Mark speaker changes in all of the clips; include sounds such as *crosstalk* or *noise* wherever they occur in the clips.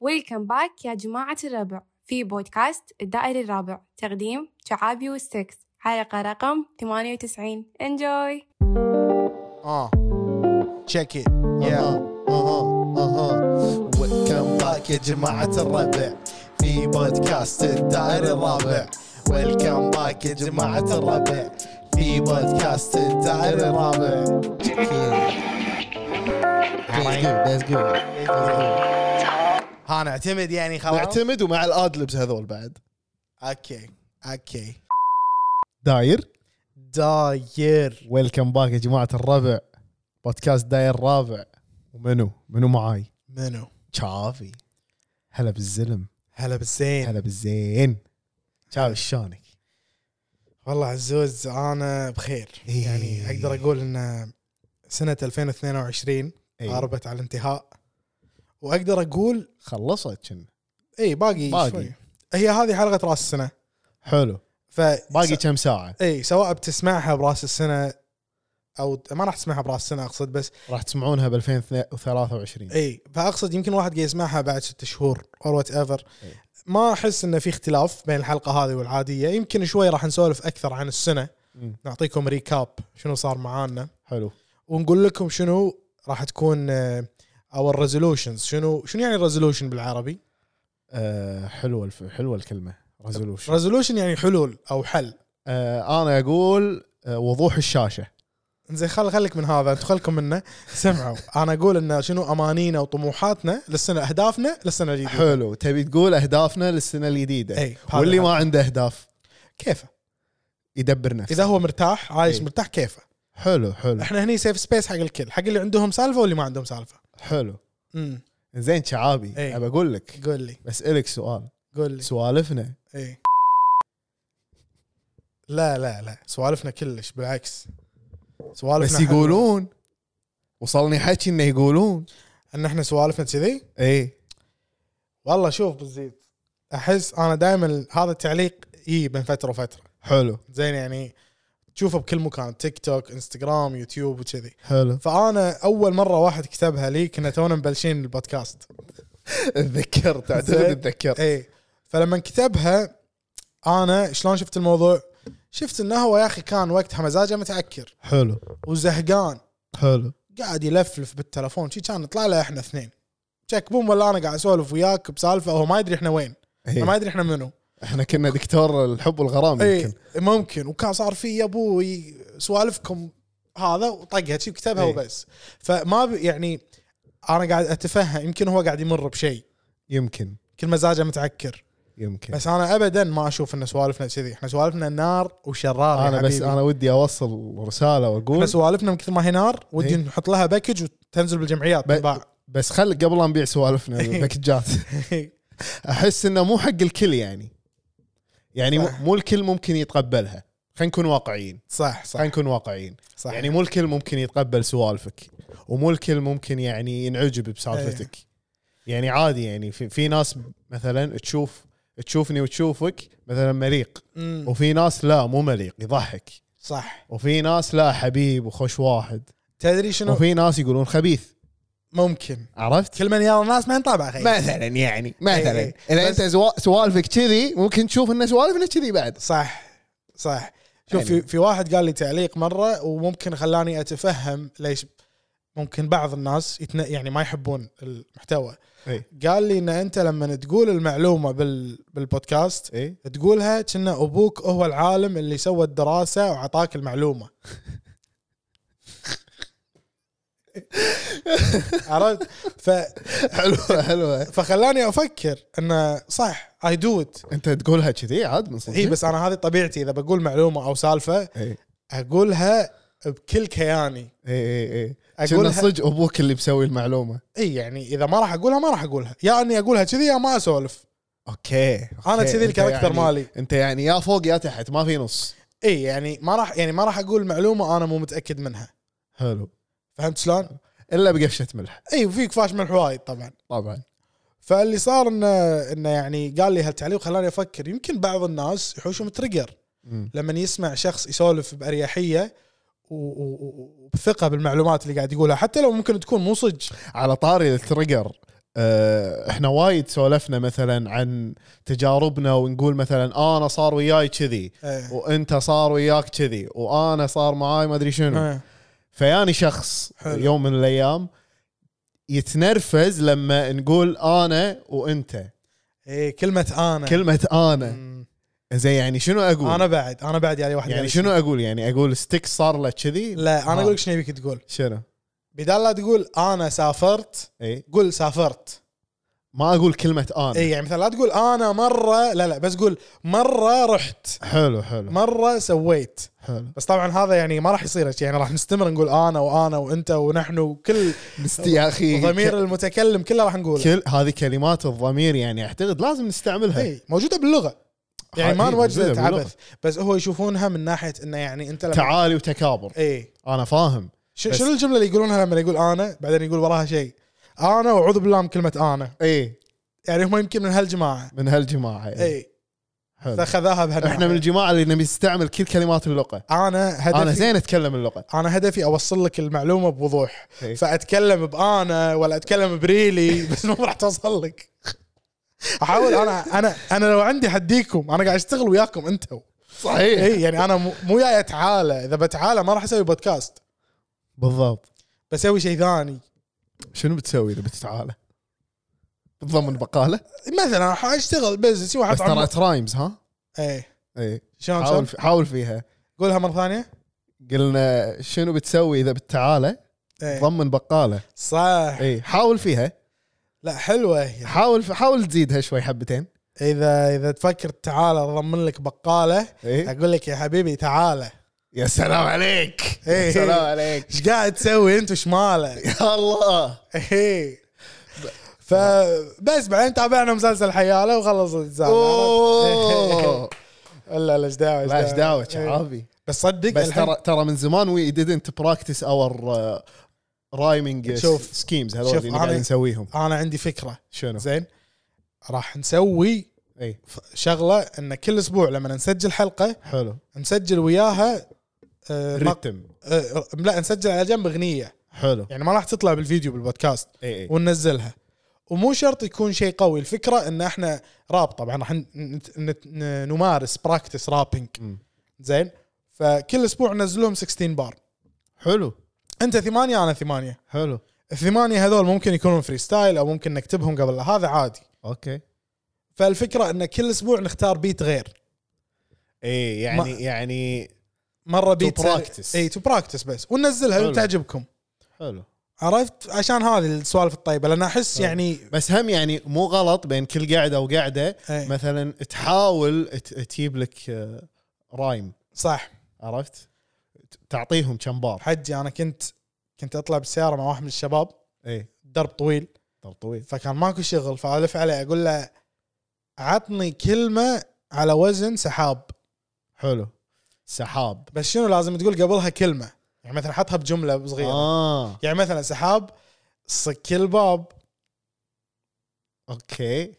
Speaker 1: ويلكم باك يا جماعة الربع في بودكاست الدائري الرابع تقديم شعابي والسكس حلقة رقم 98 انجوي
Speaker 2: Uh, check it. Yeah. Uh-huh. Uh-huh. Welcome back يا جماعة الربع في بودكاست الدائري الرابع. Welcome back يا جماعة الربع في بودكاست الدائري الرابع. Check it. That's good. That's good. That's good. ها نعتمد يعني خلاص.
Speaker 3: نعتمد ومع الادلبس هذول بعد
Speaker 2: اوكي اوكي.
Speaker 3: داير
Speaker 2: داير
Speaker 3: ويلكم باك يا جماعه الربع بودكاست داير رابع ومنو منو معاي
Speaker 2: منو؟
Speaker 3: شافي هلا بالزلم
Speaker 2: هلا بالزين
Speaker 3: هلا بالزين شافي شلونك
Speaker 2: والله عزوز انا بخير
Speaker 3: إيه.
Speaker 2: يعني اقدر اقول ان سنه 2022
Speaker 3: إيه.
Speaker 2: قاربت على الانتهاء واقدر اقول
Speaker 3: خلصت كنا
Speaker 2: اي إيه، باقي,
Speaker 3: باقي.
Speaker 2: شوي هي هذه حلقه راس السنه
Speaker 3: حلو
Speaker 2: ف
Speaker 3: باقي كم ساعه
Speaker 2: اي سواء بتسمعها براس السنه او ما راح تسمعها براس السنه اقصد بس
Speaker 3: راح تسمعونها ب 2023
Speaker 2: اي فاقصد يمكن واحد قاعد يسمعها بعد ست شهور او وات ايفر
Speaker 3: إيه.
Speaker 2: ما احس انه في اختلاف بين الحلقه هذه والعاديه يمكن شوي راح نسولف اكثر عن السنه
Speaker 3: مم.
Speaker 2: نعطيكم ريكاب شنو صار معانا
Speaker 3: حلو
Speaker 2: ونقول لكم شنو راح تكون اور ريزولوشنز شنو شنو يعني ريزولوشن بالعربي؟
Speaker 3: آه حلوه الف... حلوه الكلمه ريزولوشن
Speaker 2: ريزولوشن يعني حلول او حل
Speaker 3: آه انا اقول آه وضوح الشاشه
Speaker 2: زين خل خليك من هذا انتم خلكم منه
Speaker 3: *laughs*
Speaker 2: سمعوا انا اقول ان شنو امانينا وطموحاتنا للسنه اهدافنا للسنه الجديده
Speaker 3: حلو تبي تقول اهدافنا للسنه الجديده
Speaker 2: اي
Speaker 3: واللي
Speaker 2: إيه. هذا.
Speaker 3: ما عنده اهداف
Speaker 2: كيفه
Speaker 3: يدبر نفسه
Speaker 2: اذا هو مرتاح عايش
Speaker 3: إي.
Speaker 2: مرتاح كيفه
Speaker 3: حلو حلو
Speaker 2: احنا هني سيف سبيس حق الكل حق اللي عندهم سالفه واللي ما عندهم سالفه
Speaker 3: حلو
Speaker 2: امم
Speaker 3: زين شعابي
Speaker 2: إيه.
Speaker 3: ابى اقول لك
Speaker 2: قول لي
Speaker 3: بسالك سؤال
Speaker 2: قول لي
Speaker 3: سوالفنا
Speaker 2: اي لا لا لا سوالفنا كلش بالعكس سوالفنا
Speaker 3: بس يقولون وصلني حكي انه يقولون إيه.
Speaker 2: ان احنا سوالفنا كذي
Speaker 3: اي
Speaker 2: والله شوف بالزيد احس انا دائما هذا التعليق يجي بين فتره وفتره
Speaker 3: حلو
Speaker 2: زين يعني تشوفه بكل مكان تيك توك انستغرام يوتيوب وكذي
Speaker 3: حلو
Speaker 2: فانا اول مره واحد كتبها لي كنا تونا مبلشين البودكاست
Speaker 3: *laughs* تذكرت
Speaker 2: زين.
Speaker 3: اعتقد تذكرت
Speaker 2: اي فلما كتبها انا شلون شفت الموضوع شفت انه هو يا اخي كان وقتها مزاجه متعكر
Speaker 3: حلو
Speaker 2: وزهقان
Speaker 3: حلو
Speaker 2: قاعد يلفلف بالتلفون شي كان طلع له احنا اثنين تشك بوم ولا انا قاعد اسولف وياك بسالفه هو ما يدري احنا وين
Speaker 3: إيه.
Speaker 2: ما يدري احنا منو
Speaker 3: احنا كنا دكتور الحب والغرام
Speaker 2: اي
Speaker 3: يمكن
Speaker 2: إيه، ممكن وكان صار في يا ابوي سوالفكم هذا وطقها شي كتبها
Speaker 3: إي.
Speaker 2: وبس فما ب- يعني انا قاعد اتفهم يمكن هو قاعد يمر بشيء
Speaker 3: يمكن
Speaker 2: كل مزاجه متعكر
Speaker 3: يمكن
Speaker 2: بس انا ابدا ما اشوف ان سوالفنا كذي احنا سوالفنا نار وشرار
Speaker 3: انا بس انا ودي اوصل رساله
Speaker 2: احنا
Speaker 3: واقول
Speaker 2: سوالفنا من كثر ما هي نار ودي
Speaker 3: إي.
Speaker 2: نحط لها باكج وتنزل بالجمعيات
Speaker 3: ب-
Speaker 2: تنباع.
Speaker 3: بس خل قبل لا نبيع سوالفنا
Speaker 2: إيه.
Speaker 3: الباكجات احس انه مو حق الكل يعني يعني مو-
Speaker 2: صح.
Speaker 3: مو الكل ممكن يتقبلها خلينا نكون واقعيين
Speaker 2: *laughs* صح صح
Speaker 3: خلينا نكون واقعيين
Speaker 2: صح
Speaker 3: يعني مو الكل ممكن يتقبل سوالفك ومو الكل ممكن يعني ينعجب بسالفتك
Speaker 2: إيه.
Speaker 3: يعني عادي يعني في, في ناس مثلا تشوف تشوفني وتشوفك مثلا مليق
Speaker 2: مم.
Speaker 3: وفي ناس لا مو مليق يضحك
Speaker 2: صح
Speaker 3: وفي ناس لا حبيب وخوش واحد *laughs*
Speaker 2: تدري شنو
Speaker 3: وفي ناس يقولون خبيث
Speaker 2: ممكن
Speaker 3: عرفت؟
Speaker 2: كلمه يلا الناس ما ينطبع خير
Speaker 3: مثلا يعني
Speaker 2: إي إي.
Speaker 3: مثلا اذا
Speaker 2: إيه. بس-
Speaker 3: انت زوا- سوالفك كذي ممكن تشوف ان سوالفنا كذي بعد
Speaker 2: صح صح شوف في,
Speaker 3: يعني.
Speaker 2: في واحد قال لي تعليق مره وممكن خلاني اتفهم ليش ممكن بعض الناس يتن... يعني ما يحبون المحتوى
Speaker 3: اي
Speaker 2: قال لي ان انت لما تقول المعلومه بال... بالبودكاست
Speaker 3: اي
Speaker 2: تقولها كنا ابوك هو العالم اللي سوى الدراسه وعطاك المعلومه *laughs* عرفت ف
Speaker 3: حلوه حلوه
Speaker 2: فخلاني افكر انه صح اي دو ات
Speaker 3: انت تقولها كذي عاد من صدق إيه.
Speaker 2: اي إيه، بس انا هذه طبيعتي اذا بقول معلومه او سالفه
Speaker 3: اي
Speaker 2: اقولها بكل كياني
Speaker 3: اي اي اقول
Speaker 2: اقولها
Speaker 3: إيه، صدق ابوك اللي مسوي المعلومه
Speaker 2: اي يعني اذا ما راح اقولها ما راح اقولها يا اني اقولها كذي يا ما اسولف
Speaker 3: اوكي
Speaker 2: انا كذي
Speaker 3: أنت
Speaker 2: الكاركتر
Speaker 3: يعني-
Speaker 2: مالي
Speaker 3: انت يعني يا فوق يا تحت ما في نص
Speaker 2: اي يعني ما راح يعني ما راح اقول معلومه انا مو متاكد منها
Speaker 3: حلو
Speaker 2: فهمت شلون؟
Speaker 3: الا بقفشه ملح
Speaker 2: اي وفيك فاش ملح وايد طبعا
Speaker 3: طبعا
Speaker 2: فاللي صار انه انه يعني قال لي هالتعليق خلاني افكر يمكن بعض الناس يحوشهم تريجر
Speaker 3: مم.
Speaker 2: لما يسمع شخص يسولف باريحيه و- و- و- وبثقه بالمعلومات اللي قاعد يقولها حتى لو ممكن تكون مو صدق
Speaker 3: على طاري التريجر آه، آه، احنا وايد سولفنا مثلا عن تجاربنا ونقول مثلا انا صار وياي كذي
Speaker 2: إيه.
Speaker 3: وانت صار وياك كذي وانا صار معاي ما ادري شنو
Speaker 2: إيه.
Speaker 3: فياني شخص
Speaker 2: حلو.
Speaker 3: يوم من الايام يتنرفز لما نقول انا وانت
Speaker 2: ايه كلمه انا
Speaker 3: كلمه انا
Speaker 2: مم.
Speaker 3: زين يعني شنو اقول
Speaker 2: انا بعد انا بعد يعني واحد
Speaker 3: يعني
Speaker 2: قال
Speaker 3: شنو اقول يعني اقول ستيك صار لك كذي
Speaker 2: لا انا
Speaker 3: آه.
Speaker 2: اقول لك شنو يبيك تقول
Speaker 3: شنو
Speaker 2: بدال لا تقول انا سافرت
Speaker 3: اي
Speaker 2: قول سافرت
Speaker 3: ما اقول كلمه انا
Speaker 2: اي يعني مثلا لا تقول انا مره لا لا بس قول مره رحت
Speaker 3: حلو حلو
Speaker 2: مره سويت
Speaker 3: حلو
Speaker 2: بس طبعا هذا يعني ما راح يصير يعني راح نستمر نقول انا وانا وانت ونحن وكل
Speaker 3: بس يا اخي
Speaker 2: ضمير المتكلم كله راح نقوله
Speaker 3: كل هذه كلمات الضمير يعني اعتقد لازم نستعملها
Speaker 2: اي موجوده باللغه إيه. يعني ما
Speaker 3: هاي- إيه، موجودة
Speaker 2: نوجه
Speaker 3: باللغة.
Speaker 2: عبث بس هو يشوفونها من ناحيه انه يعني انت لما إيه.
Speaker 3: تعالي وتكابر
Speaker 2: اي
Speaker 3: انا فاهم
Speaker 2: ش-
Speaker 3: بس-
Speaker 2: شنو الجمله اللي يقولونها لما يقول انا بعدين يقول وراها شيء انا واعوذ بالله من كلمه انا
Speaker 3: اي
Speaker 2: يعني هم يمكن من إيه. هالجماعه
Speaker 3: من هالجماعه اي
Speaker 2: اي
Speaker 3: حلو
Speaker 2: فخذاها بهالناحيه
Speaker 3: احنا إيه. من الجماعه اللي نبي نستعمل كل كلمات اللغه
Speaker 2: انا هدفي
Speaker 3: انا زين اتكلم اللغه
Speaker 2: انا هدفي اوصل لك المعلومه بوضوح
Speaker 3: إيه.
Speaker 2: فاتكلم بانا ولا اتكلم بريلي بس ما راح توصل لك احاول انا انا انا لو عندي حديكم انا قاعد اشتغل وياكم انتم
Speaker 3: صحيح
Speaker 2: اي يعني انا مو- مو جاي اتعالى اذا بتعالى ما راح اسوي بودكاست
Speaker 3: بالضبط
Speaker 2: بسوي شيء ثاني
Speaker 3: شنو بتسوي اذا بتتعالى؟ بتضمن بقاله
Speaker 2: مثلا راح اشتغل بزنس واحد
Speaker 3: بس ترى ترايمز ها؟
Speaker 2: اي
Speaker 3: اي
Speaker 2: شلون
Speaker 3: حاول
Speaker 2: شلون؟
Speaker 3: حاول فيها
Speaker 2: قولها مره ثانيه
Speaker 3: قلنا شنو بتسوي اذا بتتعالى؟
Speaker 2: إيه.
Speaker 3: ضمن بقاله
Speaker 2: صح
Speaker 3: اي حاول فيها
Speaker 2: لا حلوه هي
Speaker 3: حاول حاول تزيدها شوي حبتين
Speaker 2: اذا اذا تفكر تعال اضمن لك بقاله
Speaker 3: اي
Speaker 2: اقول لك يا حبيبي تعالى
Speaker 3: يا سلام عليك
Speaker 2: إيه.
Speaker 3: يا سلام عليك
Speaker 2: *laughs* ايش قاعد تسوي انت وش ماله؟ *laughs*
Speaker 3: يا الله
Speaker 2: ايه فبس بعدين تابعنا مسلسل حياله وخلص الزلمه
Speaker 3: اوه
Speaker 2: *laughs* لا لا ايش دعوه
Speaker 3: لا ايش دعوه
Speaker 2: إيه.
Speaker 3: شعابي
Speaker 2: بس صدق
Speaker 3: بس
Speaker 2: الحين
Speaker 3: ترى ترى من زمان وي ديدنت براكتس اور رايمنج
Speaker 2: شوف.
Speaker 3: سكيمز
Speaker 2: شوف
Speaker 3: هذول اللي
Speaker 2: أنا-
Speaker 3: قاعدين نسويهم
Speaker 2: انا عندي فكره
Speaker 3: شنو؟ إيه.
Speaker 2: زين راح نسوي
Speaker 3: اي
Speaker 2: ف- شغله ان كل اسبوع لما نسجل حلقه
Speaker 3: حلو
Speaker 2: نسجل وياها آه، مق-
Speaker 3: ريتم
Speaker 2: آه، لا نسجل على جنب اغنيه
Speaker 3: حلو إيه،
Speaker 2: يعني ما راح تطلع بالفيديو بالبودكاست
Speaker 3: اي اي
Speaker 2: وننزلها ومو شرط يكون شيء قوي الفكره ان احنا راب طبعا راح ن- نت- نت- ن- نمارس براكتس رابينج
Speaker 3: مم.
Speaker 2: زين فكل اسبوع ننزل لهم 16 بار
Speaker 3: حلو
Speaker 2: انت ثمانيه انا ثمانيه
Speaker 3: حلو
Speaker 2: الثمانيه هذول ممكن يكونون فري ستايل او ممكن نكتبهم قبل لا، هذا عادي
Speaker 3: اوكي
Speaker 2: فالفكره ان كل اسبوع نختار بيت غير
Speaker 3: اي يعني
Speaker 2: ما-
Speaker 3: يعني
Speaker 2: مره بيت
Speaker 3: practice.
Speaker 2: اي تو براكتس إيه، بس وننزلها
Speaker 3: حلو.
Speaker 2: وتعجبكم
Speaker 3: حلو
Speaker 2: عرفت عشان هذه السوالف الطيبه لان احس يعني
Speaker 3: بس هم يعني مو غلط بين كل قاعده وقاعده
Speaker 2: إيه.
Speaker 3: مثلا تحاول ت- تجيب لك آه، رايم
Speaker 2: صح
Speaker 3: عرفت؟ ت- تعطيهم كم بار
Speaker 2: حجي انا كنت كنت اطلع بالسياره مع واحد من الشباب
Speaker 3: اي
Speaker 2: درب طويل
Speaker 3: طب طويل
Speaker 2: فكان ماكو شغل فالف عليه اقول له عطني كلمه على وزن سحاب
Speaker 3: حلو سحاب
Speaker 2: بس شنو لازم تقول قبلها كلمه يعني مثلا حطها بجمله صغيره آه.
Speaker 3: اه
Speaker 2: يعني مثلا سحاب صك الباب
Speaker 3: اوكي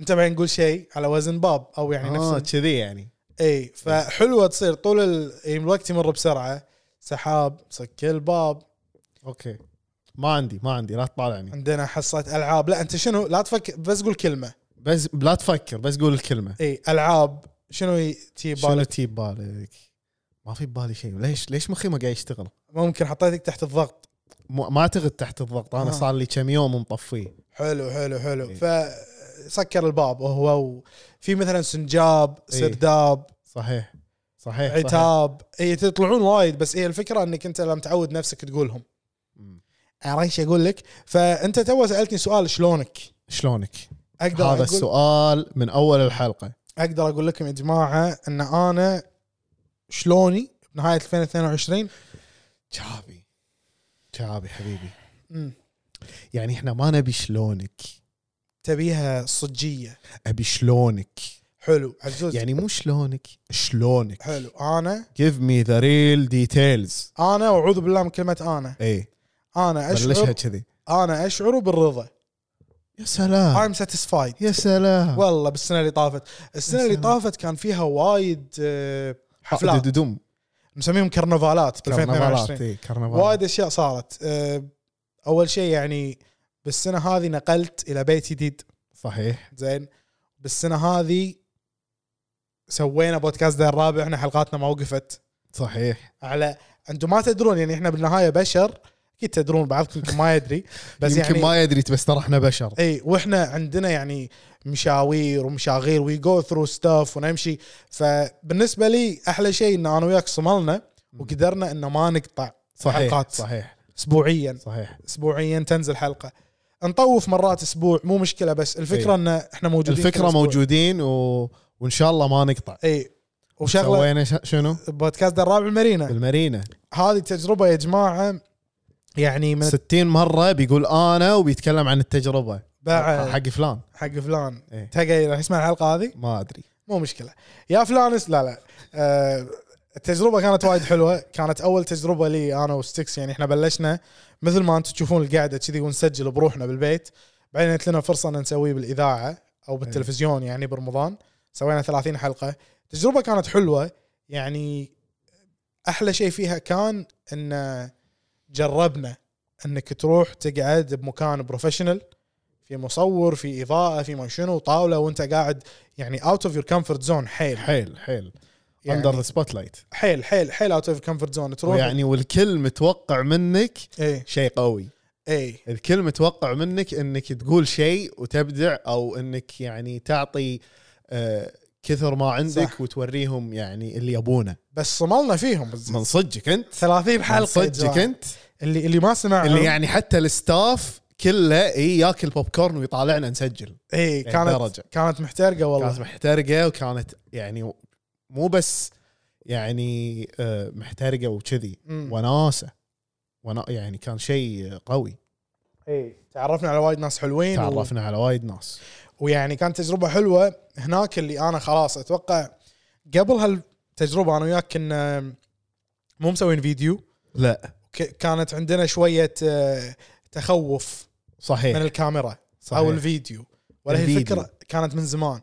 Speaker 2: انت بعدين قول شيء على وزن باب او يعني آه.
Speaker 3: اه
Speaker 2: نفس
Speaker 3: كذي يعني
Speaker 2: اي فحلوه تصير طول ال... يعني الوقت يمر بسرعه سحاب صك الباب
Speaker 3: اوكي ما عندي ما عندي لا تطالعني
Speaker 2: عندنا حصه العاب لا انت شنو لا تفكر بس قول كلمه
Speaker 3: بس لا تفكر بس قول الكلمه
Speaker 2: اي العاب شنو ي- تجي
Speaker 3: شنو
Speaker 2: بالك
Speaker 3: تي ببالك ما في ببالي شيء ليش ليش مخي ما قاعد يشتغل
Speaker 2: ممكن حطيتك تحت الضغط
Speaker 3: مو- ما اعتقد تحت الضغط انا
Speaker 2: آه.
Speaker 3: صار لي كم يوم مطفيه
Speaker 2: حلو حلو حلو
Speaker 3: إيه.
Speaker 2: فسكر الباب وهو في مثلا سنجاب
Speaker 3: إيه.
Speaker 2: سرداب
Speaker 3: صحيح صحيح صحيح
Speaker 2: عتاب اي تطلعون وايد بس هي الفكره انك انت لما تعود نفسك تقولهم
Speaker 3: مم.
Speaker 2: عرفت ايش اقول لك فانت تو سالتني سؤال شلونك
Speaker 3: شلونك
Speaker 2: اقدر
Speaker 3: هذا
Speaker 2: أقول
Speaker 3: السؤال من اول الحلقه
Speaker 2: اقدر اقول لكم يا جماعه ان انا شلوني بنهايه 2022
Speaker 3: شعبي شعبي حبيبي
Speaker 2: مم.
Speaker 3: يعني احنا ما نبي شلونك
Speaker 2: تبيها صجيه
Speaker 3: ابي شلونك
Speaker 2: حلو عزوز يعني
Speaker 3: يعني مو شلونك شلونك
Speaker 2: حلو انا
Speaker 3: give me the real details
Speaker 2: انا واعوذ بالله من كلمه انا
Speaker 3: اي
Speaker 2: انا
Speaker 3: بلشها
Speaker 2: اشعر
Speaker 3: كذي
Speaker 2: انا اشعر بالرضا
Speaker 3: يا سلام
Speaker 2: I'm satisfied
Speaker 3: يا سلام
Speaker 2: والله بالسنه اللي طافت السنه اللي
Speaker 3: آه. سلام.
Speaker 2: طافت كان فيها وايد آه، حفلات
Speaker 3: ددم
Speaker 2: نسميهم كرنفالات ب
Speaker 3: كرنفالات
Speaker 2: 2022
Speaker 3: اي كرنفالات
Speaker 2: وايد اشياء صارت آه، اول شيء يعني بالسنه هذه نقلت الى بيت جديد
Speaker 3: صحيح
Speaker 2: زين بالسنه هذه سوينا بودكاست ده الرابع احنا حلقاتنا ما وقفت
Speaker 3: صحيح
Speaker 2: على انتم ما تدرون يعني احنا بالنهايه بشر اكيد تدرون بعضكم يمكن ما يدري بس
Speaker 3: بس يمكن
Speaker 2: يعني
Speaker 3: ما يدري بس ترى احنا بشر
Speaker 2: اي واحنا عندنا يعني مشاوير ومشاغير وي جو ثرو ستاف ونمشي فبالنسبه لي احلى شيء ان انا وياك صملنا وقدرنا ان ما نقطع
Speaker 3: صحيح
Speaker 2: حلقات.
Speaker 3: صحيح
Speaker 2: اسبوعيا
Speaker 3: صحيح
Speaker 2: اسبوعيا تنزل حلقه نطوف مرات اسبوع مو مشكله بس الفكره
Speaker 3: إي.
Speaker 2: ان احنا موجودين كل
Speaker 3: الفكره
Speaker 2: أسبوع.
Speaker 3: موجودين و... وان شاء الله ما نقطع
Speaker 2: اي وشغله
Speaker 3: سوينا ش- شنو؟
Speaker 2: أه. بودكاست الرابع المارينا
Speaker 3: بالمارينا
Speaker 2: هذه تجربه يا جماعه يعني من
Speaker 3: 60 مره بيقول انا وبيتكلم عن التجربه
Speaker 2: بعد
Speaker 3: حق فلان
Speaker 2: حق فلان
Speaker 3: إيه.
Speaker 2: تقى راح يسمع الحلقه هذه
Speaker 3: ما ادري
Speaker 2: مو مشكله يا فلانس لا لا آه، التجربه كانت وايد حلوه كانت اول تجربه لي انا وستكس يعني احنا بلشنا مثل ما انتم تشوفون القعده كذي ونسجل بروحنا بالبيت بعدين جت لنا فرصه ان نسويه بالاذاعه او بالتلفزيون يعني برمضان سوينا 30 حلقه تجربه كانت حلوه يعني احلى شيء فيها كان ان جربنا انك تروح تقعد بمكان بروفيشنال في مصور في اضاءه في ما شنو طاوله وانت قاعد يعني اوت اوف يور كمفورت زون حيل
Speaker 3: حيل حيل
Speaker 2: يعني
Speaker 3: اندر ذا سبوت لايت
Speaker 2: حيل حيل حيل اوت اوف كمفورت زون تروح إيه،
Speaker 3: يعني والكل متوقع منك
Speaker 2: اي
Speaker 3: شيء قوي
Speaker 2: اي
Speaker 3: الكل متوقع منك انك تقول شيء وتبدع او انك يعني تعطي آه، كثر ما عندك
Speaker 2: صح.
Speaker 3: صح. وتوريهم يعني اللي يبونه
Speaker 2: بس صملنا فيهم
Speaker 3: من صدقك انت
Speaker 2: 30
Speaker 3: من
Speaker 2: حلقه
Speaker 3: صدقك
Speaker 2: يا جماعة.
Speaker 3: انت
Speaker 2: اللي اللي ما سمع
Speaker 3: اللي يعني حتى الستاف كله اي ياكل بوب كورن ويطالعنا نسجل
Speaker 2: اي إيه، كانت
Speaker 3: يعني درجة.
Speaker 2: كانت محترقه والله
Speaker 3: كانت محترقه وكانت يعني مو بس يعني آه، محترقه وكذي
Speaker 2: مم.
Speaker 3: وناسه ونا يعني كان شيء قوي
Speaker 2: اي إيه، تعرفنا على وايد ناس حلوين و-
Speaker 3: تعرفنا على وايد ناس
Speaker 2: ويعني كانت تجربه حلوه هناك اللي انا خلاص اتوقع قبل هالتجربه انا وياك كنا مو مسوين فيديو
Speaker 3: لا
Speaker 2: ك- كانت عندنا شويه آه، تخوف
Speaker 3: صحيح
Speaker 2: من الكاميرا
Speaker 3: إيه. صحيح.
Speaker 2: او الفيديو ولا هي
Speaker 3: الفيديو.
Speaker 2: الفكره كانت من زمان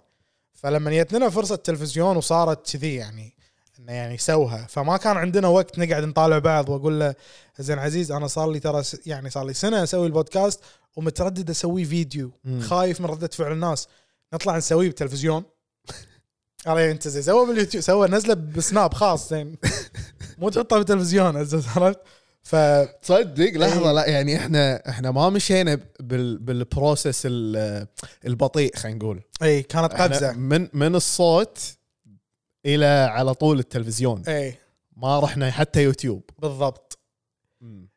Speaker 2: فلما جت لنا فرصه تلفزيون وصارت كذي يعني انه يعني سوها فما كان عندنا وقت نقعد نطالع بعض واقول له زين عزيز انا صار لي ترى س- يعني صار لي سنه اسوي البودكاست ومتردد اسوي فيديو
Speaker 3: مم.
Speaker 2: خايف من رده فعل الناس نطلع نسويه *laughs* بالتلفزيون علي انت زين سوى باليوتيوب سوى نزله بسناب
Speaker 3: *laughs*
Speaker 2: خاص زين مو تحطه بالتلفزيون عزيز، عرفت ف إيه،
Speaker 3: تصدق لحظه لا يعني احنا احنا ما مشينا ب- بال بالبروسس ال- البطيء خلينا نقول
Speaker 2: اي كانت
Speaker 3: إحنا
Speaker 2: قفزه
Speaker 3: من من الصوت الى على طول التلفزيون
Speaker 2: اي
Speaker 3: ما رحنا حتى يوتيوب
Speaker 2: إيه، بالضبط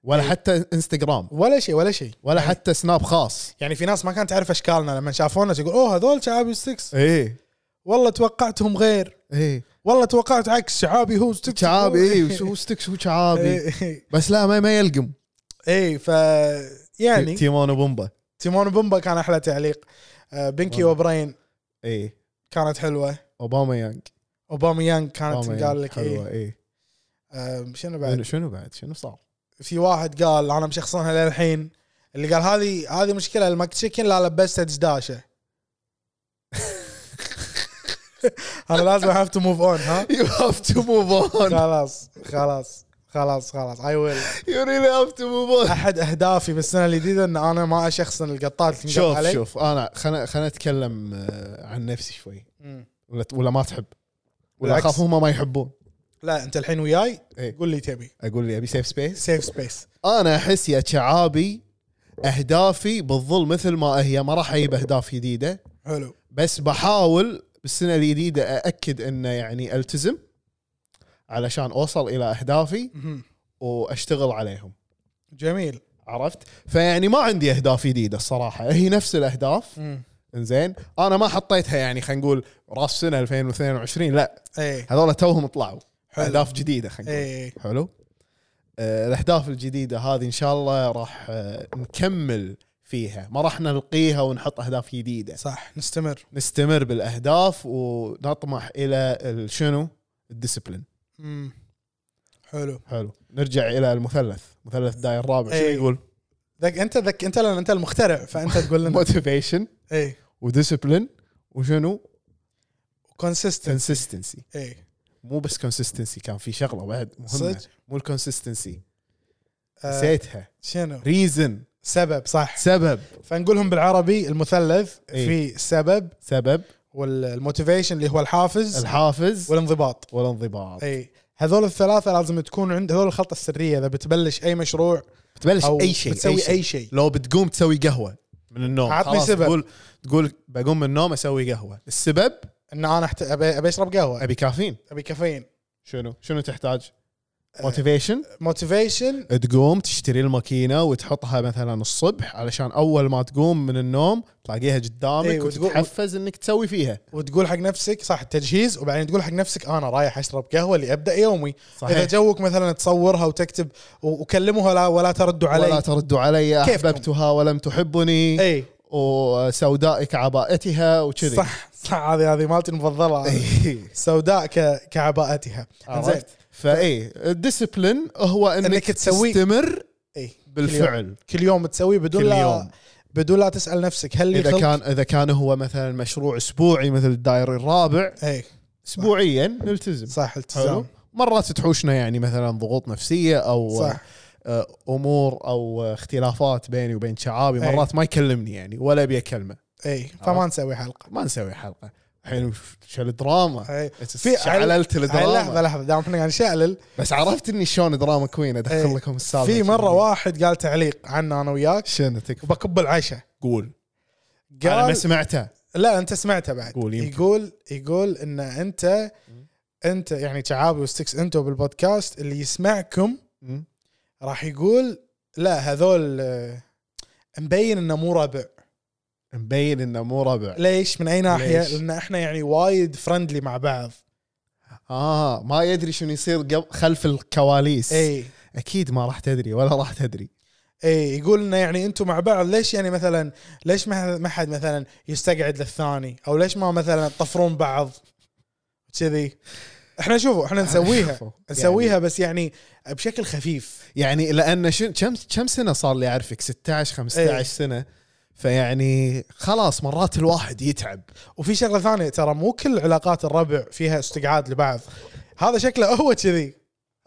Speaker 3: ولا
Speaker 2: إيه.
Speaker 3: حتى انستغرام
Speaker 2: ولا شيء ولا شيء
Speaker 3: ولا حتى سناب خاص
Speaker 2: يعني في ناس ما كانت تعرف اشكالنا لما شافونا يقول اوه هذول شعابي ستكس
Speaker 3: ايه
Speaker 2: والله توقعتهم غير
Speaker 3: ايه
Speaker 2: والله توقعت عكس شعابي هو إيه. ستكس
Speaker 3: شعابي ايه
Speaker 2: *laughs*
Speaker 3: شو ستكس هو شعابي
Speaker 2: اي
Speaker 3: بس لا ما ما يلقم
Speaker 2: اي إيه، ف يعني
Speaker 3: تيمون وبومبا
Speaker 2: تيمون بومبا كان احلى تعليق آه، بنكي
Speaker 3: والله.
Speaker 2: وبرين
Speaker 3: ايه
Speaker 2: كانت حلوه
Speaker 3: اوباما يانج
Speaker 2: اوباما يانج كانت
Speaker 3: أوباما يعني-
Speaker 2: قال
Speaker 3: يانج
Speaker 2: لك
Speaker 3: حلوه
Speaker 2: اي
Speaker 3: ايه
Speaker 2: آه، شنو
Speaker 3: بعد
Speaker 2: بعد
Speaker 3: شنو بعد شنو
Speaker 2: *laughs*
Speaker 3: صار؟
Speaker 2: في واحد قال انا مشخصنها للحين اللي قال هذه هذه مشكله الماك تشيكن لا لبسته *laughs* دشداشه انا لازم هاف تو موف اون ها
Speaker 3: يو هاف تو موف
Speaker 2: *laughs*
Speaker 3: اون
Speaker 2: خلاص خلاص خلاص خلاص اي ويل
Speaker 3: يو ريلي هاف تو موف اون
Speaker 2: احد اهدافي بالسنه الجديده ان انا ما اشخصن القطات اللي
Speaker 3: *laughs*
Speaker 2: انقط
Speaker 3: شوف
Speaker 2: علي.
Speaker 3: شوف انا خلنا خلنا اتكلم آه، عن نفسي شوي
Speaker 2: مم.
Speaker 3: ولا ولا ما تحب ولا
Speaker 2: بالعكس.
Speaker 3: اخاف هم ما يحبون
Speaker 2: لا انت الحين وياي
Speaker 3: إيه.
Speaker 2: قول لي تبي
Speaker 3: اقول لي ابي سيف سبيس
Speaker 2: سيف سبيس
Speaker 3: انا احس يا شعابي اهدافي بالظل مثل ما هي ما راح اجيب اهداف جديده
Speaker 2: حلو
Speaker 3: بس بحاول بالسنه الجديده ااكد انه يعني التزم علشان اوصل الى اهدافي
Speaker 2: مهم.
Speaker 3: واشتغل عليهم
Speaker 2: جميل
Speaker 3: عرفت فيعني ما عندي اهداف جديده الصراحه هي نفس الاهداف
Speaker 2: مم.
Speaker 3: انزين انا ما حطيتها يعني خلينا نقول راس سنه 2022 لا
Speaker 2: ايه
Speaker 3: هذول توهم طلعوا
Speaker 2: حلو.
Speaker 3: اهداف جديده خلينا نقول
Speaker 2: ايه
Speaker 3: حلو آه الاهداف الجديده هذه ان شاء الله راح آه نكمل فيها ما راح نلقيها ونحط اهداف جديده
Speaker 2: صح نستمر
Speaker 3: نستمر بالاهداف ونطمح الى ال- شنو الديسبلين
Speaker 2: مم. حلو
Speaker 3: حلو نرجع الى المثلث مثلث داير الرابع شو
Speaker 2: إيه.
Speaker 3: يقول
Speaker 2: ذك انت ذك انت لان انت المخترع فانت
Speaker 3: *laughs*
Speaker 2: تقول لنا
Speaker 3: موتيفيشن
Speaker 2: ايه
Speaker 3: وديسبلين وشنو
Speaker 2: كونسيستنت
Speaker 3: كونسستنسي
Speaker 2: ايه
Speaker 3: مو بس كونسستنسي كان في شغله بعد مهمه
Speaker 2: صدق؟
Speaker 3: مو الكونسستنسي
Speaker 2: آه،
Speaker 3: نسيتها
Speaker 2: شنو
Speaker 3: ريزن
Speaker 2: سبب صح
Speaker 3: سبب
Speaker 2: فنقولهم بالعربي المثلث
Speaker 3: إيه.
Speaker 2: في سبب
Speaker 3: سبب
Speaker 2: والموتيفيشن اللي هو الحافز
Speaker 3: الحافز
Speaker 2: والانضباط
Speaker 3: والانضباط
Speaker 2: اي هذول الثلاثه لازم تكون عند هذول الخلطه السريه اذا بتبلش اي مشروع
Speaker 3: بتبلش
Speaker 2: او
Speaker 3: اي شيء
Speaker 2: بتسوي اي شيء
Speaker 3: لو بتقوم تسوي قهوه من النوم
Speaker 2: عطني
Speaker 3: خلاص
Speaker 2: سبب.
Speaker 3: تقول تقول بقوم من النوم اسوي قهوه السبب
Speaker 2: ان انا أحت... ابي أبي اشرب قهوه
Speaker 3: ابي كافيين
Speaker 2: ابي كافيين
Speaker 3: شنو شنو تحتاج موتيفيشن
Speaker 2: موتيفيشن
Speaker 3: آه، تقوم تشتري الماكينه وتحطها مثلا الصبح علشان اول ما تقوم من النوم تلاقيها قدامك
Speaker 2: إيه، وتقوم-
Speaker 3: وتتحفز انك تسوي فيها
Speaker 2: وتقول حق نفسك صح التجهيز وبعدين تقول حق نفسك انا رايح اشرب قهوه لابدا يومي
Speaker 3: صحيح.
Speaker 2: اذا جوك مثلا تصورها وتكتب و- وكلموها لا ولا تردوا
Speaker 3: ولا
Speaker 2: علي
Speaker 3: تردوا علي
Speaker 2: كيفكم؟ أيوة.
Speaker 3: احببتها ولم تحبني
Speaker 2: اي
Speaker 3: وسودائك عبائتها وكذي
Speaker 2: صح صح هذه هذه مالتي المفضله سوداء ك... كعباءتها
Speaker 3: *laughs*
Speaker 2: انزين
Speaker 3: عرفت؟ فاي الديسبلين هو انك,
Speaker 2: إنك تسوي-
Speaker 3: تستمر
Speaker 2: اي
Speaker 3: بالفعل
Speaker 2: كل يوم تسوي بدون
Speaker 3: كل
Speaker 2: لا
Speaker 3: يوم.
Speaker 2: بدون لا تسال نفسك هل لي
Speaker 3: اذا
Speaker 2: خلق؟
Speaker 3: كان اذا كان هو مثلا مشروع اسبوعي مثل الدائري الرابع
Speaker 2: اي
Speaker 3: اسبوعيا نلتزم
Speaker 2: صح
Speaker 3: حلو
Speaker 2: التزام
Speaker 3: مرات تحوشنا يعني مثلا ضغوط نفسيه او
Speaker 2: صح
Speaker 3: آه، امور او آه، اختلافات بيني وبين شعابي
Speaker 2: أي.
Speaker 3: مرات ما يكلمني يعني ولا ابي اكلمه
Speaker 2: اي فما نسوي حلقه
Speaker 3: ما نسوي حلقه الحين شو الدراما
Speaker 2: أي.
Speaker 3: في شعللت
Speaker 2: هاي لحظه
Speaker 3: الدراما
Speaker 2: لحظه دام احنا قاعد نشعلل
Speaker 3: بس عرفت اني شلون دراما كوين ادخل
Speaker 2: أي.
Speaker 3: لكم السالفه
Speaker 2: في مره واحد قال تعليق عنا انا وياك
Speaker 3: شنو تكفى
Speaker 2: وبكب العشاء
Speaker 3: قول انا ما
Speaker 2: قال
Speaker 3: سمعته
Speaker 2: لا انت سمعته بعد
Speaker 3: قول يمكن.
Speaker 2: يقول يقول ان انت انت يعني شعابي وستكس انتم بالبودكاست اللي يسمعكم
Speaker 3: مم.
Speaker 2: راح يقول لا هذول آه، مبين انه مو ربع
Speaker 3: مبين انه مو ربع
Speaker 2: ليش من اي ناحيه
Speaker 3: ليش؟
Speaker 2: لان احنا يعني وايد فرندلي مع بعض
Speaker 3: اه ما يدري شنو يصير قبل خلف الكواليس
Speaker 2: اي
Speaker 3: اكيد ما راح تدري ولا راح تدري
Speaker 2: اي يقول انه يعني انتم مع بعض ليش يعني مثلا ليش ما ما حد مثلا يستقعد للثاني او ليش ما مثلا تطفرون بعض كذي احنا شوفوا
Speaker 3: *laughs*
Speaker 2: احنا نسويها
Speaker 3: شوفوا،
Speaker 2: نسويها بس يعني بشكل خفيف
Speaker 3: يعني لان شن كم كم سنه صار لي اعرفك 16 15
Speaker 2: إيه.
Speaker 3: سنه فيعني خلاص مرات الواحد يتعب
Speaker 2: وفي شغله ثانيه ترى مو كل علاقات الربع فيها استقعاد لبعض هذا شكله هو كذي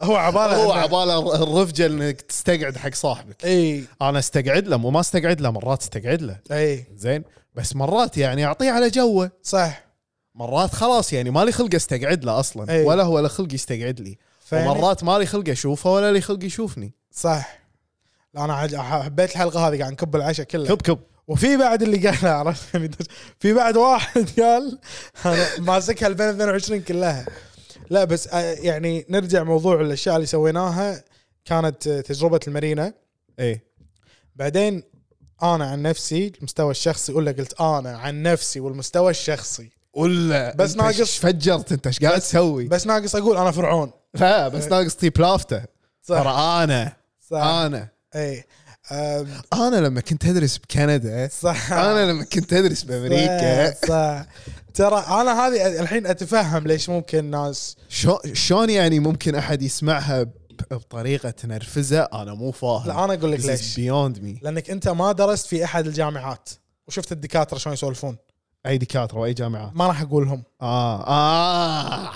Speaker 2: هو عباله
Speaker 3: هو
Speaker 2: إنه-
Speaker 3: عباله الرفجه انك تستقعد حق صاحبك
Speaker 2: اي
Speaker 3: انا استقعد له مو ما استقعد له مرات استقعد له
Speaker 2: اي
Speaker 3: زين بس مرات يعني اعطيه على جوه
Speaker 2: صح
Speaker 3: مرات خلاص يعني مالي خلق استقعد له اصلا
Speaker 2: إيه.
Speaker 3: ولا هو له خلق يستقعد لي
Speaker 2: فيعني-
Speaker 3: ومرات مالي خلق اشوفه ولا لي خلق يشوفني
Speaker 2: صح لا انا عج- حبيت الحلقه هذه قاعد نكب العشاء كله
Speaker 3: كب كب
Speaker 2: وفي بعد اللي قال عرفت يعني في بعد واحد قال أنا ماسكها 2022 كلها لا بس آه، يعني نرجع موضوع الاشياء اللي سويناها كانت آه، تجربه المارينا
Speaker 3: ايه
Speaker 2: بعدين انا عن نفسي المستوى الشخصي ولا قلت انا عن نفسي والمستوى الشخصي
Speaker 3: ولا
Speaker 2: بس
Speaker 3: أنت
Speaker 2: ناقص-
Speaker 3: إيش فجرت انت ايش قاعد تسوي
Speaker 2: بس ناقص اقول انا فرعون
Speaker 3: لا بس ناقص طيب لافته ترى
Speaker 2: صح
Speaker 3: انا
Speaker 2: صح
Speaker 3: انا
Speaker 2: اي آم،
Speaker 3: انا لما كنت ادرس بكندا
Speaker 2: صح
Speaker 3: انا لما كنت ادرس بامريكا
Speaker 2: صح، صح ترى انا هذه الحين اتفهم ليش ممكن ناس
Speaker 3: شو- شلون يعني ممكن احد يسمعها ب- بطريقه تنرفزه انا مو فاهم
Speaker 2: لا، أنا أقول لك ليش.
Speaker 3: بيوند مي
Speaker 2: لانك انت ما درست في احد الجامعات وشفت الدكاتره شلون يسولفون
Speaker 3: اي دكاتره واي جامعات
Speaker 2: ما راح اقولهم
Speaker 3: اه اه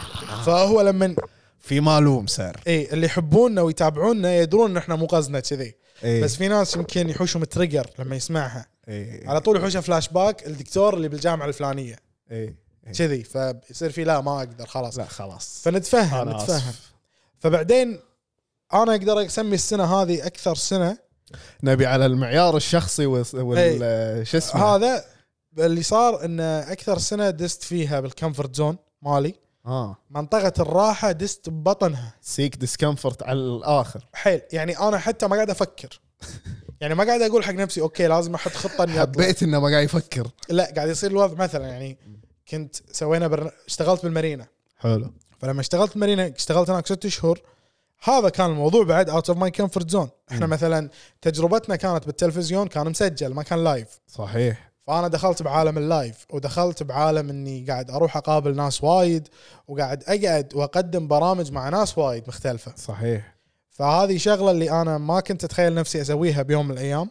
Speaker 2: فهو لما
Speaker 3: في معلوم صار
Speaker 2: اي اللي يحبوننا ويتابعونا يدرون ان احنا مو قصدنا كذي
Speaker 3: إيه.
Speaker 2: بس في ناس يمكن يحوشهم تريجر لما يسمعها
Speaker 3: اي
Speaker 2: على طول يحوشه فلاش باك الدكتور اللي بالجامعه الفلانيه
Speaker 3: اي
Speaker 2: كذي فيصير في لا ما اقدر خلاص
Speaker 3: إيه. لا خلاص
Speaker 2: فنتفهم
Speaker 3: انا
Speaker 2: نتفهم
Speaker 3: اسف
Speaker 2: فبعدين انا اقدر اسمي السنه هذه اكثر سنه
Speaker 3: نبي على المعيار الشخصي وال-
Speaker 2: إيه.
Speaker 3: وال شو اسمه
Speaker 2: هذا اللي صار ان اكثر سنه دست فيها بالكمفورت زون مالي
Speaker 3: اه
Speaker 2: منطقه الراحه دست ببطنها
Speaker 3: سيك ديسكمفورت على الاخر
Speaker 2: حيل يعني انا حتى ما قاعد افكر يعني ما قاعد اقول حق نفسي اوكي لازم احط خطه اني أطلع.
Speaker 3: حبيت انه ما قاعد يفكر
Speaker 2: لا قاعد يصير الوضع مثلا يعني كنت سوينا برن... اشتغلت بالمارينا
Speaker 3: حلو
Speaker 2: فلما اشتغلت بالمارينا اشتغلت هناك ست شهور هذا كان الموضوع بعد اوت اوف ماي كومفورت زون احنا
Speaker 3: م.
Speaker 2: مثلا تجربتنا كانت بالتلفزيون كان مسجل ما كان لايف
Speaker 3: صحيح
Speaker 2: فانا دخلت بعالم اللايف ودخلت بعالم اني قاعد اروح اقابل ناس وايد وقاعد اقعد واقدم برامج مع ناس وايد مختلفه
Speaker 3: صحيح
Speaker 2: فهذه شغله اللي انا ما كنت اتخيل نفسي اسويها بيوم من الايام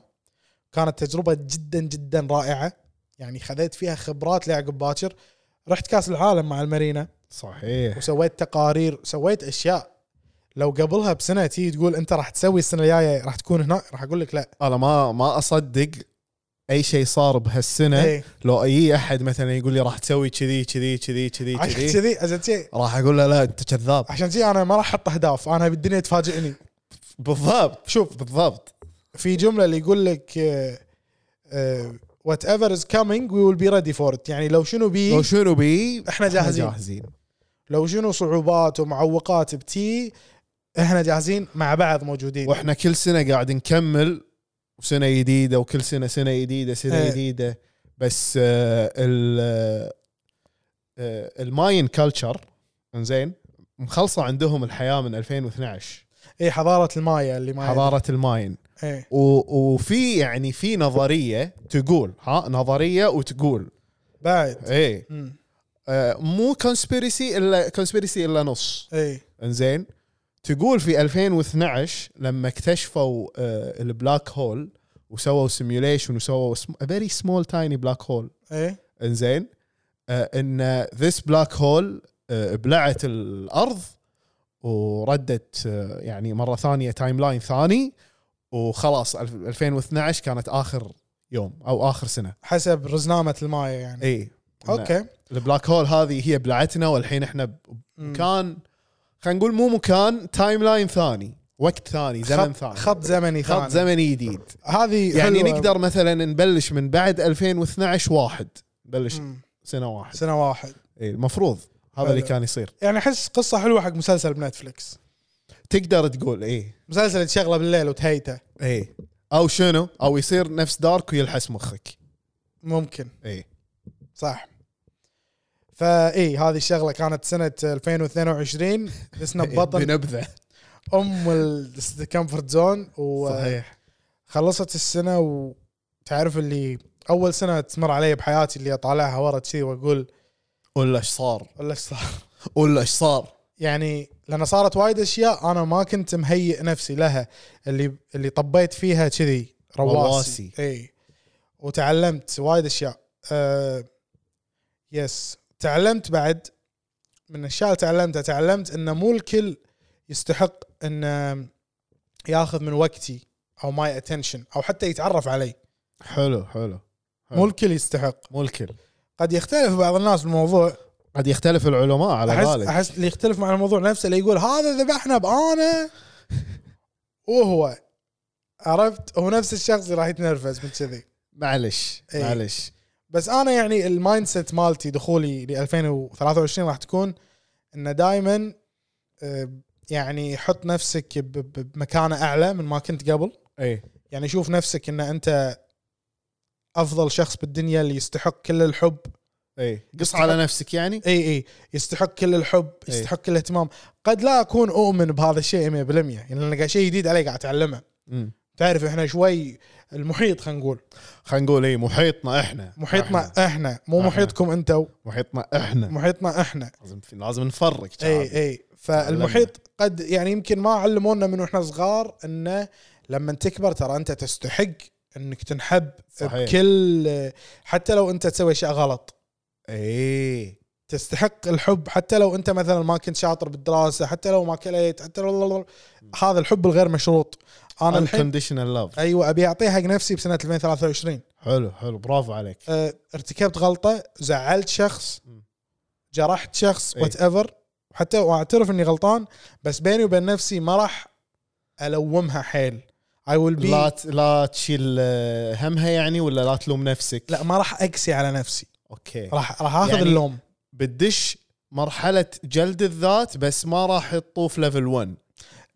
Speaker 2: كانت تجربه جدا جدا رائعه يعني خذيت فيها خبرات لعقب باكر رحت كاس العالم مع المارينا
Speaker 3: صحيح
Speaker 2: وسويت تقارير سويت اشياء لو قبلها بسنه تيجي تقول انت راح تسوي السنه الجايه راح تكون هناك راح اقول لك لا
Speaker 3: انا ما ما اصدق اي شيء صار بهالسنه
Speaker 2: إيه.
Speaker 3: لو اي احد مثلا يقول لي راح تسوي كذي كذي كذي إيه، كذي
Speaker 2: عشان
Speaker 3: كذي
Speaker 2: كذي عشان كذي
Speaker 3: راح اقول له لا انت كذاب
Speaker 2: عشان كذي انا ما راح احط اهداف انا بالدنيا تفاجئني
Speaker 3: بالضبط شوف بالضبط
Speaker 2: في جمله اللي يقول لك آه، وات ايفر از كامينج وي ويل بي ريدي فور ات يعني لو شنو
Speaker 3: لو
Speaker 2: بي
Speaker 3: شنو بي
Speaker 2: احنا جاهزين
Speaker 3: جاهزين
Speaker 2: لو شنو صعوبات ومعوقات بتي احنا جاهزين مع بعض موجودين
Speaker 3: واحنا كل سنه قاعد نكمل وسنه جديده وكل سنه سنه جديده سنه
Speaker 2: إيه.
Speaker 3: جديده بس آه، ال آه، الماين كلتشر انزين مخلصه عندهم الحياه من 2012
Speaker 2: اي حضاره المايا إيه، اللي ما
Speaker 3: حضاره الماين
Speaker 2: ايه
Speaker 3: و- وفي يعني في نظريه تقول ها نظريه وتقول
Speaker 2: بعد
Speaker 3: ايه
Speaker 2: مم.
Speaker 3: آه، مو كونسبيرسي الا كونسبيرسي الا نص
Speaker 2: ايه
Speaker 3: انزين تقول في 2012 لما اكتشفوا آه، البلاك هول وسووا سيميوليشن وسووا فيري سمول تايني بلاك هول
Speaker 2: ايه
Speaker 3: انزين آه، ان ذس بلاك هول آه، بلعت الارض وردت آه، يعني مره ثانيه تايم لاين ثاني وخلاص الف- 2012 كانت اخر يوم او اخر سنه
Speaker 2: حسب رزنامه المايا يعني
Speaker 3: اي نعم.
Speaker 2: اوكي
Speaker 3: البلاك هول هذه هي بلعتنا والحين احنا
Speaker 2: مم.
Speaker 3: بمكان خلينا نقول مو مكان تايم لاين ثاني وقت ثاني زمن
Speaker 2: خط,
Speaker 3: ثاني
Speaker 2: خط زمني ثاني
Speaker 3: خط زمني جديد
Speaker 2: هذه
Speaker 3: يعني
Speaker 2: حلوة.
Speaker 3: نقدر مثلا نبلش من بعد 2012 واحد نبلش
Speaker 2: مم.
Speaker 3: سنه واحد
Speaker 2: سنه واحد
Speaker 3: اي إيه، المفروض هذا اللي
Speaker 2: حلو.
Speaker 3: كان يصير
Speaker 2: يعني احس قصه حلوه حق مسلسل بنتفلكس
Speaker 3: تقدر تقول إيه، اي
Speaker 2: مسلسل تشغله بالليل وتهيته
Speaker 3: اي او شنو او يصير نفس دارك ويلحس مخك إيه.
Speaker 2: ممكن
Speaker 3: اي
Speaker 2: صح فاي هذه الشغله كانت سنه 2022
Speaker 3: *laughs*
Speaker 2: لسنا ببطن
Speaker 3: بنبذه
Speaker 2: ام الكمفورت زون
Speaker 3: صحيح
Speaker 2: وخلصت السنه وتعرف اللي اول سنه تمر علي بحياتي اللي اطالعها ورا كذي واقول
Speaker 3: ولا ايش صار
Speaker 2: ولا ايش صار *laughs*
Speaker 3: ولا ايش صار
Speaker 2: يعني لان صارت وايد اشياء انا ما كنت مهيئ نفسي لها اللي اللي طبيت فيها كذي رواسي
Speaker 3: رواسي.
Speaker 2: اي وتعلمت وايد اشياء أه يس تعلمت بعد من الاشياء اللي تعلمتها تعلمت انه مو الكل يستحق انه ياخذ من وقتي او ماي اتنشن او حتى يتعرف علي
Speaker 3: حلو حلو حلو.
Speaker 2: مو الكل يستحق
Speaker 3: مو الكل
Speaker 2: قد يختلف بعض الناس بالموضوع
Speaker 3: قد يختلف العلماء على
Speaker 2: احس
Speaker 3: ذلك
Speaker 2: احس اللي يختلف مع الموضوع نفسه اللي يقول هذا ذبحنا بأنا وهو عرفت هو نفس الشخص اللي راح يتنرفز من كذي
Speaker 3: معلش
Speaker 2: إي.
Speaker 3: معلش
Speaker 2: بس انا يعني المايند سيت مالتي دخولي ل 2023 راح تكون انه دائما يعني حط نفسك ب- ب- بمكانه اعلى من ما كنت قبل
Speaker 3: اي
Speaker 2: يعني شوف نفسك ان انت افضل شخص بالدنيا اللي يستحق كل الحب
Speaker 3: اي قص على نفسك يعني
Speaker 2: اي اي يستحق كل الحب
Speaker 3: إي.
Speaker 2: يستحق كل الاهتمام قد لا اكون اؤمن بهذا الشيء 100% يعني لان قاعد شيء جديد علي قاعد اتعلمه
Speaker 3: إيه.
Speaker 2: تعرف احنا شوي المحيط خلينا نقول
Speaker 3: خلينا نقول اي محيطنا احنا
Speaker 2: محيطنا
Speaker 3: إحنا.
Speaker 2: احنا مو
Speaker 3: إحنا.
Speaker 2: محيطكم انتوا
Speaker 3: محيطنا احنا
Speaker 2: محيطنا احنا
Speaker 3: لازم لازم نفرق شعب.
Speaker 2: اي اي إيه، فالمحيط قد يعني يمكن ما علمونا من واحنا صغار انه لما تكبر ترى انت تستحق انك تنحب
Speaker 3: صحيح.
Speaker 2: بكل حتى لو انت تسوي اشياء غلط إيه.
Speaker 3: اي
Speaker 2: تستحق الحب حتى لو انت مثلا ما كنت شاطر بالدراسه حتى لو ما كليت حتى لو هذا الحب الغير مشروط انا الحين
Speaker 3: unconditional love
Speaker 2: ايوه ابي اعطيه حق نفسي بسنه 2023
Speaker 3: حلو حلو برافو عليك
Speaker 2: أه ارتكبت غلطه زعلت شخص جرحت شخص
Speaker 3: اي.
Speaker 2: وات ايفر حتى واعترف اني غلطان بس بيني وبين نفسي ما راح الومها حيل اي ويل بي
Speaker 3: لا ت- لا تشيل آه، همها يعني ولا لا تلوم نفسك
Speaker 2: لا ما راح اقسي على نفسي
Speaker 3: اوكي
Speaker 2: راح راح اخذ
Speaker 3: يعني-
Speaker 2: اللوم
Speaker 3: بتدش مرحله جلد الذات بس ما راح تطوف ليفل 1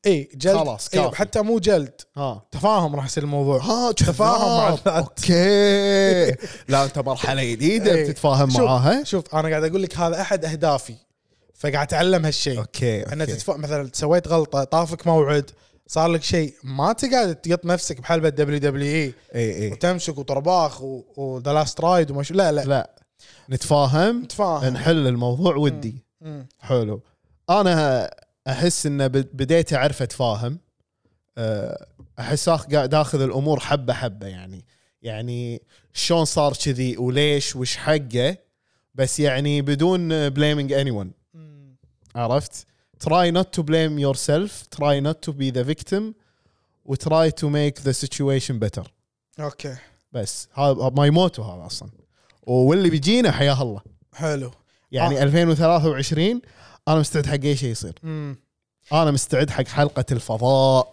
Speaker 2: اي إيه، جلد
Speaker 3: خلاص،
Speaker 2: اي
Speaker 3: كافي.
Speaker 2: حتى مو جلد
Speaker 3: ها
Speaker 2: تفاهم راح يصير الموضوع
Speaker 3: ها
Speaker 2: تفاهم مع
Speaker 3: جذاب.
Speaker 2: الذات.
Speaker 3: اوكي
Speaker 2: *laughs*
Speaker 3: لا انت مرحله جديده
Speaker 2: إيه.
Speaker 3: بتتفاهم
Speaker 2: شوف-
Speaker 3: معاها
Speaker 2: شوف انا قاعد اقول لك هذا احد اهدافي فقاعد اتعلم هالشيء
Speaker 3: اوكي
Speaker 2: ان
Speaker 3: أوكي.
Speaker 2: تتف... مثلا سويت غلطه طافك موعد صار لك شيء ما تقعد تقط نفسك بحلبه دبليو دبليو
Speaker 3: إيه،
Speaker 2: اي
Speaker 3: اي اي
Speaker 2: وتمسك وطرباخ E. و- وذا لاست رايد وما شو لا لا, لا.
Speaker 3: لا نتفاهم
Speaker 2: تفاهم
Speaker 3: نحل الموضوع ودي
Speaker 2: مم.
Speaker 3: حلو انا احس ان بد- بديت اعرف اتفاهم أه، احس آخ- قاعد اخذ الامور حبه حبه يعني يعني شلون صار كذي وليش وش حقه بس يعني بدون بليمينج اني ون
Speaker 2: مم.
Speaker 3: عرفت try not to blame yourself try not to be the victim وتراي تو ميك ذا سيتويشن بيتر
Speaker 2: اوكي
Speaker 3: بس هذا ماي موتو هذا اصلا واللي بيجينا حياه الله
Speaker 2: حلو
Speaker 3: يعني آه. 2023 انا مستعد حق اي شيء يصير
Speaker 2: امم
Speaker 3: انا مستعد حق حلقه الفضاء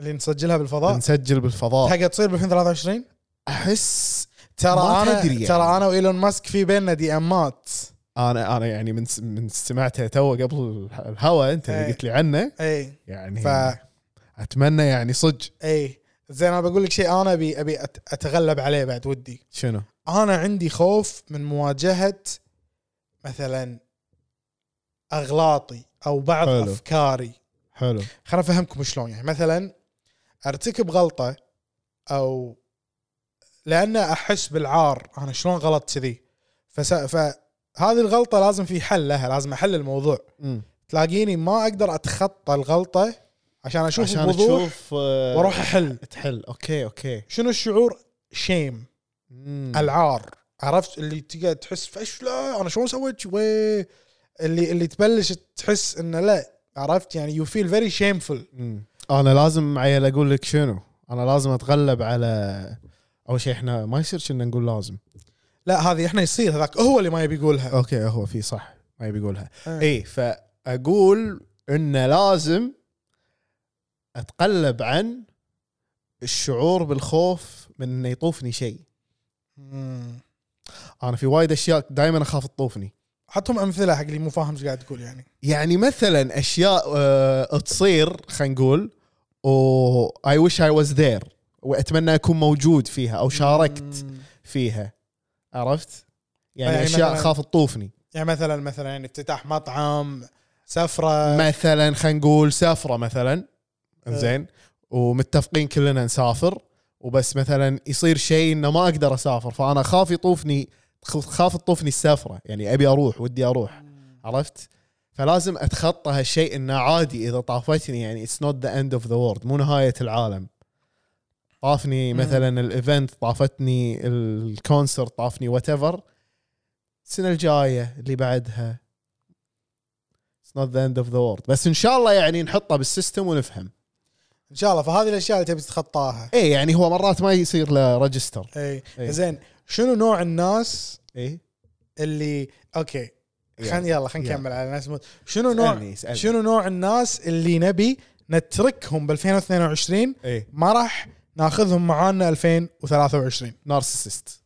Speaker 2: اللي نسجلها بالفضاء
Speaker 3: نسجل بالفضاء
Speaker 2: آه. حق تصير ب 2023
Speaker 3: احس ما
Speaker 2: ترى انا
Speaker 3: تدري يعني.
Speaker 2: ترى انا وايلون ماسك في بيننا دي امات
Speaker 3: انا انا يعني من من سمعتها تو قبل الح- الهوا انت اللي
Speaker 2: إيه.
Speaker 3: قلت لي عنه
Speaker 2: اي
Speaker 3: يعني
Speaker 2: إيه، ف
Speaker 3: اتمنى يعني صدق
Speaker 2: اي زين انا بقول لك شيء انا ابي ابي أت- اتغلب عليه بعد ودي
Speaker 3: شنو؟
Speaker 2: انا عندي خوف من مواجهه مثلا اغلاطي او بعض
Speaker 3: حلو.
Speaker 2: حلو. افكاري
Speaker 3: حلو
Speaker 2: خليني افهمكم شلون يعني مثلا ارتكب غلطه او لان احس بالعار انا شلون غلط كذي فس... فهذه الغلطه لازم في حل لها لازم احل الموضوع تلاقيني ما اقدر اتخطى الغلطه عشان اشوف عشان
Speaker 3: عشان
Speaker 2: الوضوح
Speaker 3: تشوف آه،
Speaker 2: واروح احل
Speaker 3: تحل اوكي اوكي
Speaker 2: شنو الشعور شيم
Speaker 3: الع-
Speaker 2: العار عرفت اللي تقعد تحس فشله انا شلون سويت شي؟ وي اللي اللي تبلش تحس انه لا عرفت يعني يو فيل فيري شيمفul
Speaker 3: انا لازم عيل اقول لك شنو انا لازم اتغلب على اول شيء احنا ما يصير كنا نقول لازم
Speaker 2: لا هذه احنا يصير هذاك هو اللي ما يبي يقولها
Speaker 3: اوكي هو في صح ما يبي يقولها
Speaker 2: آه.
Speaker 3: اي فاقول انه لازم اتقلب عن الشعور بالخوف من انه يطوفني شيء
Speaker 2: مم.
Speaker 3: انا في وايد اشياء دائما اخاف تطوفني
Speaker 2: حطهم امثله حق اللي مو فاهم ايش قاعد تقول يعني
Speaker 3: يعني مثلا اشياء آه، تصير خلينا نقول و اي ويش اي واز ذير واتمنى اكون موجود فيها او شاركت
Speaker 2: مم.
Speaker 3: فيها عرفت؟ يعني
Speaker 2: يعني
Speaker 3: اشياء
Speaker 2: مثلاً-
Speaker 3: اخاف تطوفني
Speaker 2: يعني مثلا مثلا يعني افتتاح مطعم سفره
Speaker 3: مثلا خلينا نقول سفره مثلا
Speaker 2: آه.
Speaker 3: زين ومتفقين كلنا نسافر وبس مثلا يصير شيء انه ما اقدر اسافر فانا اخاف يطوفني خاف تطوفني السفره يعني ابي اروح ودي اروح عرفت؟ فلازم اتخطى هالشيء انه عادي اذا طافتني يعني اتس نوت ذا اند اوف ذا وورد مو نهايه العالم طافني
Speaker 2: مم.
Speaker 3: مثلا الايفنت طافتني الكونسرت طافني وات ايفر السنه الجايه اللي بعدها اتس نوت ذا اند اوف ذا وورد بس ان شاء الله يعني نحطه بالسيستم ونفهم
Speaker 2: ان شاء الله فهذه الاشياء اللي تبي تتخطاها
Speaker 3: اي يعني هو مرات ما يصير له ريجستر
Speaker 2: اي
Speaker 3: إيه.
Speaker 2: زين شنو نوع الناس
Speaker 3: اي
Speaker 2: اللي اوكي خلينا
Speaker 3: يعني.
Speaker 2: يلا خلينا
Speaker 3: يلا.
Speaker 2: نكمل على ناس مو- شنو نوع
Speaker 3: اسألني، اسألني.
Speaker 2: شنو نوع الناس اللي نبي نتركهم ب 2022
Speaker 3: اي
Speaker 2: ما راح ناخذهم معانا 2023
Speaker 3: نارسست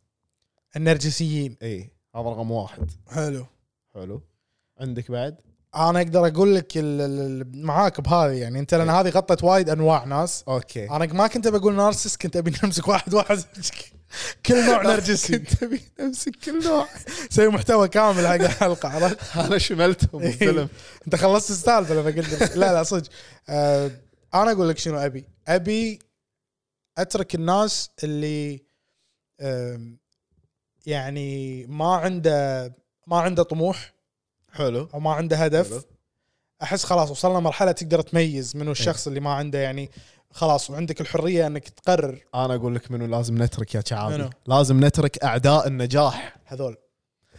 Speaker 2: النرجسيين
Speaker 3: اي هذا رقم واحد
Speaker 2: حلو
Speaker 3: حلو عندك بعد
Speaker 2: انا اقدر اقول لك ال- ال- ال- معاك بهذه يعني انت
Speaker 3: إيه.
Speaker 2: لان هذه غطت وايد انواع ناس
Speaker 3: اوكي *laughs*
Speaker 2: انا ما كنت بقول نارسس كنت ابي نمسك واحد واحد *laughs*
Speaker 3: *laughs*
Speaker 2: كل نوع نرجسي
Speaker 3: كنت ابي امسك كل نوع
Speaker 2: *laughs* سوي محتوى كامل حق الحلقه عرفت
Speaker 3: *laughs* انا شملتهم
Speaker 2: إيه.
Speaker 3: بالفيلم
Speaker 2: انت خلصت السالفه لما قلت لك- لا لا صدق آه، انا اقول لك شنو ابي ابي اترك الناس اللي آم، يعني ما عنده ما عنده طموح
Speaker 3: حلو
Speaker 2: او ما عنده
Speaker 3: حلو.
Speaker 2: هدف احس خلاص وصلنا مرحله تقدر تميز منو الشخص اللي ما عنده يعني خلاص وعندك الحريه انك تقرر
Speaker 3: انا اقول لك منو لازم نترك يا شعابي
Speaker 2: منو؟
Speaker 3: لازم نترك اعداء النجاح
Speaker 2: هذول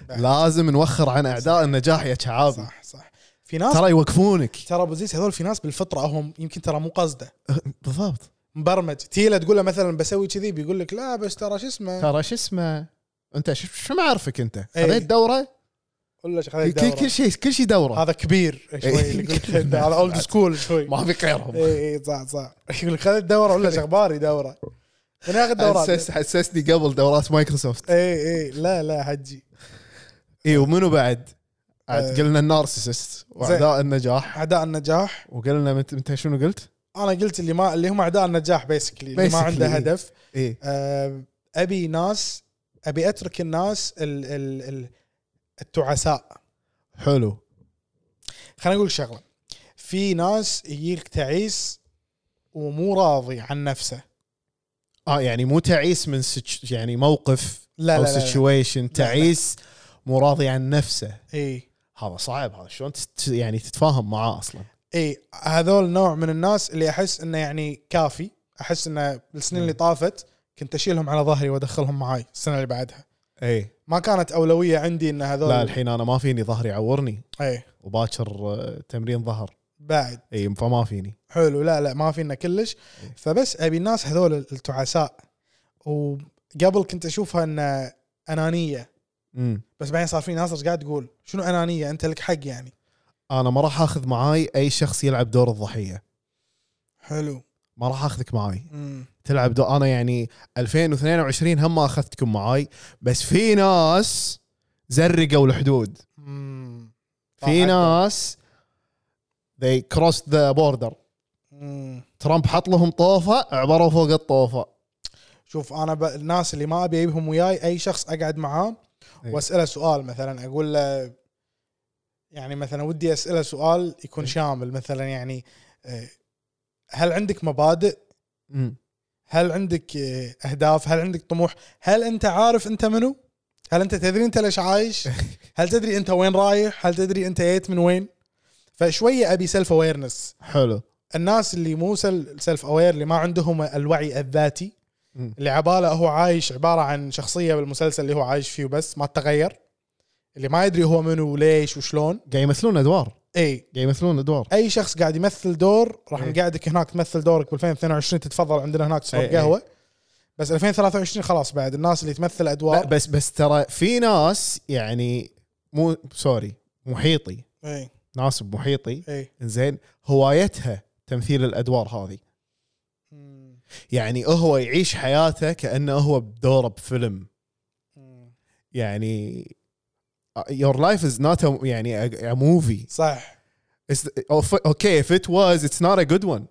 Speaker 2: صح.
Speaker 3: لازم نوخر عن اعداء النجاح يا شعابي
Speaker 2: صح صح في ناس
Speaker 3: ترى يوقفونك
Speaker 2: ترى ابو زيد هذول في ناس بالفطره هم يمكن ترى مو قصده
Speaker 3: بالضبط
Speaker 2: مبرمج تيله تقول له مثلا بسوي كذي بيقول لك لا بس ترى شو اسمه
Speaker 3: ترى شو اسمه انت شو- شو معرفك انت
Speaker 2: إيه.
Speaker 3: خذيت دوره
Speaker 2: ولا شيء
Speaker 3: كل
Speaker 2: خليك دورة.
Speaker 3: كل شيء كل شيء دوره
Speaker 2: هذا كبير شوي اللي يقول لك هذا اولد سكول شوي
Speaker 3: إيه. ما في غيرهم
Speaker 2: اي اي صح صح يقول لك خذ دوره ولا شو اخباري
Speaker 3: *laughs*
Speaker 2: دوره من اخذ دورات
Speaker 3: حسس حسسني قبل دورات مايكروسوفت
Speaker 2: اي اي إيه، لا لا حجي
Speaker 3: اي ومنو بعد؟
Speaker 2: آه.
Speaker 3: عاد قلنا النارسست واعداء النجاح
Speaker 2: اعداء النجاح
Speaker 3: وقلنا مت- انت شنو قلت؟
Speaker 2: انا قلت اللي ما اللي هم اعداء النجاح بيسكلي اللي ما
Speaker 3: Basically.
Speaker 2: عنده هدف
Speaker 3: اي
Speaker 2: آه، ابي ناس ابي اترك الناس ال ال ال التعساء
Speaker 3: حلو
Speaker 2: خليني اقول لك شغله في ناس يجيك تعيس ومو راضي عن نفسه
Speaker 3: اه يعني مو تعيس من سج... يعني موقف
Speaker 2: لا
Speaker 3: او
Speaker 2: لا لا, لا.
Speaker 3: سيتويشن تعيس مو راضي عن نفسه
Speaker 2: اي
Speaker 3: هذا صعب هذا شلون تست... يعني تتفاهم معاه اصلا
Speaker 2: اي هذول نوع من الناس اللي احس انه يعني كافي احس انه السنين اللي طافت كنت اشيلهم على ظهري وادخلهم معاي السنه اللي بعدها
Speaker 3: اي
Speaker 2: ما كانت اولويه عندي ان هذول
Speaker 3: لا الحين انا ما فيني ظهري يعورني
Speaker 2: اي
Speaker 3: وباكر آه، تمرين ظهر
Speaker 2: بعد
Speaker 3: اي فما فيني
Speaker 2: حلو لا لا ما فينا كلش
Speaker 3: إيه.
Speaker 2: فبس ابي الناس هذول التعساء وقبل كنت اشوفها ان انانيه
Speaker 3: امم
Speaker 2: بس بعدين صار في ناس قاعد تقول شنو انانيه انت لك حق يعني
Speaker 3: انا ما راح اخذ معاي اي شخص يلعب دور الضحيه
Speaker 2: حلو
Speaker 3: ما راح اخذك معاي
Speaker 2: مم.
Speaker 3: تلعب دور انا يعني 2022 هم ما اخذتكم معاي بس في ناس زرقوا الحدود
Speaker 2: مم.
Speaker 3: في
Speaker 2: صح.
Speaker 3: ناس they crossed the border
Speaker 2: مم.
Speaker 3: ترامب حط لهم طوفه عبروا فوق الطوفه
Speaker 2: شوف انا ب... الناس اللي ما ابي اجيبهم وياي اي شخص اقعد معاه
Speaker 3: إي.
Speaker 2: واساله سؤال مثلا اقول له يعني مثلا ودي اساله سؤال يكون
Speaker 3: إيه.
Speaker 2: شامل مثلا يعني آه، هل عندك مبادئ؟
Speaker 3: مم.
Speaker 2: هل عندك آه، اهداف؟ هل عندك طموح؟ هل انت عارف انت منو؟ هل انت تدري انت ليش عايش؟ هل تدري انت وين رايح؟ هل تدري انت جيت من وين؟ فشويه ابي سيلف اويرنس
Speaker 3: حلو
Speaker 2: الناس اللي مو سيلف اوير اللي ما عندهم الوعي الذاتي
Speaker 3: مم.
Speaker 2: اللي عباله هو عايش عباره عن شخصيه بالمسلسل اللي هو عايش فيه بس ما تغير اللي ما يدري هو منو وليش وشلون إيه.
Speaker 3: قاعد يمثلون ادوار
Speaker 2: اي
Speaker 3: قاعد يمثلون ادوار
Speaker 2: اي شخص قاعد يمثل دور راح
Speaker 3: إي.
Speaker 2: نقعدك هناك تمثل دورك ب 2022 تتفضل عندنا هناك
Speaker 3: إي
Speaker 2: تشرب
Speaker 3: إي.
Speaker 2: قهوه بس 2023 خلاص بعد الناس اللي تمثل
Speaker 3: لا
Speaker 2: ادوار
Speaker 3: بس بس ترى في ناس يعني مو سوري محيطي
Speaker 2: اي
Speaker 3: ناس بمحيطي
Speaker 2: اي
Speaker 3: زين هوايتها تمثيل الادوار هذه
Speaker 2: مم.
Speaker 3: يعني هو يعيش حياته كانه هو بدوره بفيلم
Speaker 2: مم.
Speaker 3: يعني your life is not a, يعني a, a movie
Speaker 2: صح
Speaker 3: It's, oh, okay if it was it's not a good one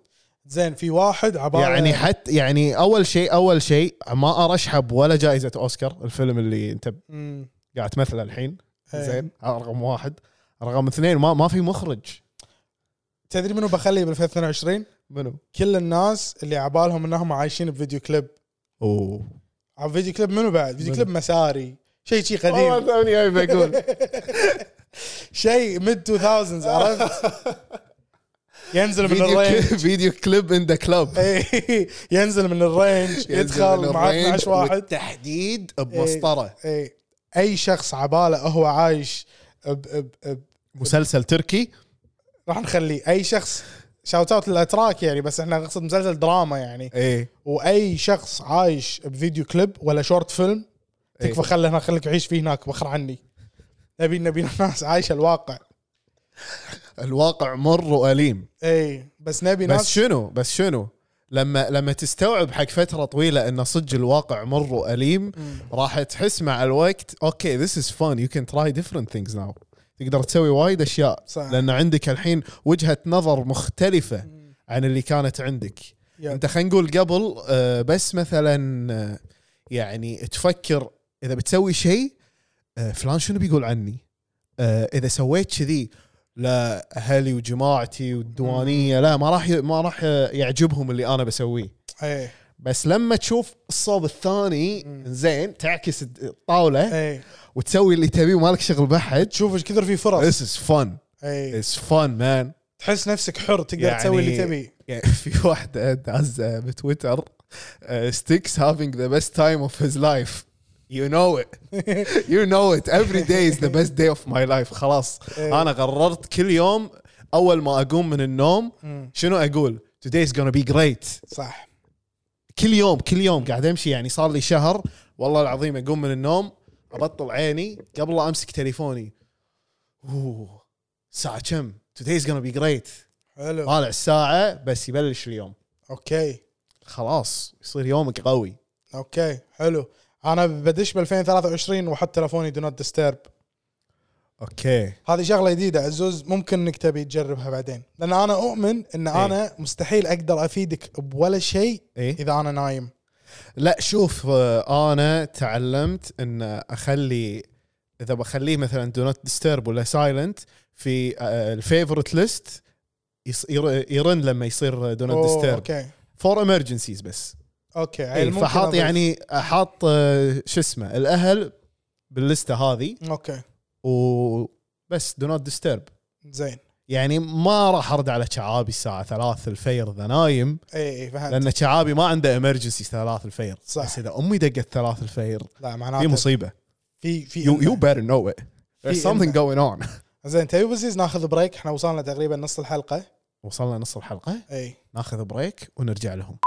Speaker 2: زين في واحد عباره
Speaker 3: يعني حتى يعني اول شيء اول شيء ما ارشحه ولا جائزه اوسكار الفيلم اللي انت
Speaker 2: مم.
Speaker 3: قاعد تمثله الحين
Speaker 2: إيه.
Speaker 3: زين هذا رقم واحد رقم اثنين ما ما في مخرج
Speaker 2: تدري منو بخليه بال 2022
Speaker 3: منو؟
Speaker 2: كل الناس اللي عبالهم انهم عايشين بفيديو كليب
Speaker 3: اوه
Speaker 2: على فيديو كليب منو بعد؟ فيديو
Speaker 3: منو؟
Speaker 2: كليب مساري شيء شيء قديم
Speaker 3: والله ثاني جاي بقول
Speaker 2: شيء ميد 2000
Speaker 3: *laughs*
Speaker 2: عرفت؟ ينزل من
Speaker 3: فيديو
Speaker 2: الرينج
Speaker 3: كليب فيديو كليب ان ذا كلاب
Speaker 2: إيه، ينزل من الرينج يدخل مع 12 واحد
Speaker 3: تحديد بمسطره
Speaker 2: إيه، اي شخص عباله هو عايش ب- ب- ب-
Speaker 3: مسلسل تركي
Speaker 2: راح نخليه اي شخص شاوت اوت للاتراك يعني بس احنا نقصد مسلسل دراما يعني
Speaker 3: ايه
Speaker 2: واي شخص عايش بفيديو كليب ولا شورت
Speaker 3: إيه.
Speaker 2: فيلم تكفى خله هنا خليك عيش فيه هناك وخر عني نبي نبي ناس عايشه الواقع
Speaker 3: الواقع مر واليم
Speaker 2: اي إيه، بس نبي
Speaker 3: بس
Speaker 2: ناس
Speaker 3: شنو بس شنو لما لما تستوعب حق فتره طويله ان صدق الواقع مر واليم راح تحس مع الوقت اوكي ذس از فان يو كان تراي ديفرنت ثينجز ناو تقدر تسوي وايد اشياء
Speaker 2: صح.
Speaker 3: لان عندك الحين وجهه نظر مختلفه عن اللي كانت عندك
Speaker 2: يب.
Speaker 3: انت خلينا نقول قبل آه، بس مثلا آه، يعني تفكر اذا بتسوي شيء آه، فلان شنو بيقول عني آه، اذا سويت كذي لا اهلي وجماعتي والديوانيه لا ما راح ما راح يعجبهم اللي انا بسويه
Speaker 2: اي
Speaker 3: بس لما تشوف الصوب الثاني زين تعكس الطاوله
Speaker 2: اي
Speaker 3: وتسوي اللي تبيه ومالك شغل بحد
Speaker 2: تشوف ايش كثر في فرص
Speaker 3: This is fun.
Speaker 2: اي
Speaker 3: It's fun man.
Speaker 2: تحس نفسك حر تقدر
Speaker 3: يعني-
Speaker 2: تسوي اللي تبي
Speaker 3: يعني في واحدة دازة بتويتر ستيكس uh, having the best time of his life. You know it. You know it. Every day is the best day of my life. خلاص
Speaker 2: إيه.
Speaker 3: أنا قررت كل يوم أول ما أقوم من النوم
Speaker 2: مم.
Speaker 3: شنو أقول؟ Today is gonna be great.
Speaker 2: صح
Speaker 3: كل يوم كل يوم قاعد امشي يعني صار لي شهر والله العظيم اقوم من النوم ابطل عيني قبل لا امسك تليفوني اوه الساعه كم؟ today's gonna be great
Speaker 2: حلو
Speaker 3: طالع الساعه بس يبلش اليوم
Speaker 2: اوكي
Speaker 3: خلاص يصير يومك قوي
Speaker 2: اوكي حلو انا بدش ب 2023 وحط تلفوني دو نوت ديسترب
Speaker 3: اوكي
Speaker 2: هذه شغله جديده عزوز ممكن انك تبي تجربها بعدين لان انا اؤمن ان انا مستحيل اقدر افيدك بولا شيء
Speaker 3: إيه.
Speaker 2: اذا انا نايم
Speaker 3: لا شوف آه، انا تعلمت ان اخلي اذا بخليه مثلا دو نوت ديسترب ولا سايلنت في آه، الفيفورت ليست يرن لما يصير دو نوت
Speaker 2: أوه،
Speaker 3: ديسترب
Speaker 2: اوكي
Speaker 3: فور امرجنسيز بس
Speaker 2: اوكي
Speaker 3: إيه
Speaker 2: عيل ممكن
Speaker 3: فحاط
Speaker 2: أضيف.
Speaker 3: يعني حاط آه، شو اسمه الاهل باللسته هذه
Speaker 2: اوكي
Speaker 3: وبس دو نوت ديسترب
Speaker 2: زين
Speaker 3: يعني ما راح ارد على شعابي الساعه 3 الفير اذا نايم
Speaker 2: اي اي إيه، فهمت
Speaker 3: لان شعابي ما عنده امرجنسي 3 الفير
Speaker 2: صح.
Speaker 3: بس اذا امي دقت 3 الفير
Speaker 2: لا
Speaker 3: في
Speaker 2: معناته
Speaker 3: مصيبه
Speaker 2: في في
Speaker 3: يو يو better know it there's
Speaker 2: في إنه.
Speaker 3: something going on *laughs*
Speaker 2: زين تبي بزيز ناخذ بريك احنا وصلنا تقريبا نص إيه. الحلقه
Speaker 3: وصلنا نص الحلقه
Speaker 2: اي
Speaker 3: ناخذ بريك ونرجع لهم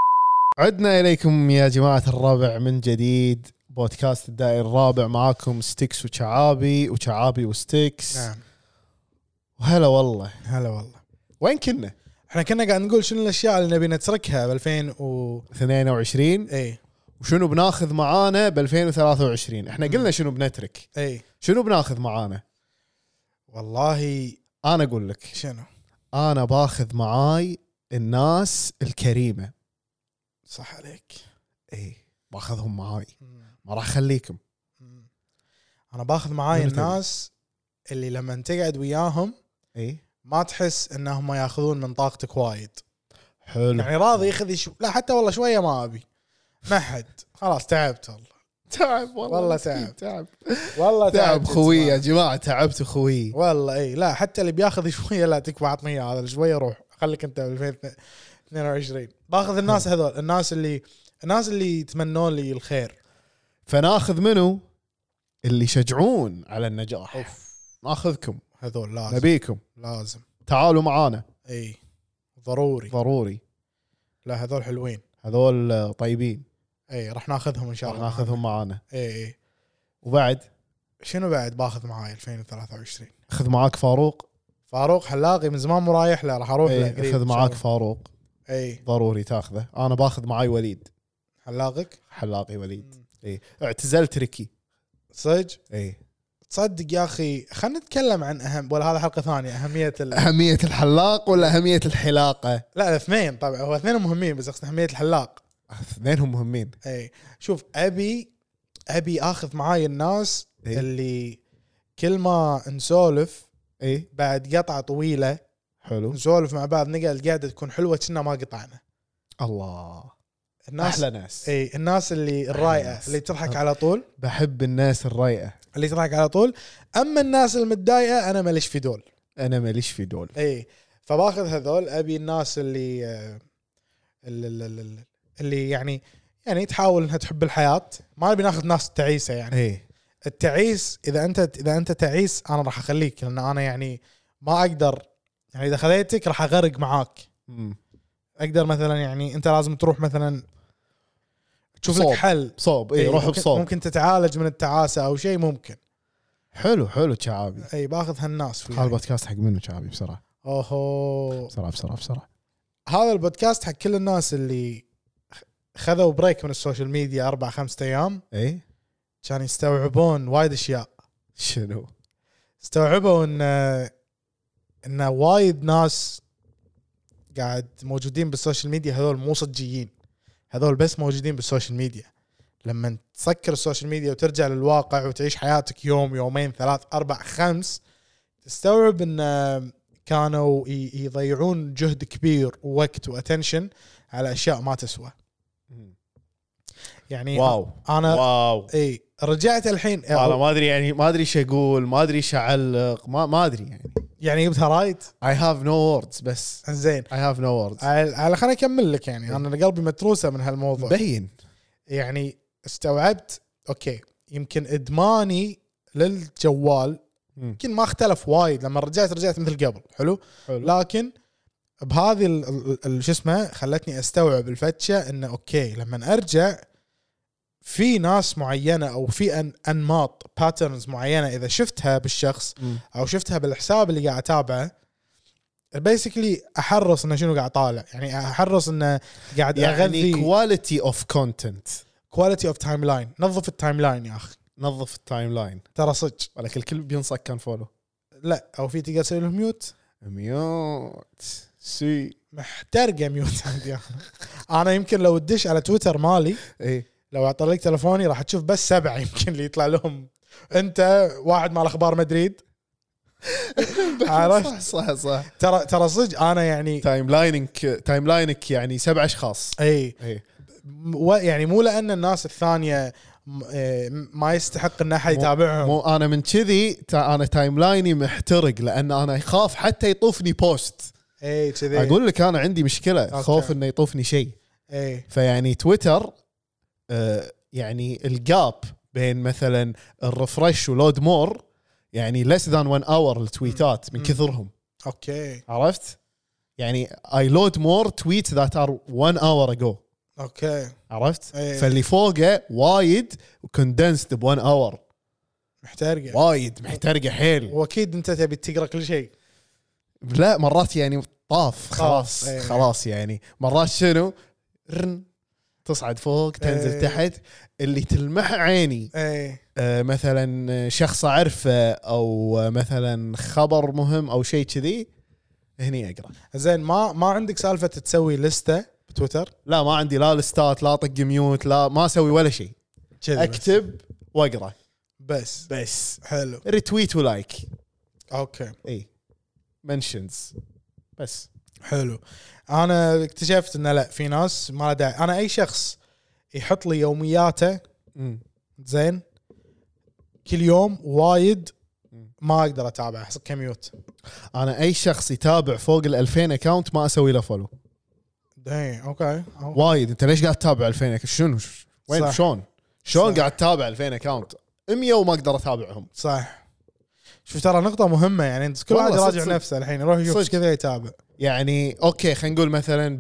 Speaker 3: عدنا اليكم يا جماعه الرابع من جديد بودكاست الدائري الرابع معاكم ستيكس وشعابي وشعابي وستيكس
Speaker 2: نعم
Speaker 3: وهلا والله
Speaker 2: هلا والله
Speaker 3: وين كنا؟
Speaker 2: احنا كنا قاعد نقول شنو الاشياء اللي نبي نتركها ب 2000 و إيه،
Speaker 3: 22
Speaker 2: اي
Speaker 3: وشنو بناخذ معانا ب 2023 احنا قلنا شنو بنترك
Speaker 2: اي
Speaker 3: شنو بناخذ معانا
Speaker 2: والله
Speaker 3: انا اقول لك
Speaker 2: شنو
Speaker 3: انا باخذ معاي الناس الكريمه
Speaker 2: صح عليك
Speaker 3: اي إيه، باخذهم معاي ما راح اخليكم
Speaker 2: مم. انا باخذ معاي
Speaker 3: من بتبي؟
Speaker 2: الناس اللي لما تقعد وياهم
Speaker 3: اي
Speaker 2: ما تحس انهم ياخذون من طاقتك وايد
Speaker 3: حلو
Speaker 2: يعني راضي ياخذ شو... لا حتى والله شويه ما ابي ما حد خلاص تعبت والله
Speaker 3: تعب والله
Speaker 2: والله
Speaker 3: مسكين،
Speaker 2: تعب.
Speaker 3: تعب
Speaker 2: والله
Speaker 3: تعب
Speaker 2: تعبت
Speaker 3: خوي يا
Speaker 2: اسمع.
Speaker 3: جماعه تعبت خوي
Speaker 2: والله اي لا حتى اللي بياخذ *laughs* شويه لا تكفى عطني إياه، هذا اللي شويه روح خليك انت ب 2022 باخذ الناس هذول الناس اللي الناس اللي يتمنوا لي الخير
Speaker 3: فناخذ منو اللي يشجعون على النجاح أوف. ناخذكم
Speaker 2: هذول لازم
Speaker 3: نبيكم
Speaker 2: لازم
Speaker 3: تعالوا معانا
Speaker 2: اي ضروري
Speaker 3: ضروري
Speaker 2: لا هذول حلوين
Speaker 3: هذول آه، طيبين
Speaker 2: اي راح ناخذهم ان شاء
Speaker 3: راح
Speaker 2: الله
Speaker 3: ناخذهم معانا
Speaker 2: اي اي
Speaker 3: وبعد
Speaker 2: شنو بعد باخذ معاي 2023
Speaker 3: خذ معاك فاروق
Speaker 2: فاروق حلاقي من زمان مو رايح له راح اروح له
Speaker 3: إيه،
Speaker 2: قريب
Speaker 3: خذ
Speaker 2: إن
Speaker 3: معاك
Speaker 2: شاء إيه،
Speaker 3: فاروق
Speaker 2: الله. اي
Speaker 3: ضروري تاخذه انا باخذ معاي وليد
Speaker 2: حلاقك
Speaker 3: حلاقي وليد اي اعتزلت ريكي إيه.
Speaker 2: صدق
Speaker 3: اي
Speaker 2: تصدق يا اخي خلينا نتكلم عن اهم ولا هذا حلقه ثانيه اهميه ال... *laughs*
Speaker 3: اهميه الحلاق ولا اهميه الحلاقه
Speaker 2: لا الاثنين طبعا هو اثنين مهمين بس اقصد اهميه الحلاق
Speaker 3: اثنينهم مهمين
Speaker 2: اي شوف ابي ابي اخذ معاي الناس
Speaker 3: إي.
Speaker 2: اللي كل ما نسولف إيه.
Speaker 3: اي
Speaker 2: بعد قطعه طويله
Speaker 3: حلو
Speaker 2: نسولف مع بعض نقعد القعده تكون حلوه كنا ما قطعنا
Speaker 3: الله
Speaker 2: الناس
Speaker 3: احلى ناس
Speaker 2: اي الناس اللي الرايقه
Speaker 3: ناس.
Speaker 2: اللي تضحك على طول
Speaker 3: بحب الناس الرايقه
Speaker 2: اللي تضحك على طول اما الناس المتضايقه انا ماليش في دول
Speaker 3: انا ماليش في دول
Speaker 2: اي فباخذ هذول ابي الناس اللي آه، ال- ال- ال- ال- اللي يعني يعني تحاول انها تحب الحياه ما نبي ناخذ ناس تعيسه يعني
Speaker 3: اي
Speaker 2: التعيس اذا انت اذا انت تعيس انا راح اخليك لان انا يعني ما اقدر يعني اذا خذيتك راح اغرق معاك
Speaker 3: مم.
Speaker 2: اقدر مثلا يعني انت لازم تروح مثلا تشوف
Speaker 3: صوب.
Speaker 2: لك حل
Speaker 3: بصوب اي روح
Speaker 2: ممكن-
Speaker 3: بصوب
Speaker 2: ممكن تتعالج من التعاسه او شيء ممكن
Speaker 3: حلو حلو شعابي
Speaker 2: اي باخذ هالناس
Speaker 3: هذا
Speaker 2: فيه
Speaker 3: البودكاست حق منو شعابي بسرعه
Speaker 2: اوهو
Speaker 3: بسرعه بسرعه بسرعه
Speaker 2: هذا البودكاست حق كل الناس اللي خذوا بريك من السوشيال ميديا اربع خمسة ايام
Speaker 3: اي
Speaker 2: كانوا يستوعبون وايد اشياء
Speaker 3: شنو
Speaker 2: استوعبوا ان ان وايد ناس قاعد موجودين بالسوشيال ميديا هذول مو صجيين هذول بس موجودين بالسوشيال ميديا لما تسكر السوشيال ميديا وترجع للواقع وتعيش حياتك يوم يومين ثلاث اربع خمس تستوعب ان كانوا ي- يضيعون جهد كبير ووقت واتنشن على اشياء ما تسوى يعني
Speaker 3: واو
Speaker 2: انا
Speaker 3: واو
Speaker 2: اي رجعت الحين
Speaker 3: انا ما ادري يعني ما ادري ايش اقول ما ادري ايش اعلق ما ما ادري يعني
Speaker 2: يعني جبتها رايت
Speaker 3: اي هاف نو ووردز بس إيه.
Speaker 2: زين
Speaker 3: اي هاف نو ووردز
Speaker 2: على على- خليني اكمل لك يعني انا قلبي متروسه من هالموضوع
Speaker 3: مبين
Speaker 2: يعني استوعبت اوكي يمكن ادماني للجوال
Speaker 3: مم.
Speaker 2: يمكن ما اختلف وايد لما رجعت رجعت مثل قبل حلو
Speaker 3: حلو
Speaker 2: لكن بهذه ال- ال- ال- شو اسمه خلتني استوعب الفتشه انه اوكي لما ارجع في ناس معينه او في أن انماط باترنز معينه اذا شفتها بالشخص
Speaker 3: مم.
Speaker 2: او شفتها بالحساب اللي قاعد اتابعه بيسكلي احرص انه شنو قاعد طالع يعني احرص انه قاعد
Speaker 3: يعني
Speaker 2: اغذي
Speaker 3: كواليتي اوف كونتنت
Speaker 2: كواليتي اوف تايم لاين نظف التايم لاين يا اخي
Speaker 3: نظف التايم لاين
Speaker 2: ترى صدق
Speaker 3: ولكن الكل بينصك كان فولو
Speaker 2: لا او في تقدر تسوي له ميوت
Speaker 3: ميوت سي
Speaker 2: محترقه ميوت *laughs* عندي انا انا يمكن لو تدش على تويتر مالي
Speaker 3: اي
Speaker 2: لو اعطى لك تلفوني راح تشوف بس سبعه يمكن اللي يطلع لهم انت واحد مال اخبار
Speaker 3: *laughs*
Speaker 2: مدريد عرفت
Speaker 3: صح صح صح
Speaker 2: ترى ترى صدق انا يعني
Speaker 3: تايم لاينك تايم لاينك يعني سبع اشخاص
Speaker 2: اي
Speaker 3: اي
Speaker 2: م- و- يعني مو لان الناس الثانيه م- إيه، ما يستحق ان احد
Speaker 3: مو-
Speaker 2: *laughs* يتابعهم
Speaker 3: مو انا من كذي تا- انا تايم لايني محترق لان انا اخاف حتى يطوفني بوست
Speaker 2: اي كذي
Speaker 3: اقول لك انا عندي مشكله
Speaker 2: أوكي.
Speaker 3: خوف انه يطوفني شيء
Speaker 2: اي
Speaker 3: فيعني تويتر آه، يعني الجاب بين مثلا الرفرش ولود مور يعني less than one hour التويتات من
Speaker 2: مم.
Speaker 3: كثرهم
Speaker 2: اوكي
Speaker 3: عرفت؟ يعني اي لود مور تويت ذات ار 1 اور اجو
Speaker 2: اوكي
Speaker 3: عرفت؟
Speaker 2: إيه.
Speaker 3: فاللي فوقه وايد كوندنسد ب 1 اور
Speaker 2: محترقه
Speaker 3: وايد محترقه حيل
Speaker 2: واكيد انت تبي تقرا كل شيء
Speaker 3: لا مرات يعني طاف خلاص
Speaker 2: طاف، إيه.
Speaker 3: خلاص يعني مرات شنو؟ رن تصعد فوق تنزل
Speaker 2: إيه.
Speaker 3: تحت اللي تلمح عيني
Speaker 2: اي
Speaker 3: آه، مثلا شخص اعرفه او مثلا خبر مهم او شيء كذي هني اقرا
Speaker 2: زين ما ما عندك سالفه تسوي لسته بتويتر
Speaker 3: لا ما عندي لا لستات لا طق ميوت لا ما اسوي ولا شيء
Speaker 2: كذي إيه، بس.
Speaker 3: اكتب واقرا
Speaker 2: بس
Speaker 3: بس
Speaker 2: حلو
Speaker 3: ريتويت ولايك
Speaker 2: اوكي
Speaker 3: اي منشنز بس
Speaker 2: حلو انا اكتشفت انه لا في ناس ما لها داعي انا اي شخص يحط لي يومياته
Speaker 3: مم.
Speaker 2: زين كل يوم وايد ما اقدر اتابع احس كميوت
Speaker 3: انا اي شخص يتابع فوق ال 2000 اكونت ما اسوي له فولو
Speaker 2: داي اوكي أو-
Speaker 3: وايد انت ليش قاعد تتابع 2000 أك- شنو وين
Speaker 2: صح.
Speaker 3: شلون شلون
Speaker 2: صح.
Speaker 3: قاعد تتابع 2000 اكونت 100 وما اقدر اتابعهم
Speaker 2: صح شوف ترى نقطة مهمة يعني انت كل
Speaker 3: والله
Speaker 2: واحد
Speaker 3: صدق،
Speaker 2: يراجع
Speaker 3: صدق.
Speaker 2: نفسه الحين يروح يشوف
Speaker 3: صدق.
Speaker 2: إيش كذا يتابع
Speaker 3: يعني اوكي خلينا نقول مثلا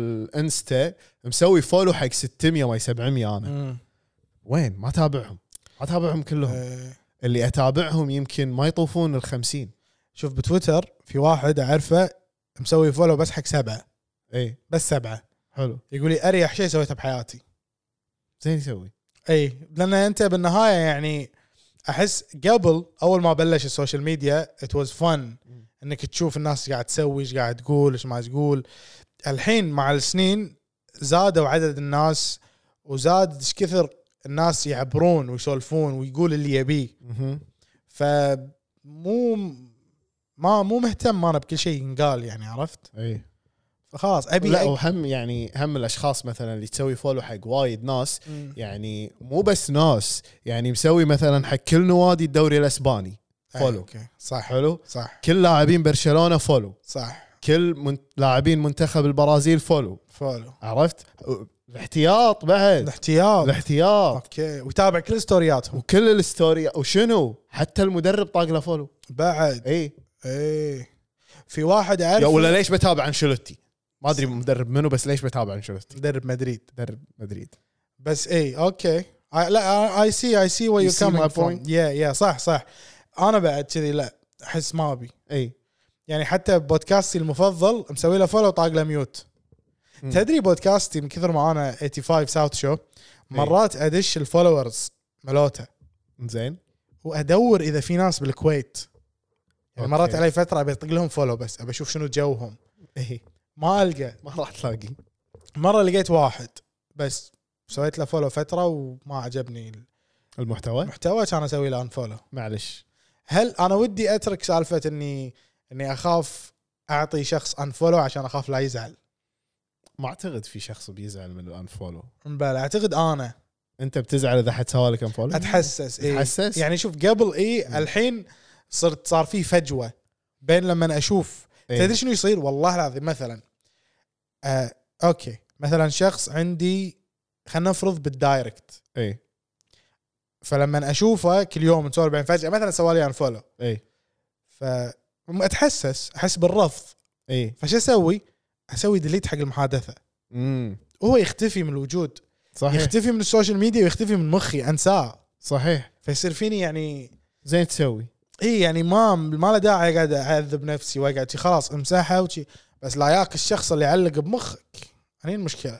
Speaker 3: بالانستا مسوي فولو حق 600 ما 700 انا وين ما تابعهم ما تابعهم كلهم
Speaker 2: آه،
Speaker 3: اللي اتابعهم يمكن ما يطوفون ال 50
Speaker 2: شوف بتويتر في واحد اعرفه مسوي فولو بس حق سبعة
Speaker 3: اي
Speaker 2: بس سبعة
Speaker 3: إيه، حلو
Speaker 2: يقول لي اريح شيء سويته بحياتي
Speaker 3: زين يسوي
Speaker 2: اي لان انت بالنهايه يعني احس قبل اول ما بلش السوشيال ميديا ات واز فن انك تشوف الناس قاعد تسوي ايش قاعد تقول ايش ما تقول الحين مع السنين زادوا عدد الناس وزاد ايش كثر الناس يعبرون ويسولفون ويقول اللي يبيه فمو ما مو مهتم انا بكل شيء ينقال يعني عرفت
Speaker 3: اي
Speaker 2: فخلاص ابي
Speaker 3: لا
Speaker 2: أي-
Speaker 3: وهم يعني هم الاشخاص مثلا اللي تسوي فولو حق وايد ناس
Speaker 2: مم.
Speaker 3: يعني مو بس ناس يعني مسوي مثلا حق كل نوادي الدوري الاسباني
Speaker 2: أي،
Speaker 3: فولو.
Speaker 2: أوكي. صح
Speaker 3: حلو
Speaker 2: صح
Speaker 3: كل لاعبين برشلونه فولو
Speaker 2: صح
Speaker 3: كل من... لاعبين منتخب البرازيل فولو
Speaker 2: فولو
Speaker 3: عرفت الاحتياط بعد
Speaker 2: الاحتياط
Speaker 3: الاحتياط
Speaker 2: اوكي ويتابع كل ستورياتهم
Speaker 3: وكل الستوري وشنو حتى المدرب طاق له فولو
Speaker 2: بعد
Speaker 3: اي
Speaker 2: ايه في واحد
Speaker 3: يا ولا
Speaker 2: اعرف
Speaker 3: ليش بتابع انشيلوتي ما ادري مدرب منو بس ليش بتابع انشيلوتي
Speaker 2: مدرب مدريد
Speaker 3: مدرب مدريد
Speaker 2: بس اي اوكي I- لا اي سي اي سي وير
Speaker 3: You
Speaker 2: يو
Speaker 3: see
Speaker 2: كامينج
Speaker 3: my point?
Speaker 2: فروم يا يا صح صح انا بعد كذي لا احس ما ابي
Speaker 3: اي
Speaker 2: يعني حتى بودكاستي المفضل مسوي له فولو طاق له ميوت
Speaker 3: مم. إيه.
Speaker 2: تدري بودكاستي من كثر ما انا 85 ساوث شو مرات ادش الفولورز ملوته
Speaker 3: زين
Speaker 2: وادور اذا في ناس بالكويت يعني مرات
Speaker 3: أوكي. إيه.
Speaker 2: علي فتره ابي اطق لهم فولو بس ابي اشوف شنو جوهم
Speaker 3: اي
Speaker 2: ما القى
Speaker 3: ما راح تلاقي
Speaker 2: مره لقيت واحد بس سويت له فولو فتره وما عجبني
Speaker 3: المحتوى
Speaker 2: المحتوى كان اسوي له انفولو
Speaker 3: معلش
Speaker 2: هل انا ودي اترك سالفه اني اني اخاف اعطي شخص انفولو عشان اخاف لا يزعل
Speaker 3: ما اعتقد في شخص بيزعل من الانفولو
Speaker 2: بلى اعتقد انا
Speaker 3: انت بتزعل اذا حد سوى لك انفولو
Speaker 2: اتحسس اي
Speaker 3: تحسس يعني
Speaker 2: يعني شوف قبل اي الحين صرت صار في فجوه بين لما اشوف
Speaker 3: إيه.
Speaker 2: تدري شنو يصير والله العظيم مثلا آه اوكي مثلا شخص عندي خلينا نفرض بالدايركت
Speaker 3: اي
Speaker 2: فلما اشوفه كل يوم نسولف بعدين فجاه مثلا سوالي ان فولو
Speaker 3: اي
Speaker 2: فاتحسس احس بالرفض
Speaker 3: اي
Speaker 2: فش اسوي؟ اسوي ديليت حق المحادثه
Speaker 3: امم
Speaker 2: هو يختفي من الوجود
Speaker 3: صحيح
Speaker 2: يختفي من السوشيال ميديا ويختفي من مخي انساه
Speaker 3: صحيح
Speaker 2: فيصير فيني يعني
Speaker 3: زين تسوي
Speaker 2: اي يعني ما ما له داعي اقعد اعذب نفسي واقعد شي خلاص امسحها وشي بس لا ياك الشخص اللي علق بمخك هني المشكله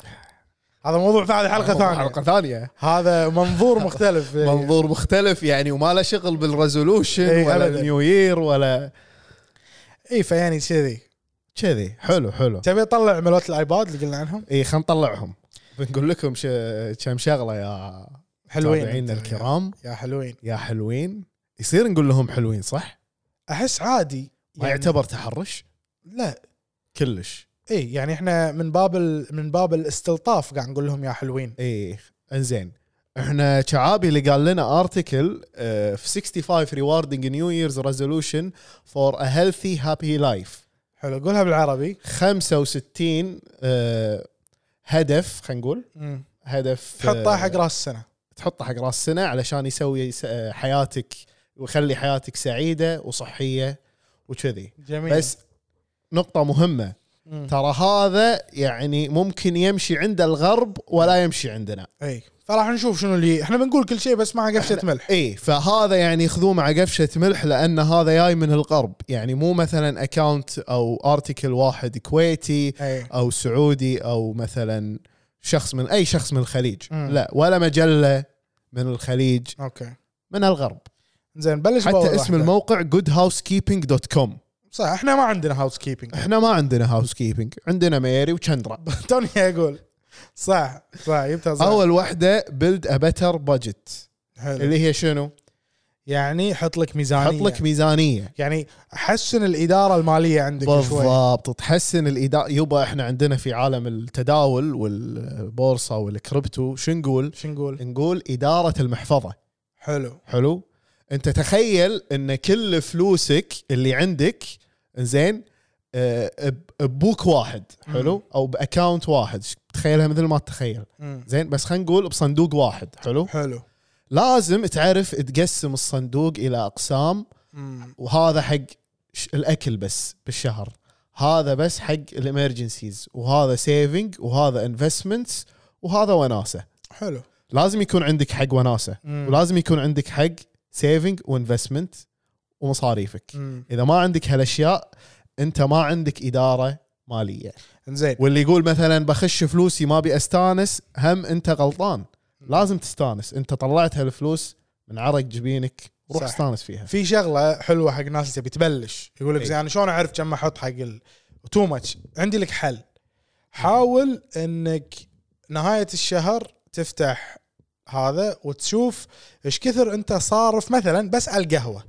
Speaker 2: هذا موضوع ثاني حلقه ثانيه
Speaker 3: حلقه ثانيه
Speaker 2: هذا منظور مختلف
Speaker 3: *laughs* منظور مختلف يعني وما له شغل بالريزولوشن
Speaker 2: إي،
Speaker 3: ولا
Speaker 2: أبداً.
Speaker 3: النيو يير ولا
Speaker 2: اي إيه، فيعني كذي
Speaker 3: كذي حلو حلو
Speaker 2: تبي اطلع عملات الايباد اللي قلنا عنهم
Speaker 3: اي خلينا نطلعهم بنقول لكم ش- كم شغله يا
Speaker 2: حلوين يعني.
Speaker 3: متابعينا الكرام
Speaker 2: يا حلوين
Speaker 3: يا حلوين يصير نقول لهم حلوين صح؟
Speaker 2: احس عادي يعني
Speaker 3: ما يعتبر تحرش
Speaker 2: لا
Speaker 3: كلش
Speaker 2: اي يعني احنا من باب ال... من باب الاستلطاف قاعد نقول لهم يا حلوين
Speaker 3: اي انزين احنا إيه، شعابي اللي قال لنا ارتكل في 65 ريواردنج نيو ييرز ريزولوشن فور ا هيلثي هابي لايف
Speaker 2: حلو قولها بالعربي
Speaker 3: 65 آه، هدف خلينا نقول هدف
Speaker 2: تحطها
Speaker 3: آه،
Speaker 2: حق راس السنه
Speaker 3: تحطه حق راس السنه علشان يسوي س- آه، حياتك ويخلي حياتك سعيده وصحيه وكذي
Speaker 2: جميل
Speaker 3: بس نقطه مهمه
Speaker 2: مم.
Speaker 3: ترى هذا يعني ممكن يمشي عند الغرب ولا يمشي عندنا
Speaker 2: اي إيه، فراح نشوف شنو اللي احنا بنقول كل شيء بس مع قفشه ملح
Speaker 3: اي إيه، فهذا يعني خذوه مع قفشه ملح لان هذا جاي من الغرب يعني مو مثلا اكاونت او ارتكل واحد كويتي
Speaker 2: اي
Speaker 3: او سعودي او مثلا شخص من اي شخص من الخليج
Speaker 2: مم.
Speaker 3: لا ولا مجله من الخليج
Speaker 2: اوكي
Speaker 3: من الغرب
Speaker 2: زين بلش بأول
Speaker 3: حتى اسم
Speaker 2: واحدة.
Speaker 3: الموقع goodhousekeeping.com
Speaker 2: صح احنا ما عندنا هاوس كيبنج
Speaker 3: احنا ما عندنا هاوس كيبنج عندنا ميري وشندرا
Speaker 2: *laughs* توني اقول صح صح جبتها صح
Speaker 3: اول واحده بيلد ا بتر بادجت
Speaker 2: حلو.
Speaker 3: اللي هي شنو
Speaker 2: يعني حط لك
Speaker 3: حط
Speaker 2: ميزانيه
Speaker 3: لك ميزانيه
Speaker 2: يعني حسن الاداره الماليه عندك شوي
Speaker 3: بالضبط تحسن الاداء يبا احنا عندنا في عالم التداول والبورصه والكريبتو شو نقول
Speaker 2: شو نقول
Speaker 3: نقول اداره المحفظه
Speaker 2: حلو
Speaker 3: حلو انت تخيل ان كل فلوسك اللي عندك زين آه، ب- ببوك واحد حلو او باكاونت واحد تخيلها مثل ما تتخيل
Speaker 2: مم.
Speaker 3: زين بس خلينا نقول بصندوق واحد حلو
Speaker 2: حلو
Speaker 3: لازم تعرف تقسم الصندوق الى اقسام
Speaker 2: مم.
Speaker 3: وهذا حق ش- الاكل بس بالشهر هذا بس حق الامرجنسيز وهذا سيفنج وهذا انفستمنتس وهذا وناسه
Speaker 2: حلو
Speaker 3: لازم يكون عندك حق وناسه
Speaker 2: مم.
Speaker 3: ولازم يكون عندك حق سيفنج وانفستمنت ومصاريفك
Speaker 2: مم.
Speaker 3: اذا ما عندك هالاشياء انت ما عندك اداره ماليه
Speaker 2: زين
Speaker 3: واللي يقول مثلا بخش فلوسي ما ابي استانس هم انت غلطان لازم تستانس انت طلعت هالفلوس من عرق جبينك روح
Speaker 2: صح.
Speaker 3: استانس فيها
Speaker 2: في شغله حلوه حق الناس اللي تبي تبلش يقول لك
Speaker 3: إي.
Speaker 2: زين انا شلون اعرف كم احط حق تو ماتش عندي لك حل حاول انك نهايه الشهر تفتح هذا وتشوف ايش كثر انت صارف مثلا بس على القهوه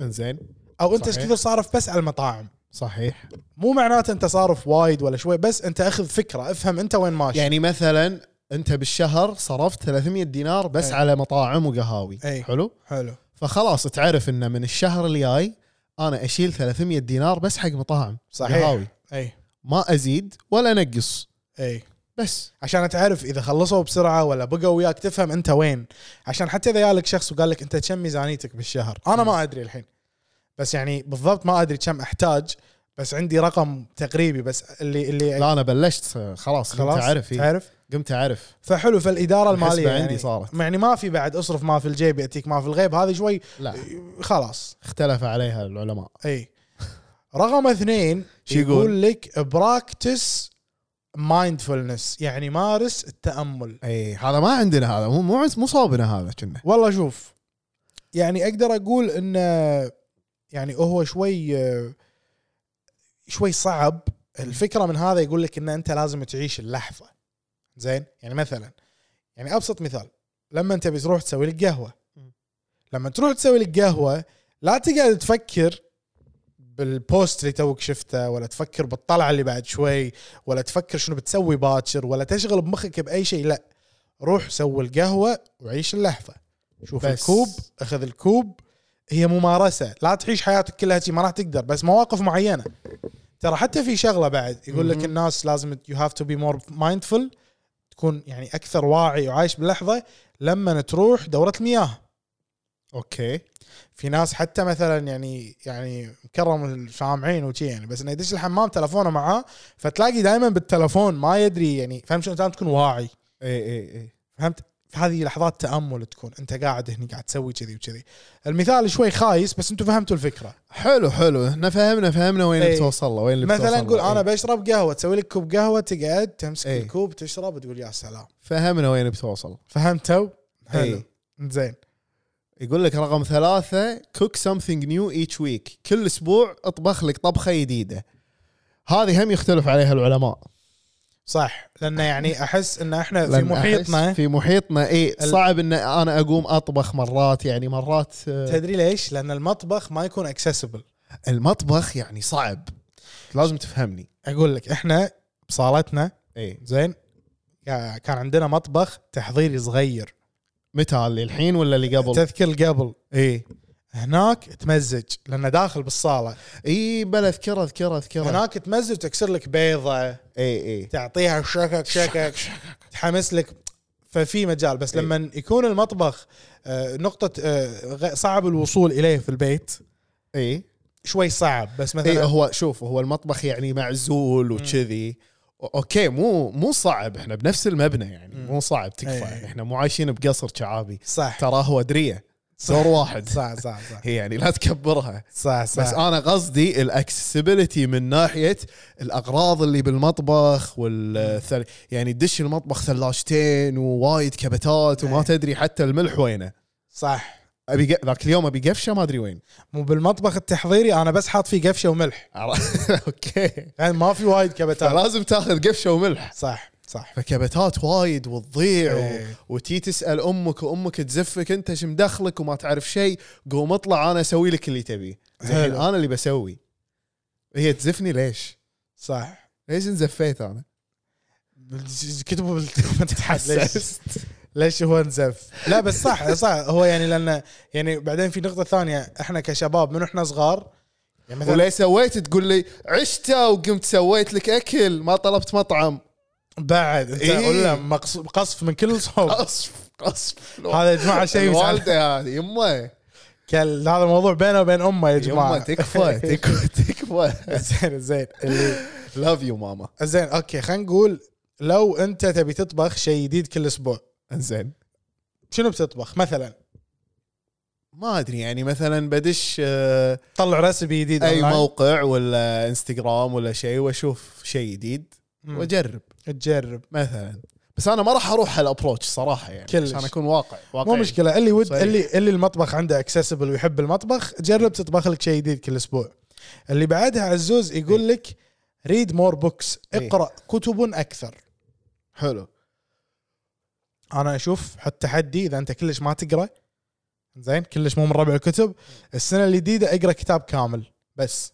Speaker 3: انزين
Speaker 2: او انت ايش
Speaker 3: صحيح.
Speaker 2: كثر صارف بس على المطاعم
Speaker 3: صحيح
Speaker 2: مو معناته انت صارف وايد ولا شوي بس انت اخذ فكره افهم انت وين ماشي
Speaker 3: يعني مثلا انت بالشهر صرفت 300 دينار بس
Speaker 2: أي.
Speaker 3: على مطاعم وقهاوي
Speaker 2: أي.
Speaker 3: حلو
Speaker 2: حلو
Speaker 3: فخلاص تعرف ان من الشهر الجاي انا اشيل 300 دينار بس حق مطاعم
Speaker 2: صحيح
Speaker 3: قهاوي
Speaker 2: اي
Speaker 3: ما ازيد ولا انقص
Speaker 2: اي
Speaker 3: بس
Speaker 2: عشان تعرف اذا خلصوا بسرعه ولا بقوا وياك تفهم انت وين عشان حتى اذا جالك شخص وقال لك انت كم ميزانيتك بالشهر انا ما ادري الحين بس يعني بالضبط ما ادري كم احتاج بس عندي رقم تقريبي بس اللي اللي
Speaker 3: لا انا بلشت خلاص قمت اعرف إيه.
Speaker 2: يعني تعرف
Speaker 3: قمت اعرف
Speaker 2: فحلو فالاداره الماليه
Speaker 3: الماليه
Speaker 2: يعني
Speaker 3: عندي صارت
Speaker 2: يعني ما في بعد اصرف ما في الجيب ياتيك ما في الغيب هذه شوي
Speaker 3: لا
Speaker 2: إيه. خلاص
Speaker 3: اختلف عليها العلماء
Speaker 2: اي رقم اثنين
Speaker 3: شو يقول؟
Speaker 2: يقول لك براكتس مايندفولنس يعني مارس التامل
Speaker 3: اي هذا ما عندنا هذا مو مو عز- مو صوبنا هذا كنا
Speaker 2: والله شوف يعني اقدر اقول انه يعني هو شوي شوي صعب الفكره من هذا يقول لك ان انت لازم تعيش اللحظه زين يعني مثلا يعني ابسط مثال لما انت بتروح تسوي لك قهوه لما تروح تسوي لك قهوه لا تقعد تفكر بالبوست اللي توك شفته ولا تفكر بالطلعه اللي بعد شوي ولا تفكر شنو بتسوي باكر ولا تشغل بمخك باي شيء لا روح سوي القهوه وعيش اللحظه شوف
Speaker 3: بس.
Speaker 2: الكوب اخذ الكوب هي ممارسه لا تعيش حياتك كلها شي ما راح تقدر بس مواقف معينه ترى حتى في شغله بعد يقول لك الناس لازم يو هاف تو بي مور مايندفول تكون يعني اكثر واعي وعايش باللحظه لما تروح دوره المياه
Speaker 3: اوكي
Speaker 2: في ناس حتى مثلا يعني يعني مكرم الشامعين وشي يعني بس انه يدش الحمام تلفونه معاه فتلاقي دائما بالتلفون ما يدري يعني فهمت شلون لازم تكون واعي
Speaker 3: اي اي اي
Speaker 2: فهمت هذه لحظات تامل تكون انت قاعد هنا قاعد تسوي كذي وكذي المثال شوي خايس بس انتم فهمتوا الفكره
Speaker 3: حلو حلو احنا فهمنا فهمنا وين
Speaker 2: إي.
Speaker 3: بتوصل له وين اللي
Speaker 2: مثلا
Speaker 3: بتوصل
Speaker 2: نقول
Speaker 3: له. إيه.
Speaker 2: انا
Speaker 3: إي.
Speaker 2: بشرب قهوه تسوي لك كوب قهوه تقعد تمسك
Speaker 3: إي.
Speaker 2: الكوب تشرب تقول يا سلام
Speaker 3: فهمنا وين بتوصل
Speaker 2: فهمتوا حلو
Speaker 3: إي.
Speaker 2: زين
Speaker 3: يقول لك رقم ثلاثة cook something new each week كل أسبوع اطبخ لك طبخة جديدة هذه هم يختلف عليها العلماء
Speaker 2: صح لأن يعني احس ان احنا في
Speaker 3: لأن أحس
Speaker 2: محيطنا
Speaker 3: في محيطنا اي
Speaker 2: ال-
Speaker 3: صعب ان انا اقوم اطبخ مرات يعني مرات آه،
Speaker 2: تدري ليش لان المطبخ ما يكون اكسسبل
Speaker 3: المطبخ يعني صعب لازم تفهمني
Speaker 2: اقول لك احنا بصالتنا
Speaker 3: اي
Speaker 2: زين كا- كان عندنا مطبخ تحضيري صغير
Speaker 3: متى اللي الحين ولا اللي قبل
Speaker 2: تذكر قبل إيه.
Speaker 3: اي
Speaker 2: هناك تمزج لانه داخل بالصاله
Speaker 3: اي بلا اذكره اذكره اذكره
Speaker 2: هناك تمزج تكسر لك بيضه
Speaker 3: اي اي
Speaker 2: تعطيها شكك شكك تحمس لك ففي مجال بس
Speaker 3: إي.
Speaker 2: لما يكون المطبخ آه، نقطة آه، غ- صعب الوصول إليه في البيت
Speaker 3: اي
Speaker 2: شوي صعب بس
Speaker 3: اي
Speaker 2: مثلا
Speaker 3: إيه، هو شوف هو المطبخ يعني معزول وكذي أو- اوكي مو مو صعب احنا بنفس المبنى يعني
Speaker 2: مم. إيه،
Speaker 3: مو صعب
Speaker 2: إي.
Speaker 3: تكفى احنا مو عايشين بقصر شعابي
Speaker 2: صح
Speaker 3: ترى هو دريه دور واحد
Speaker 2: صح صح صح
Speaker 3: هي يعني لا تكبرها
Speaker 2: صح صح
Speaker 3: بس انا قصدي الاكسسبيلتي من ناحيه الاغراض اللي بالمطبخ والثل يعني تدش المطبخ ثلاجتين ووايد كبتات وما
Speaker 2: إي.
Speaker 3: تدري حتى الملح وينه
Speaker 2: صح
Speaker 3: ابي ق- ذاك اليوم ابي قفشه ما ادري وين
Speaker 2: مو بالمطبخ التحضيري انا بس حاط فيه قفشه وملح
Speaker 3: *laughs* اوكي
Speaker 2: يعني ما في وايد كبتات
Speaker 3: فلازم تاخذ قفشه وملح
Speaker 2: صح صح
Speaker 3: فكبتات وايد وتضيع و...
Speaker 2: إيه.
Speaker 3: وتي تسال امك وامك تزفك انت شو مدخلك وما تعرف شيء قوم اطلع انا اسوي لك اللي تبيه زين
Speaker 2: حلو.
Speaker 3: انا اللي بسوي هي تزفني ليش؟
Speaker 2: صح
Speaker 3: ليش انزفيت انا؟ *laughs*
Speaker 2: كتبوا *laughs* بالكومنت تحت ليش ليش هو نزف لا بس صح صح هو يعني لان يعني بعدين في نقطه ثانيه احنا كشباب من احنا صغار يعني مثلا
Speaker 3: وليه سويت تقول لي عشت وقمت سويت لك اكل ما طلبت مطعم
Speaker 2: بعد انت
Speaker 3: إيه.
Speaker 2: ولا مقص- قصف من
Speaker 3: *laughs*
Speaker 2: كل صوب
Speaker 3: قصف قصف
Speaker 2: هذا يا جماعه شيء يزعل.
Speaker 3: والده هذه يمه
Speaker 2: كل هذا الموضوع بينه وبين امه يا
Speaker 3: يمه
Speaker 2: جماعه *laughs*
Speaker 3: تكفى تكفى تكفى
Speaker 2: زين زين اللي
Speaker 3: لاف يو ماما
Speaker 2: زين اوكي خلينا نقول لو انت تبي تطبخ شيء جديد كل اسبوع
Speaker 3: زين
Speaker 2: شنو بتطبخ مثلا
Speaker 3: ما ادري يعني مثلا بدش آه،
Speaker 2: طلع رسبي جديد
Speaker 3: اي
Speaker 2: أونلاين.
Speaker 3: موقع ولا انستغرام ولا شيء واشوف شيء جديد
Speaker 2: مم.
Speaker 3: واجرب
Speaker 2: تجرب
Speaker 3: مثلا بس انا ما راح اروح على الابروتش صراحه يعني
Speaker 2: كلش.
Speaker 3: عشان اكون واقع واقعي
Speaker 2: مو مشكله اللي ود
Speaker 3: صحيح.
Speaker 2: اللي اللي المطبخ عنده اكسسبل ويحب المطبخ جرب تطبخ لك شيء جديد كل اسبوع اللي بعدها عزوز يقول لك ريد مور بوكس
Speaker 3: إيه.
Speaker 2: اقرا كتب اكثر
Speaker 3: حلو
Speaker 2: انا اشوف حط تحدي اذا انت كلش ما تقرا زين كلش مو من ربع الكتب السنه الجديده اقرا كتاب كامل بس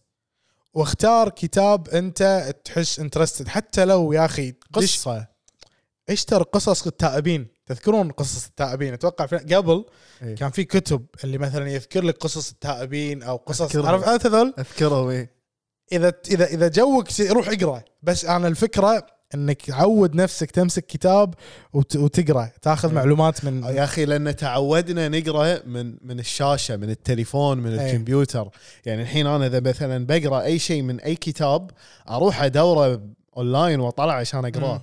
Speaker 2: واختار كتاب انت تحس انترستد حتى لو يا اخي دش
Speaker 3: قصه
Speaker 2: اشتر قصص التائبين تذكرون قصص التائبين اتوقع في قبل
Speaker 3: إيه.
Speaker 2: كان في كتب اللي مثلا يذكر لك قصص التائبين او قصص
Speaker 3: أذكرهم.
Speaker 2: عرفت عرفت هذول
Speaker 3: اذكرهم ايه
Speaker 2: اذا اذا اذا جوك س- روح اقرا بس انا الفكره انك تعود نفسك تمسك كتاب وت- وتقرا تاخذ معلومات من
Speaker 3: يا اخي لان تعودنا نقرا من من الشاشه من التليفون من
Speaker 2: إيه.
Speaker 3: الكمبيوتر يعني الحين انا اذا مثلا بقرا اي شيء من اي كتاب اروح ادوره اونلاين واطلع عشان اقراه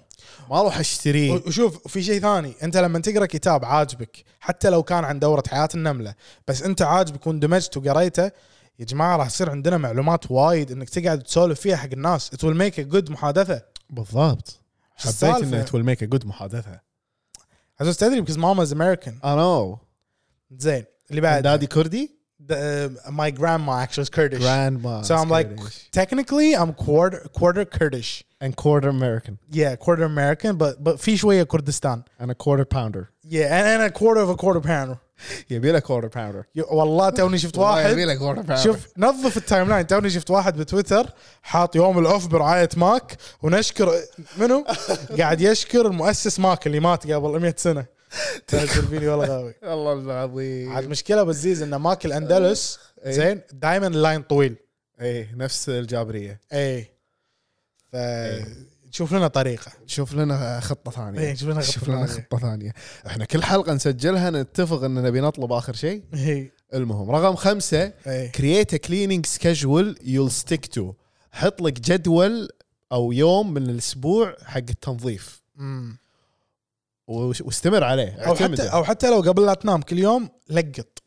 Speaker 3: ما اروح اشتريه
Speaker 2: وشوف في شيء ثاني انت لما تقرا كتاب عاجبك حتى لو كان عن دوره حياه النمله بس انت عاجبك واندمجت وقريته يا جماعه راح يصير عندنا معلومات وايد انك تقعد تسولف فيها حق الناس ات ويل ميك ا جود محادثه
Speaker 3: بالضبط حبيت
Speaker 2: السالفة؟
Speaker 3: انه تول ميك ا جود محادثه
Speaker 2: عشان تدري بيكوز ماماز امريكان
Speaker 3: انا
Speaker 2: زين اللي
Speaker 3: بعد
Speaker 2: بعد
Speaker 3: دادي كردي
Speaker 2: ماي uh, grandma actually is Kurdish
Speaker 3: جراند ما
Speaker 2: so I'm like technically I'm quarter quarter Kurdish
Speaker 3: and quarter American
Speaker 2: yeah quarter American but but في شويه كردستان
Speaker 3: and a quarter pounder
Speaker 2: yeah and, and a quarter of a quarter pounder
Speaker 3: يبي له quarter pounder
Speaker 2: يا- والله توني شفت واحد
Speaker 3: يبي له quarter pounder شوف
Speaker 2: شوف نظف التايم لاين توني شفت واحد بتويتر حاط يوم الاوف برعايه ماك ونشكر
Speaker 3: *laughs*
Speaker 2: منو؟ قاعد يشكر المؤسس ماك اللي مات قبل 100 سنه
Speaker 3: *laughs*
Speaker 2: نزل فيديو والله غاوي
Speaker 3: والله
Speaker 2: عاد
Speaker 3: العظيم
Speaker 2: مشكله بتزيز ان ماك الاندلس
Speaker 3: إيه.
Speaker 2: زين دائما اللاين طويل
Speaker 3: ايه نفس الجابريه
Speaker 2: اي إيه. ف
Speaker 3: إيه.
Speaker 2: شوف لنا
Speaker 3: *laughs*
Speaker 2: طريقه
Speaker 3: شوف لنا خطه ثانيه
Speaker 2: إيه، شوف لنا خطة
Speaker 3: شوف لنا
Speaker 2: ثانية.
Speaker 3: خطه ثانيه احنا كل حلقه نسجلها نتفق ان نبي نطلب اخر شيء
Speaker 2: اي
Speaker 3: المهم رقم خمسة
Speaker 2: اي
Speaker 3: create a cleaning schedule you'll stick to حط لك جدول او يوم من الاسبوع حق التنظيف
Speaker 2: أمم.
Speaker 3: وش- واستمر عليه
Speaker 2: او حتى
Speaker 3: اعتمده.
Speaker 2: او حتى لو قبل لا تنام كل يوم لقط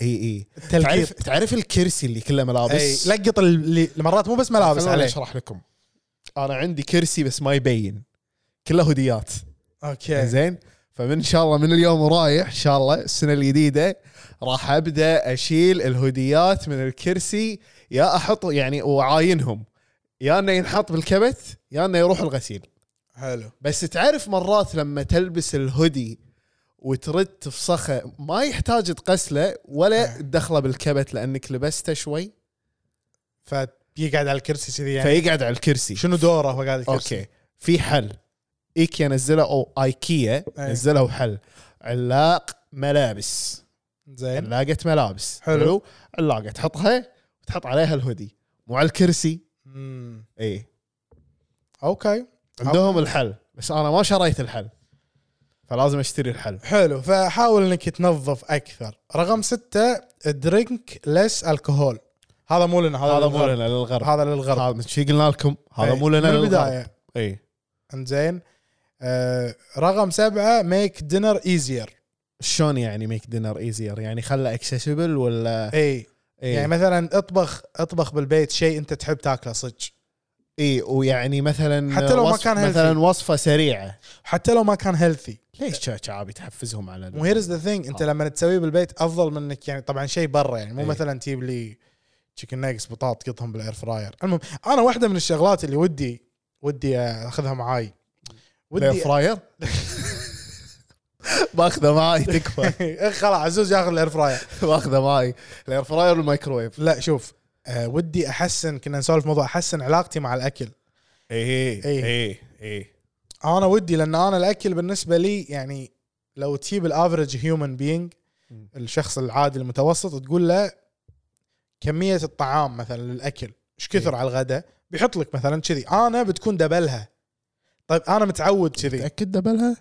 Speaker 3: اي اي إيه، تعرف
Speaker 2: تلقيط إيه،
Speaker 3: تعرف الكرسي اللي كله
Speaker 2: اي
Speaker 3: ملابس
Speaker 2: لقط اللي مرات مو بس ملابس
Speaker 3: خلوني
Speaker 2: عليه
Speaker 3: اشرح لكم انا عندي كرسي بس ما يبين كله هديات
Speaker 2: اوكي
Speaker 3: زين فمن ان شاء الله من اليوم ورايح ان شاء الله السنه الجديده راح ابدا اشيل الهديات من الكرسي يا احط يعني وعاينهم يا انه ينحط بالكبت يا انه يروح الغسيل
Speaker 2: حلو
Speaker 3: بس تعرف مرات لما تلبس الهودي وترد تفسخه ما يحتاج تغسله ولا
Speaker 2: إيه.
Speaker 3: تدخله بالكبت لانك لبسته شوي
Speaker 2: فيقعد على الكرسي كذي يعني
Speaker 3: فيقعد على الكرسي
Speaker 2: شنو دوره هو قاعد الكرسي
Speaker 3: اوكي في حل ايكيا نزله او ايكيا
Speaker 2: أي.
Speaker 3: نزله حل علاق ملابس
Speaker 2: زين
Speaker 3: علاقه ملابس
Speaker 2: حلو.
Speaker 3: علاقه تحطها وتحط عليها الهودي مو على الكرسي
Speaker 2: مم.
Speaker 3: اي
Speaker 2: اوكي
Speaker 3: عندهم الحل بس انا ما شريت الحل فلازم اشتري الحل
Speaker 2: حلو فحاول انك تنظف اكثر رقم ستة درينك ليس الكحول هذا مو لنا هذا
Speaker 3: هذا مو
Speaker 2: للغرب.
Speaker 3: لنا للغرب
Speaker 2: هذا للغرب
Speaker 3: هذا شي قلنا لكم هذا
Speaker 2: إي.
Speaker 3: مو لنا للغرب
Speaker 2: من
Speaker 3: إيه.
Speaker 2: البدايه
Speaker 3: اي
Speaker 2: انزين آه رقم سبعه ميك دينر ايزير
Speaker 3: شلون يعني ميك دينر ايزير يعني خله اكسسبل ولا
Speaker 2: اي
Speaker 3: اي
Speaker 2: يعني مثلا اطبخ اطبخ بالبيت شيء انت تحب تاكله صدق
Speaker 3: اي إيه. ويعني مثلا
Speaker 2: حتى لو ما
Speaker 3: وصف-
Speaker 2: كان healthy.
Speaker 3: مثلا وصفه سريعه
Speaker 2: حتى لو ما كان هيلثي
Speaker 3: ليش شا- شعابي تحفزهم على ال-
Speaker 2: وهيرز ذا ثينج انت
Speaker 3: آه.
Speaker 2: لما تسويه بالبيت افضل منك يعني طبعا شيء برا يعني مو
Speaker 3: إيه.
Speaker 2: مثلا تجيب لي تشيكن ناجتس بطاط تقطهم بالاير فراير المهم انا واحده من الشغلات اللي ودي ودي اخذها معاي
Speaker 3: الاير
Speaker 2: ودي *laughs*
Speaker 3: فراير باخذه معاي تكفى
Speaker 2: إيه، خلاص عزوز ياخذ الاير فراير
Speaker 3: *laughs* باخذه معاي الاير فراير والمايكرويف
Speaker 2: لا شوف آه ودي احسن كنا نسولف موضوع احسن علاقتي مع الاكل
Speaker 3: اي
Speaker 2: إي.
Speaker 3: اي اي
Speaker 2: انا ودي لان انا الاكل بالنسبه لي يعني لو تجيب الافرج هيومن بينج
Speaker 3: مم.
Speaker 2: الشخص العادي المتوسط تقول له كميه الطعام مثلا للاكل ايش كثر
Speaker 3: إيه.
Speaker 2: على الغداء بيحط لك مثلا كذي انا بتكون دبلها طيب انا متعود كذي
Speaker 3: متاكد دبلها؟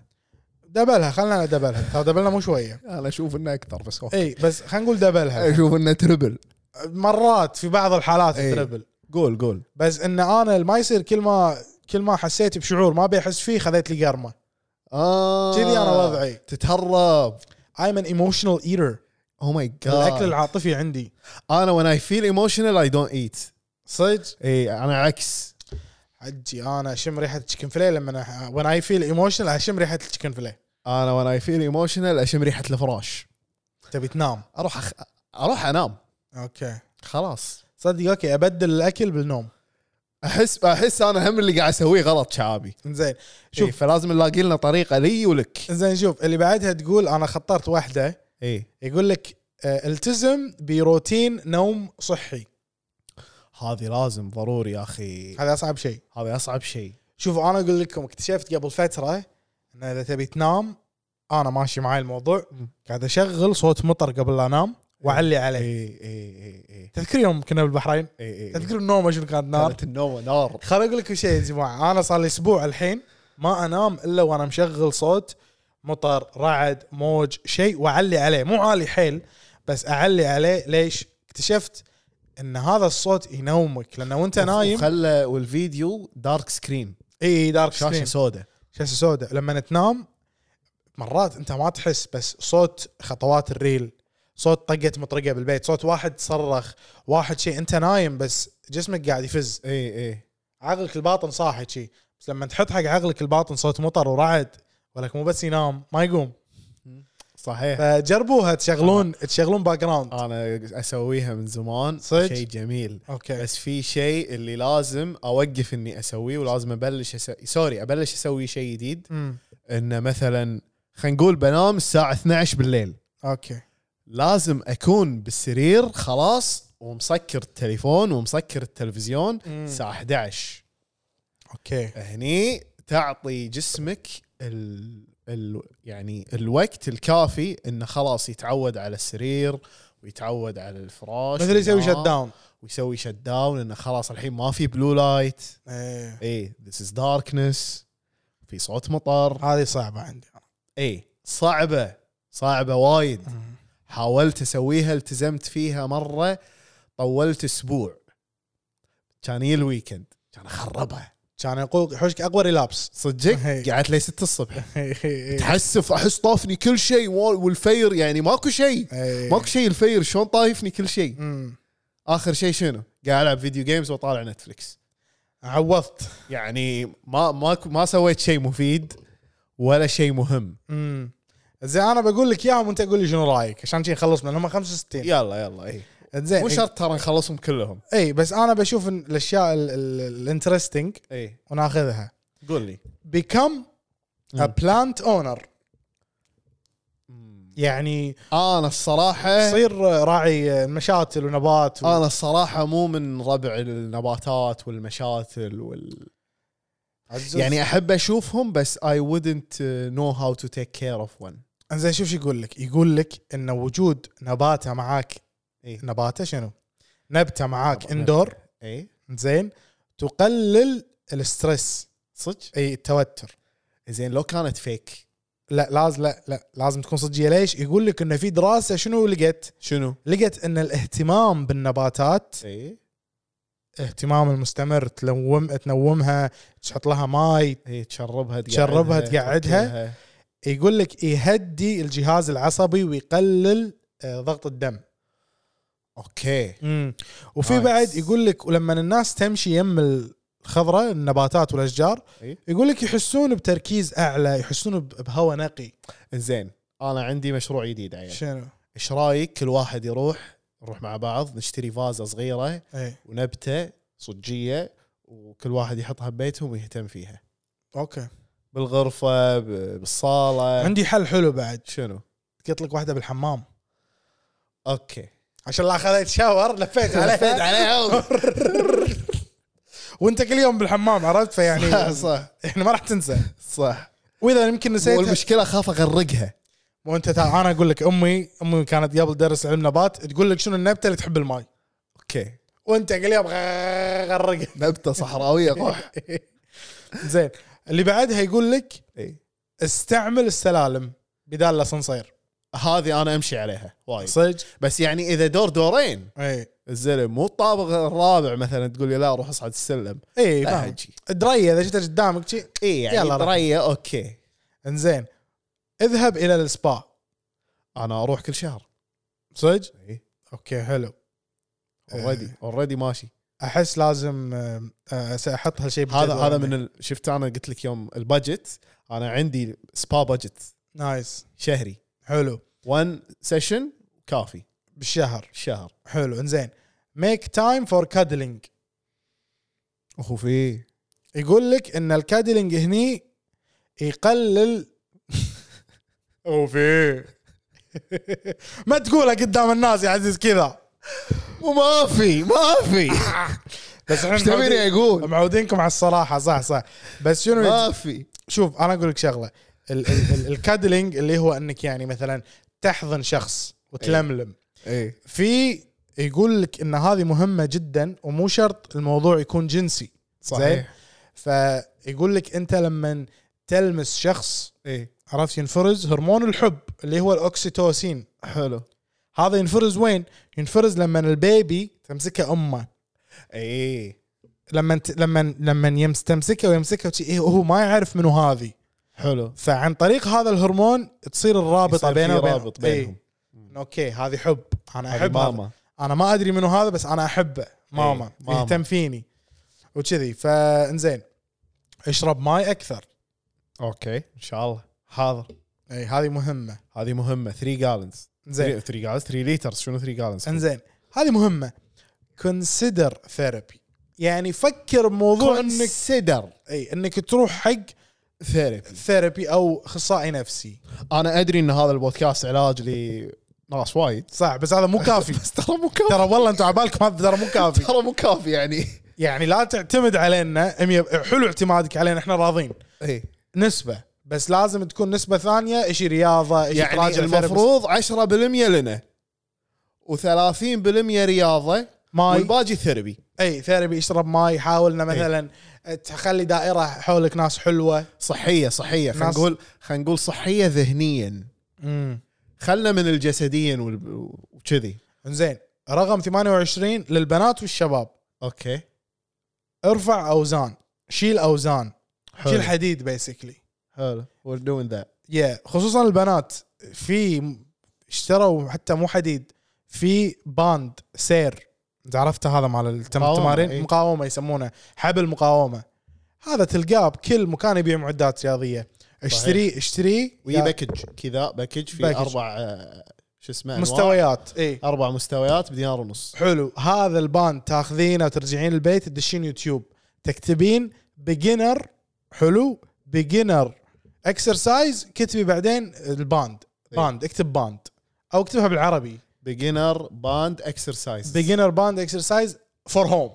Speaker 2: دبلها خلنا دبلها ترى دبلنا مو شويه
Speaker 3: انا اشوف انه اكثر بس *laughs* أوكي.
Speaker 2: اي بس خلينا نقول دبلها
Speaker 3: اشوف انه تربل
Speaker 2: مرات في بعض الحالات
Speaker 3: إيه.
Speaker 2: تربل
Speaker 3: قول قول
Speaker 2: بس ان انا ما يصير كل ما كل ما حسيت بشعور ما بيحس فيه خذيت لي قرمه
Speaker 3: اه
Speaker 2: كذي انا وضعي
Speaker 3: تتهرب
Speaker 2: I'm an emotional eater
Speaker 3: او ماي جاد
Speaker 2: الاكل العاطفي عندي
Speaker 3: انا وين اي فيل ايموشنال اي دونت ايت
Speaker 2: صدق
Speaker 3: اي انا إيه، عكس
Speaker 2: حجي انا اشم ريحه التشكن فلي لما وين اي فيل ايموشنال اشم ريحه التشكن فلي
Speaker 3: انا وين اي فيل ايموشنال اشم ريحه الفراش
Speaker 2: تبي تنام
Speaker 3: اروح أخ... اروح انام
Speaker 2: اوكي
Speaker 3: خلاص
Speaker 2: صدق اوكي ابدل الاكل بالنوم
Speaker 3: احس احس انا هم اللي قاعد اسويه غلط شعابي
Speaker 2: زين شوف.
Speaker 3: شوف إيه فلازم نلاقي لنا طريقه لي ولك
Speaker 2: زين شوف اللي بعدها تقول انا خطرت واحده
Speaker 3: اي
Speaker 2: يقول لك آه، التزم بروتين نوم صحي
Speaker 3: هذه لازم ضروري يا اخي
Speaker 2: هذا اصعب شيء
Speaker 3: هذا اصعب شيء
Speaker 2: شوف انا اقول لكم اكتشفت قبل فتره ان اذا تبي تنام انا ماشي معي الموضوع قاعد اشغل صوت مطر قبل لا انام واعلي عليه
Speaker 3: اي اي اي اي
Speaker 2: تذكر يوم كنا بالبحرين
Speaker 3: اي اي
Speaker 2: تذكر النومه شنو كانت نار
Speaker 3: كانت النوم إيه، نار
Speaker 2: خليني اقول لكم شيء يا جماعه انا صار لي اسبوع الحين ما انام الا وانا مشغل صوت مطر رعد موج شيء واعلي عليه مو عالي حيل بس اعلي عليه ليش اكتشفت ان هذا الصوت ينومك لانه وانت نايم
Speaker 3: وخلى والفيديو دارك سكرين
Speaker 2: اي دارك
Speaker 3: شاشه
Speaker 2: سكرين
Speaker 3: سوداء
Speaker 2: شاشه سوداء لما تنام مرات انت ما تحس بس صوت خطوات الريل صوت طقه مطرقه بالبيت صوت واحد صرخ واحد شيء انت نايم بس جسمك قاعد يفز
Speaker 3: اي اي
Speaker 2: عقلك الباطن صاحي شي بس لما تحط حق عقلك الباطن صوت مطر ورعد ولك مو بس ينام ما يقوم
Speaker 3: صحيح
Speaker 2: فجربوها تشغلون تشغلون باك جراوند
Speaker 3: انا اسويها من زمان
Speaker 2: صدق؟
Speaker 3: شيء جميل
Speaker 2: اوكي
Speaker 3: بس في شيء اللي لازم اوقف اني اسويه ولازم ابلش أسوي سوري ابلش اسوي شيء جديد
Speaker 2: أمم،
Speaker 3: انه مثلا خلينا نقول بنام الساعه 12 بالليل
Speaker 2: اوكي
Speaker 3: لازم اكون بالسرير خلاص ومسكر التليفون ومسكر التلفزيون
Speaker 2: مم.
Speaker 3: الساعه 11
Speaker 2: اوكي
Speaker 3: هني تعطي جسمك ال... ال... يعني الوقت الكافي انه خلاص يتعود على السرير ويتعود على الفراش
Speaker 2: مثل يسوي
Speaker 3: وينام
Speaker 2: شت داون
Speaker 3: ويسوي شت داون انه خلاص الحين ما في بلو لايت
Speaker 2: إيه.
Speaker 3: اي ذس از داركنس في صوت مطر
Speaker 2: هذه صعبه عندي
Speaker 3: اي
Speaker 2: إيه.
Speaker 3: صعبه صعبه وايد حاولت اسويها التزمت فيها مره طولت اسبوع كان يجي الويكند كان اخربها
Speaker 2: كان يقول حوشك
Speaker 3: *laughs*
Speaker 2: اقوى ريلابس
Speaker 3: صدقك
Speaker 2: هي.
Speaker 3: قعدت لي 6 الصبح
Speaker 2: إيه.
Speaker 3: تحسف احس طافني كل شيء وال- والفير يعني ماكو شيء
Speaker 2: إيه.
Speaker 3: ماكو شيء الفير شلون طايفني كل شيء
Speaker 2: أمم.
Speaker 3: اخر شيء شنو قاعد العب فيديو جيمز واطالع نتفلكس
Speaker 2: عوضت
Speaker 3: يعني ما ما ما سويت شيء مفيد ولا شيء مهم
Speaker 2: أمم. زين انا بقول لك اياهم وانت قول لي شنو رايك عشان شي نخلص من هم 65
Speaker 3: يلا يلا إيه. اي
Speaker 2: زين
Speaker 3: مو شرط ترى نخلصهم كلهم
Speaker 2: اي بس انا بشوف إن الاشياء الانترستنج
Speaker 3: اي
Speaker 2: وناخذها
Speaker 3: إيه. قول لي
Speaker 2: become a
Speaker 3: مم.
Speaker 2: plant owner يعني
Speaker 3: انا الصراحه
Speaker 2: تصير راعي مشاتل ونبات و...
Speaker 3: انا الصراحه مو من ربع النباتات والمشاتل وال... يعني احب اشوفهم بس اي wouldn't uh, نو هاو تو تيك كير اوف ون
Speaker 2: زين شوف شو يقول لك يقول لك ان وجود نباته معاك
Speaker 3: إيه.
Speaker 2: نباته شنو نبته معاك
Speaker 3: نبتة.
Speaker 2: اندور
Speaker 3: اي
Speaker 2: زين تقلل الاسترس
Speaker 3: صدق
Speaker 2: اي التوتر
Speaker 3: زين لو كانت فيك
Speaker 2: لا لازم لا لا لازم تكون صجيه ليش؟ يقول لك انه في دراسه شنو لقت؟
Speaker 3: شنو؟
Speaker 2: لقت ان الاهتمام بالنباتات
Speaker 3: اي
Speaker 2: اهتمام المستمر تلوم تنومها تحط لها ماي
Speaker 3: اي تشربها
Speaker 2: تشربها، تقعدها.
Speaker 3: تأكلها.
Speaker 2: يقول لك يهدي الجهاز العصبي ويقلل آه، ضغط الدم
Speaker 3: اوكي
Speaker 2: وفي
Speaker 3: Nice.
Speaker 2: بعد يقول لك ولما الناس تمشي يم الخضره النباتات والاشجار
Speaker 3: إي.
Speaker 2: يقول لك يحسون بتركيز اعلى يحسون ب- بهواء نقي
Speaker 3: زين انا عندي مشروع جديد عيل
Speaker 2: شنو؟
Speaker 3: ايش رايك كل واحد يروح نروح مع بعض نشتري فازه صغيره
Speaker 2: اي
Speaker 3: ونبته صجيه وكل واحد يحطها ببيتهم ويهتم فيها
Speaker 2: اوكي
Speaker 3: بالغرفه ب- بالصاله
Speaker 2: عندي حل حلو بعد
Speaker 3: شنو؟
Speaker 2: قلت لك واحده بالحمام
Speaker 3: اوكي
Speaker 2: عشان لا خذيت شاور
Speaker 3: *laughs*
Speaker 2: لفيت
Speaker 3: لفيت
Speaker 2: عليها
Speaker 3: عليها *laughs*
Speaker 2: وانت كل يوم بالحمام عرفت فيعني
Speaker 3: *laughs* صح
Speaker 2: احنا ما راح تنسى
Speaker 3: صح
Speaker 2: واذا يمكن نسيت
Speaker 3: والمشكله اخاف اغرقها
Speaker 2: وانت تع- انا اقول لك امي امي كانت قبل درس علم نبات تقول لك شنو النبته اللي تحب الماي
Speaker 3: اوكي
Speaker 2: وانت كل يوم غرقها
Speaker 3: نبته صحراويه
Speaker 2: *laughs*
Speaker 3: روح
Speaker 2: زين اللي بعدها يقول لك
Speaker 3: إي.
Speaker 2: استعمل السلالم بدال الاسانسير
Speaker 3: هذه انا امشي عليها وايد
Speaker 2: صدق
Speaker 3: بس يعني اذا دور دورين
Speaker 2: اي
Speaker 3: الزلم مو الطابق الرابع مثلا تقول لي لا روح اصعد السلم لا،
Speaker 2: اي إيه، فاهم
Speaker 3: هجي.
Speaker 2: دريه اذا جيت قدامك شي
Speaker 3: اي يعني
Speaker 2: يلا،
Speaker 3: يلا
Speaker 2: روح.
Speaker 3: دريه اوكي
Speaker 2: انزين اذهب الى السبا
Speaker 3: انا اروح كل شهر
Speaker 2: صدق
Speaker 3: اي
Speaker 2: اوكي حلو
Speaker 3: اوريدي اوريدي إيه، ماشي
Speaker 2: احس لازم آم، آه، احط هالشيء
Speaker 3: هذا
Speaker 2: بالجدول
Speaker 3: هذا
Speaker 2: عندي.
Speaker 3: من ال... شفت انا قلت لك يوم البادجت انا عندي سبا بادجت
Speaker 2: نايس
Speaker 3: شهري
Speaker 2: حلو
Speaker 3: 1 سيشن كافي
Speaker 2: بالشهر
Speaker 3: شهر
Speaker 2: حلو انزين ميك تايم فور كادلينج
Speaker 3: اخو في
Speaker 2: يقول لك ان الكادلينج هني *laughs* يقلل اوفي *laughs* ما تقولها قدام الناس يا عزيز كذا
Speaker 3: وما في ما في *laughs*
Speaker 2: بس
Speaker 3: ايش تبيني
Speaker 2: معودين-
Speaker 3: اقول؟
Speaker 2: معودينكم على الصراحه صح صح بس شنو
Speaker 3: ما في
Speaker 2: شوف انا اقول لك شغله ال- ال- ال- الكادلينج اللي هو انك يعني مثلا تحضن شخص وتلملم
Speaker 3: اي
Speaker 2: في يقول لك ان هذه مهمه جدا ومو شرط الموضوع يكون جنسي زين
Speaker 3: صحيح
Speaker 2: فيقول لك انت لما تلمس شخص
Speaker 3: اي
Speaker 2: عرفت ينفرز هرمون الحب اللي هو الاوكسيتوسين
Speaker 3: حلو
Speaker 2: هذا ينفرز وين ينفرز لما البيبي تمسكه امه
Speaker 3: اي
Speaker 2: لما انت لما لما يمس تمسكه ويمسكه وشي- إيه هو ما يعرف منو هذه
Speaker 3: حلو
Speaker 2: فعن طريق هذا الهرمون تصير الرابطه
Speaker 3: يصير
Speaker 2: بينه
Speaker 3: في
Speaker 2: وبين
Speaker 3: رابط بينهم
Speaker 2: إيه. اوكي هذه حب انا
Speaker 3: هذه
Speaker 2: احب ماما.
Speaker 3: ماما
Speaker 2: انا ما ادري منو هذا بس انا احبه ماما,
Speaker 3: ماما.
Speaker 2: إيه، يهتم فيني وكذي فانزين اشرب ماي اكثر
Speaker 3: اوكي ان شاء الله حاضر
Speaker 2: اي هذه مهمه
Speaker 3: هذه مهمه 3 جالنز
Speaker 2: زين
Speaker 3: 3 جالنز 3 لترز شنو 3 جالنز
Speaker 2: انزين هذه مهمه كونسيدر ثيرابي يعني فكر بموضوع انك
Speaker 3: كونسيدر
Speaker 2: اي انك تروح حق
Speaker 3: ثيرابي
Speaker 2: ثيرابي او اخصائي نفسي
Speaker 3: انا ادري ان هذا البودكاست علاج لناس وايد
Speaker 2: صح *laughs* بس هذا مو كافي
Speaker 3: بس ترى مو كافي
Speaker 2: ترى والله انتم على بالكم هذا ترى مو كافي
Speaker 3: ترى مو كافي يعني
Speaker 2: يعني لا تعتمد علينا مية- حلو اعتمادك علينا احنا راضين
Speaker 3: اي
Speaker 2: نسبه بس لازم تكون نسبه ثانيه ايش رياضه ايش
Speaker 3: يعني المفروض 10% لنا و30% رياضه
Speaker 2: ماي
Speaker 3: والباقي ثيرابي
Speaker 2: اي ثيرابي اشرب ماي حاول انه مثلا تخلي دائره حولك ناس حلوه
Speaker 3: صحيه صحيه خلينا
Speaker 2: ناس-
Speaker 3: نقول خلينا نقول صحيه ذهنيا
Speaker 2: امم
Speaker 3: خلنا من الجسديا وال- وكذي
Speaker 2: زين رقم 28 للبنات والشباب
Speaker 3: اوكي
Speaker 2: ارفع اوزان شيل اوزان
Speaker 3: حلو.
Speaker 2: شيل حديد بيسكلي
Speaker 3: حلو وير دوينج ذات
Speaker 2: يا خصوصا البنات في م- اشتروا حتى مو حديد في باند سير إذا عرفت هذا مال التم-
Speaker 3: مقاومة،
Speaker 2: التمارين
Speaker 3: إي.
Speaker 2: مقاومه يسمونه حبل مقاومه هذا تلقاه بكل مكان يبيع معدات رياضيه اشتري اشتري
Speaker 3: وي باكج كذا باكج في
Speaker 2: باكج.
Speaker 3: اربع آه، شو اسمه أنواع.
Speaker 2: مستويات اي
Speaker 3: اربع مستويات بدينار ونص
Speaker 2: حلو هذا الباند تاخذينه وترجعين البيت تدشين يوتيوب تكتبين بيجنر حلو بيجنر اكسرسايز كتبي بعدين الباند باند اكتب باند او اكتبها بالعربي
Speaker 3: بيجنر باند اكسرسايز
Speaker 2: بيجنر باند اكسرسايز فور هوم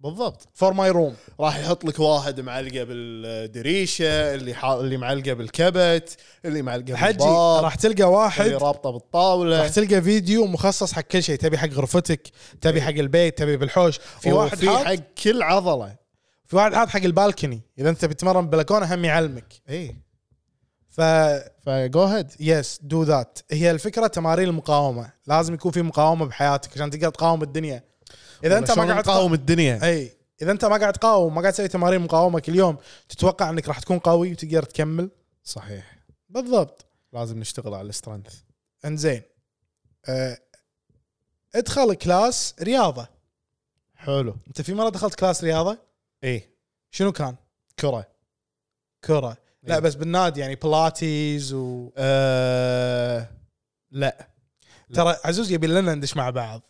Speaker 3: بالضبط
Speaker 2: فور ماي روم
Speaker 3: راح يحط لك واحد معلقه بالدريشه اللي ح... اللي معلقه بالكبت اللي معلقه
Speaker 2: حجي
Speaker 3: بالباب
Speaker 2: راح تلقى
Speaker 3: اللي
Speaker 2: واحد
Speaker 3: رابطه
Speaker 2: راح
Speaker 3: بالطاوله
Speaker 2: تلقى فيديو مخصص حق كل شيء تبي حق غرفتك تبي حق البيت تبي بالحوش إيه. في واحد
Speaker 3: في
Speaker 2: حاط
Speaker 3: حق كل عضله
Speaker 2: إيه. في واحد حاط حق البالكني اذا انت بتتمرن بالبلكونه هم يعلمك
Speaker 3: اي
Speaker 2: ف
Speaker 3: فجو هيد
Speaker 2: يس دو ذات هي الفكره تمارين المقاومه لازم يكون في مقاومه بحياتك عشان تقدر تقاوم الدنيا اذا انت ما قاعد
Speaker 3: تقاوم الدنيا
Speaker 2: اي اذا انت ما قاعد تقاوم ما قاعد تسوي تمارين مقاومه كل يوم تتوقع انك راح تكون قوي وتقدر تكمل
Speaker 3: صحيح
Speaker 2: بالضبط
Speaker 3: لازم نشتغل على السترنث
Speaker 2: انزين أه ادخل كلاس رياضه
Speaker 3: حلو
Speaker 2: انت في مره دخلت كلاس رياضه
Speaker 3: اي
Speaker 2: شنو كان
Speaker 3: كره
Speaker 2: كره لا
Speaker 3: إيه.
Speaker 2: بس بالنادي يعني بلاتيز و
Speaker 3: أه لا
Speaker 2: ترى عزوز يبي لنا ندش مع بعض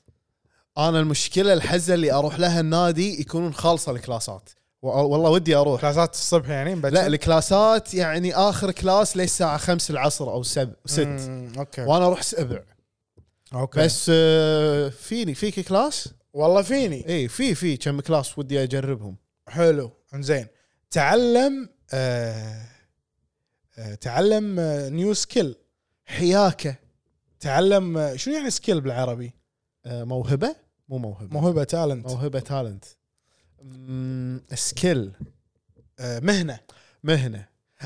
Speaker 3: انا المشكله الحزه اللي اروح لها النادي يكونون خالصه الكلاسات و- والله ودي اروح
Speaker 2: كلاسات الصبح يعني مبكر؟
Speaker 3: لا الكلاسات يعني اخر كلاس ليش الساعه 5 العصر او 7 6
Speaker 2: مم، اوكي
Speaker 3: وانا اروح سبع
Speaker 2: اوكي بس
Speaker 3: بس آه، فيني فيك كلاس؟
Speaker 2: والله فيني
Speaker 3: اي في في كم كلاس ودي اجربهم
Speaker 2: حلو انزين تعلم آه آه تعلم آه نيو سكيل
Speaker 3: حياكه
Speaker 2: تعلم آه شنو يعني سكيل بالعربي؟
Speaker 3: آه، موهبه مو موهبه
Speaker 2: موهبه تالنت
Speaker 3: موهبه تالنت سكيل
Speaker 2: آه مهنه
Speaker 3: مهنه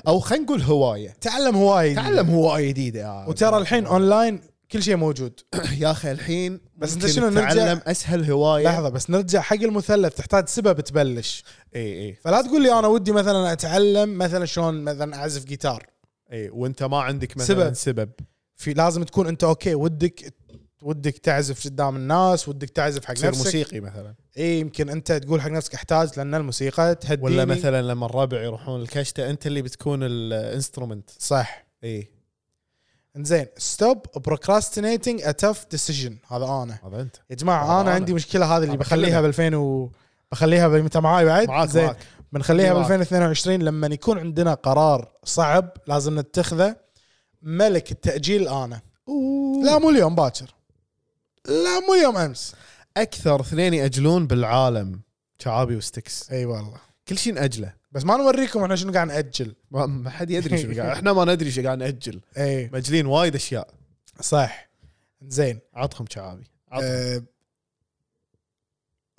Speaker 3: او خلينا نقول هوايه
Speaker 2: تعلم آه. هوايه
Speaker 3: تعلم هوايه جديده يا
Speaker 2: وترى الحين اونلاين كل شيء موجود
Speaker 3: يا اخي الحين
Speaker 2: بس أنت
Speaker 3: ممكن
Speaker 2: شنو نرجع-
Speaker 3: تعلم اسهل هوايه
Speaker 2: لحظه بس نرجع حق المثلث تحتاج سبب تبلش
Speaker 3: اي اي
Speaker 2: فلا تقول لي انا ودي مثلا اتعلم مثلا شلون مثلا اعزف جيتار
Speaker 3: اي وانت ما عندك
Speaker 2: سبب.
Speaker 3: مثلا سبب, سبب.
Speaker 2: في لازم تكون انت اوكي ودك ودك تعزف قدام الناس ودك تعزف حق
Speaker 3: تصير
Speaker 2: نفسك
Speaker 3: موسيقي مثلا
Speaker 2: اي إيه، يمكن انت تقول حق نفسك احتاج لان الموسيقى تهديني
Speaker 3: ولا مثلا لما الربع يروحون الكشته انت اللي بتكون الانسترومنت
Speaker 2: صح
Speaker 3: اي
Speaker 2: انزين ستوب بروكراستينيتنج ا تف ديسيجن هذا انا
Speaker 3: هذا انت
Speaker 2: يا جماعه
Speaker 3: هذا
Speaker 2: انا,
Speaker 3: أنا.
Speaker 2: عندي مشكله هذه اللي
Speaker 3: أنا
Speaker 2: بخليها
Speaker 3: بكلمك.
Speaker 2: ب 2000 و بخليها ب- انت معاي بعد
Speaker 3: معاك
Speaker 2: زين
Speaker 3: معاك
Speaker 2: بنخليها ب
Speaker 3: معاك.
Speaker 2: 2022 لما يكون عندنا قرار صعب لازم نتخذه ملك التاجيل انا لا مو اليوم باكر لا مو اليوم امس
Speaker 3: اكثر اثنين ياجلون بالعالم شعابي وستكس
Speaker 2: اي والله
Speaker 3: كل شيء ناجله
Speaker 2: بس ما نوريكم احنا شنو قاعد ناجل
Speaker 3: ما- ما حد يدري شو
Speaker 2: *laughs*
Speaker 3: قاعد احنا ما ندري شو قاعد ناجل
Speaker 2: اي
Speaker 3: ماجلين وايد اشياء
Speaker 2: صح زين
Speaker 3: عطهم شعابي عطهم.
Speaker 2: أه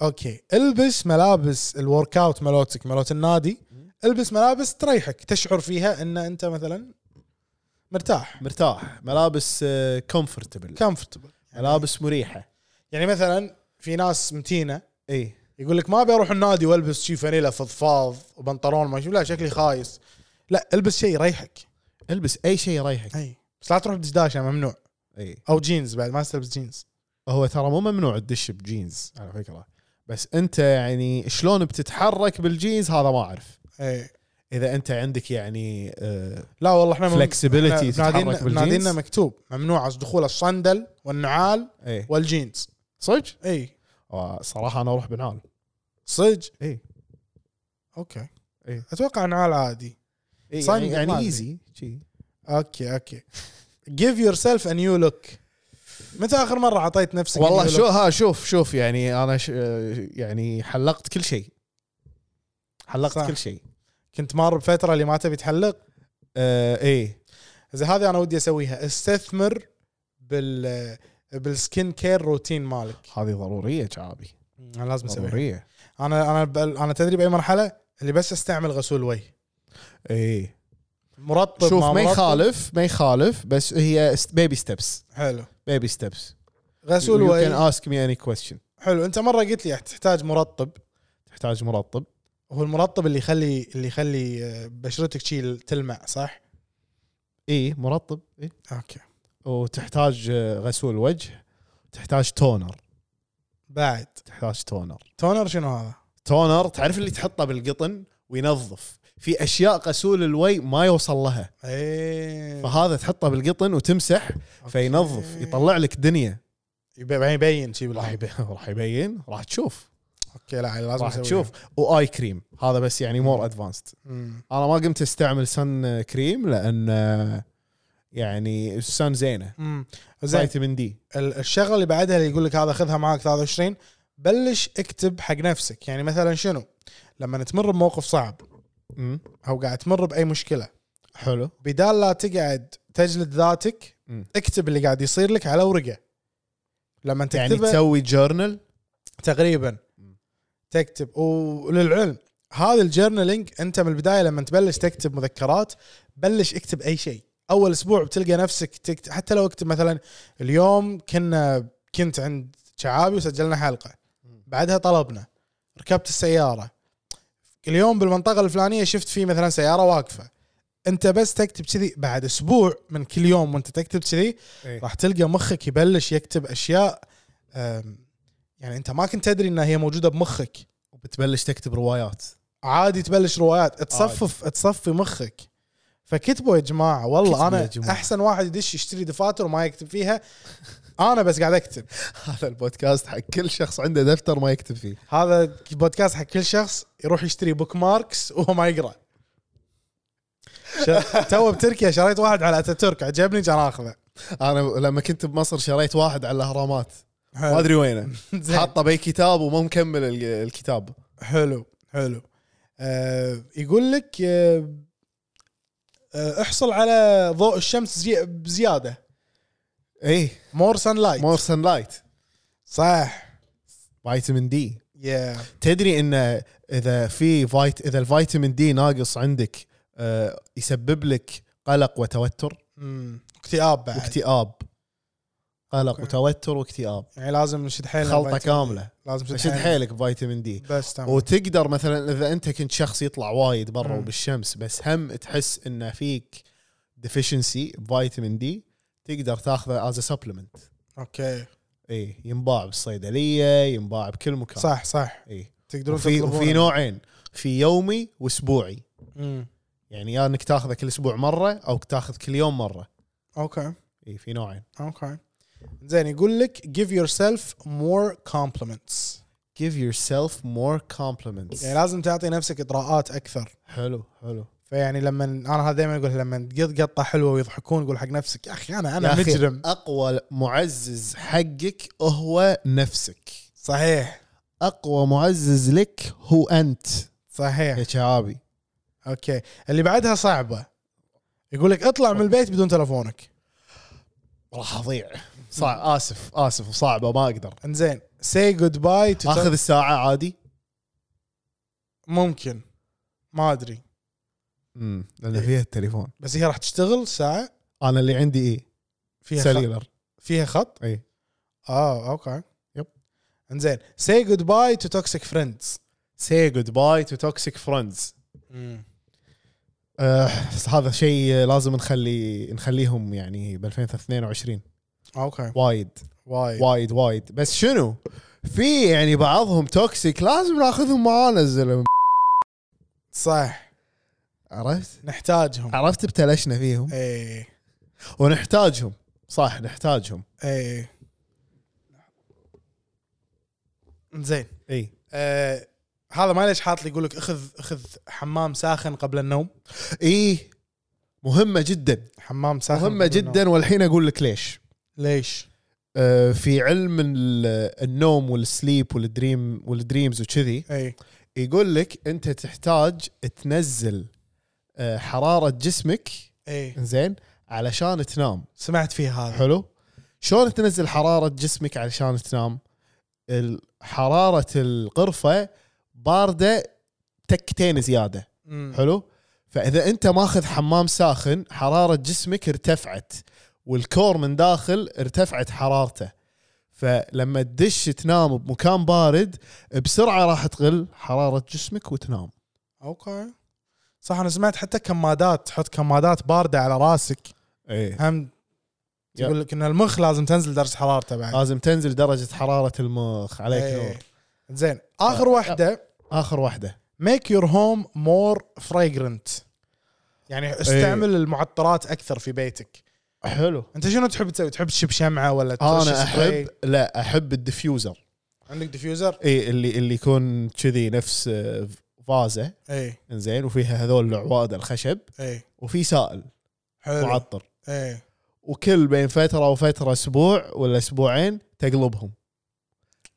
Speaker 2: اوكي البس ملابس الورك اوت مالوتك مالوت النادي البس ملابس تريحك تشعر فيها ان انت مثلا مرتاح
Speaker 3: مرتاح ملابس كومفورتبل
Speaker 2: كمفورتبل
Speaker 3: ملابس مريحه
Speaker 2: يعني مثلا في ناس متينه
Speaker 3: اي
Speaker 2: يقول لك ما ابي اروح النادي والبس شي فانيلا فضفاض وبنطلون ما شو- لا شكلي خايس لا البس شيء يريحك
Speaker 3: البس اي شيء يريحك
Speaker 2: اي بس لا تروح بدشداشه ممنوع
Speaker 3: اي
Speaker 2: او جينز بعد ما تلبس جينز
Speaker 3: هو ترى مو ممنوع تدش بجينز على فكره بس انت يعني شلون بتتحرك بالجينز هذا ما اعرف
Speaker 2: اي
Speaker 3: اذا انت عندك يعني آه،
Speaker 2: إيه. لا والله احنا مم-
Speaker 3: Flexibility
Speaker 2: إحنا
Speaker 3: تتحرك
Speaker 2: بنادينا-
Speaker 3: بالجينز؟
Speaker 2: بنادينا مكتوب ممنوع دخول الصندل والنعال
Speaker 3: اي
Speaker 2: والجينز
Speaker 3: صدق
Speaker 2: اي
Speaker 3: إيه. آه، صراحه انا اروح بنعال
Speaker 2: صدق
Speaker 3: اي
Speaker 2: اوكي
Speaker 3: إي.
Speaker 2: اتوقع نعال عادي
Speaker 3: إي،
Speaker 2: صندل
Speaker 3: يعني يعني
Speaker 2: عادي.
Speaker 3: ايزي شي
Speaker 2: اوكي اوكي give yourself a new look متى اخر مره اعطيت نفسك a
Speaker 3: والله
Speaker 2: new
Speaker 3: شو
Speaker 2: look؟
Speaker 3: ها شوف شوف يعني انا ش يعني حلقت كل شيء حلقت
Speaker 2: صح.
Speaker 3: صح. كل شيء
Speaker 2: كنت مار بفتره اللي ما تبي تحلق
Speaker 3: آه ايه
Speaker 2: زي هذه انا ودي اسويها استثمر بال بالسكين كير روتين مالك
Speaker 3: هذه ضروريه شعبي
Speaker 2: انا لازم اسويها
Speaker 3: ضروريه
Speaker 2: انا انا بال- انا تدري باي مرحله اللي بس استعمل غسول وجه
Speaker 3: ايه
Speaker 2: مرطب
Speaker 3: شوف ما
Speaker 2: مرطب.
Speaker 3: يخالف ما يخالف بس هي بيبي ستبس
Speaker 2: حلو
Speaker 3: بيبي ستبس
Speaker 2: غسول
Speaker 3: you can
Speaker 2: وجه
Speaker 3: ask me any question
Speaker 2: حلو انت مره قلت لي تحتاج مرطب
Speaker 3: تحتاج مرطب
Speaker 2: هو المرطب اللي يخلي اللي يخلي آه، بشرتك شي تلمع صح؟
Speaker 3: ايه مرطب إيه؟
Speaker 2: اوكي
Speaker 3: وتحتاج آه، غسول وجه تحتاج تونر
Speaker 2: بعد
Speaker 3: تحتاج تونر
Speaker 2: تونر شنو هذا؟
Speaker 3: تونر تعرف اللي تحطه بالقطن وينظف في اشياء غسول الوي ما يوصل لها
Speaker 2: ايه
Speaker 3: فهذا تحطه بالقطن وتمسح فينظف يطلع لك دنيا
Speaker 2: يبي- بعدين يبين شي
Speaker 3: راح
Speaker 2: بالله
Speaker 3: يبين راح يبين راح تشوف
Speaker 2: اوكي لا لازم
Speaker 3: راح
Speaker 2: أسويها.
Speaker 3: تشوف واي كريم هذا بس يعني مور ادفانسد
Speaker 2: مم.
Speaker 3: انا ما قمت استعمل سن كريم لان آه، يعني السن زينه
Speaker 2: مم. زين
Speaker 3: فيتامين دي
Speaker 2: ال- الشغله اللي بعدها اللي يقول لك هذا خذها معك 23 بلش اكتب حق نفسك يعني مثلا شنو؟ لما تمر بموقف صعب
Speaker 3: مم.
Speaker 2: او قاعد تمر باي مشكله
Speaker 3: حلو
Speaker 2: بدال لا تقعد تجلد ذاتك
Speaker 3: مم.
Speaker 2: اكتب اللي قاعد يصير لك على ورقه لما
Speaker 3: يعني
Speaker 2: تكتبه
Speaker 3: تسوي جورنال
Speaker 2: تقريبا
Speaker 3: مم.
Speaker 2: تكتب وللعلم هذا الجرنالينج انت من البدايه لما تبلش تكتب مذكرات بلش اكتب اي شيء اول اسبوع بتلقى نفسك تكت... حتى لو اكتب مثلا اليوم كنا كنت عند شعابي وسجلنا حلقه بعدها طلبنا ركبت السياره اليوم بالمنطقه الفلانيه شفت في مثلا سياره واقفه انت بس تكتب كذي بعد اسبوع من كل يوم وانت تكتب كذي
Speaker 3: إيه.
Speaker 2: راح تلقى مخك يبلش يكتب اشياء أم، يعني انت ما كنت تدري انها هي موجوده بمخك
Speaker 3: بتبلش تكتب روايات
Speaker 2: عادي تبلش روايات تصفف تصفي مخك فكتبوا يا جماعه والله
Speaker 3: كتبوا
Speaker 2: انا
Speaker 3: يا جماعة.
Speaker 2: احسن واحد يدش يشتري دفاتر وما يكتب فيها انا بس قاعد اكتب
Speaker 3: *laughs* هذا البودكاست حق كل شخص عنده دفتر ما يكتب فيه
Speaker 2: هذا البودكاست حق كل شخص يروح يشتري بوك ماركس وهو ما
Speaker 3: *laughs*
Speaker 2: يقرا ش- تو بتركيا شريت واحد على اتاتورك عجبني كان اخذه
Speaker 3: انا لما كنت بمصر شريت واحد على الاهرامات ما ادري *laughs* وينه
Speaker 2: زين.
Speaker 3: حاطه بي كتاب وما مكمل ال- الكتاب
Speaker 2: حلو حلو آه يقول لك آه آه احصل على ضوء الشمس زي بزياده
Speaker 3: ايه
Speaker 2: مور سان لايت
Speaker 3: مور سن لايت
Speaker 2: صح
Speaker 3: فيتامين دي
Speaker 2: يا
Speaker 3: تدري ان اذا في فايت اذا الفيتامين دي ناقص عندك آه، يسبب لك قلق وتوتر
Speaker 2: مم. اكتئاب بعد
Speaker 3: واكتئاب قلق وتوتر واكتئاب
Speaker 2: يعني لازم نشد حيلنا
Speaker 3: خلطه
Speaker 2: بفيتامين
Speaker 3: كامله
Speaker 2: D. نعم. لازم نشد
Speaker 3: شد
Speaker 2: حيلنا
Speaker 3: حيلك بفيتامين دي
Speaker 2: بس تمام
Speaker 3: وتقدر مثلا اذا انت كنت شخص يطلع وايد برا
Speaker 2: مم.
Speaker 3: وبالشمس بس هم تحس ان فيك ديفشنسي فيتامين دي تقدر تاخذه از سبلمنت
Speaker 2: اوكي
Speaker 3: اي إيه، ينباع بالصيدليه ينباع بكل مكان إيه.
Speaker 2: صح صح
Speaker 3: اي
Speaker 2: تقدرون
Speaker 3: وفي
Speaker 2: تطلبونه.
Speaker 3: وفي نوعين في يومي واسبوعي
Speaker 2: مم.
Speaker 3: يعني يا انك تاخذه كل اسبوع مره او تاخذ كل يوم مره
Speaker 2: اوكي
Speaker 3: اي في نوعين
Speaker 2: اوكي زين يقول لك give yourself more compliments
Speaker 3: give yourself more compliments
Speaker 2: يعني لازم تعطي نفسك اطراءات اكثر
Speaker 3: حلو حلو
Speaker 2: فيعني لما انا هذا دائما اقول لما تقط قطه حلوه ويضحكون قول حق نفسك يا اخي انا انا
Speaker 3: يا أخي،
Speaker 2: مجرم
Speaker 3: اقوى معزز حقك هو نفسك
Speaker 2: صحيح
Speaker 3: اقوى معزز لك هو انت يا
Speaker 2: صحيح
Speaker 3: شعابي
Speaker 2: اوكي اللي بعدها صعبه يقول لك اطلع من البيت بدون تلفونك
Speaker 3: راح اضيع صعب اسف اسف وصعبه ما اقدر
Speaker 2: انزين سي جود باي
Speaker 3: اخذ الساعه
Speaker 2: إيه.
Speaker 3: عادي
Speaker 2: ممكن ما ادري
Speaker 3: امم لان فيها التليفون
Speaker 2: بس هي راح تشتغل ساعه
Speaker 3: انا اللي عندي ايه
Speaker 2: فيها خط.
Speaker 3: سليلر
Speaker 2: فيها خط
Speaker 3: اي
Speaker 2: اه اوكي
Speaker 3: يب.
Speaker 2: انزين سي جود باي تو توكسيك فريندز
Speaker 3: سي جود باي تو توكسيك فريندز آه، هذا شيء لازم نخلي نخليهم يعني ب 2022
Speaker 2: اوكي
Speaker 3: وايد
Speaker 2: وايد
Speaker 3: وايد وايد بس شنو في يعني بعضهم توكسيك لازم ناخذهم معانا الزلمه
Speaker 2: صح
Speaker 3: عرفت
Speaker 2: نحتاجهم إيه.
Speaker 3: عرفت ابتلشنا فيهم
Speaker 2: اي
Speaker 3: ونحتاجهم صح نحتاجهم
Speaker 2: اي زين
Speaker 3: اي
Speaker 2: آه هذا ما ليش حاط لي يقول لك اخذ اخذ حمام ساخن قبل النوم
Speaker 3: اي مهمه جدا
Speaker 2: حمام ساخن
Speaker 3: مهمه
Speaker 2: قبل النوم.
Speaker 3: جدا والحين اقول لك ليش
Speaker 2: ليش
Speaker 3: آه، في علم ال- النوم والسليب والدريم والدريمز وكذي
Speaker 2: اي
Speaker 3: يقول لك انت تحتاج تنزل آه، حراره جسمك
Speaker 2: اي
Speaker 3: زين علشان تنام
Speaker 2: إيه. سمعت فيه هذا
Speaker 3: حلو شلون تنزل حراره جسمك علشان تنام ال- حراره الغرفه بارده تكتين زياده
Speaker 2: مم.
Speaker 3: حلو فاذا انت ماخذ حمام ساخن حراره جسمك ارتفعت والكور من داخل ارتفعت حرارته فلما تدش تنام بمكان بارد بسرعه راح تقل حراره جسمك وتنام
Speaker 2: اوكي صح انا سمعت حتى كمادات تحط كمادات بارده على راسك
Speaker 3: ايه
Speaker 2: هم تقول لك ان المخ لازم تنزل درجه حرارته بعد
Speaker 3: لازم تنزل درجه حراره المخ عليك
Speaker 2: إيه.
Speaker 3: نور
Speaker 2: زين اخر
Speaker 3: آه.
Speaker 2: واحده
Speaker 3: اخر واحده
Speaker 2: ميك يور هوم مور فرايجرنت يعني استعمل المعطرات اكثر في بيتك
Speaker 3: حلو
Speaker 2: انت شنو تحب تسوي تحب تشب شمعه ولا ترش
Speaker 3: انا
Speaker 2: سبراي؟
Speaker 3: احب لا احب الديفيوزر
Speaker 2: عندك ديفيوزر
Speaker 3: اي اللي اللي يكون كذي نفس آه، فازه
Speaker 2: اي
Speaker 3: زين وفيها هذول العواد الخشب
Speaker 2: اي
Speaker 3: وفي سائل
Speaker 2: إيه. حلو إيه.
Speaker 3: معطر
Speaker 2: اي
Speaker 3: وكل بين فتره وفتره اسبوع ولا اسبوعين تقلبهم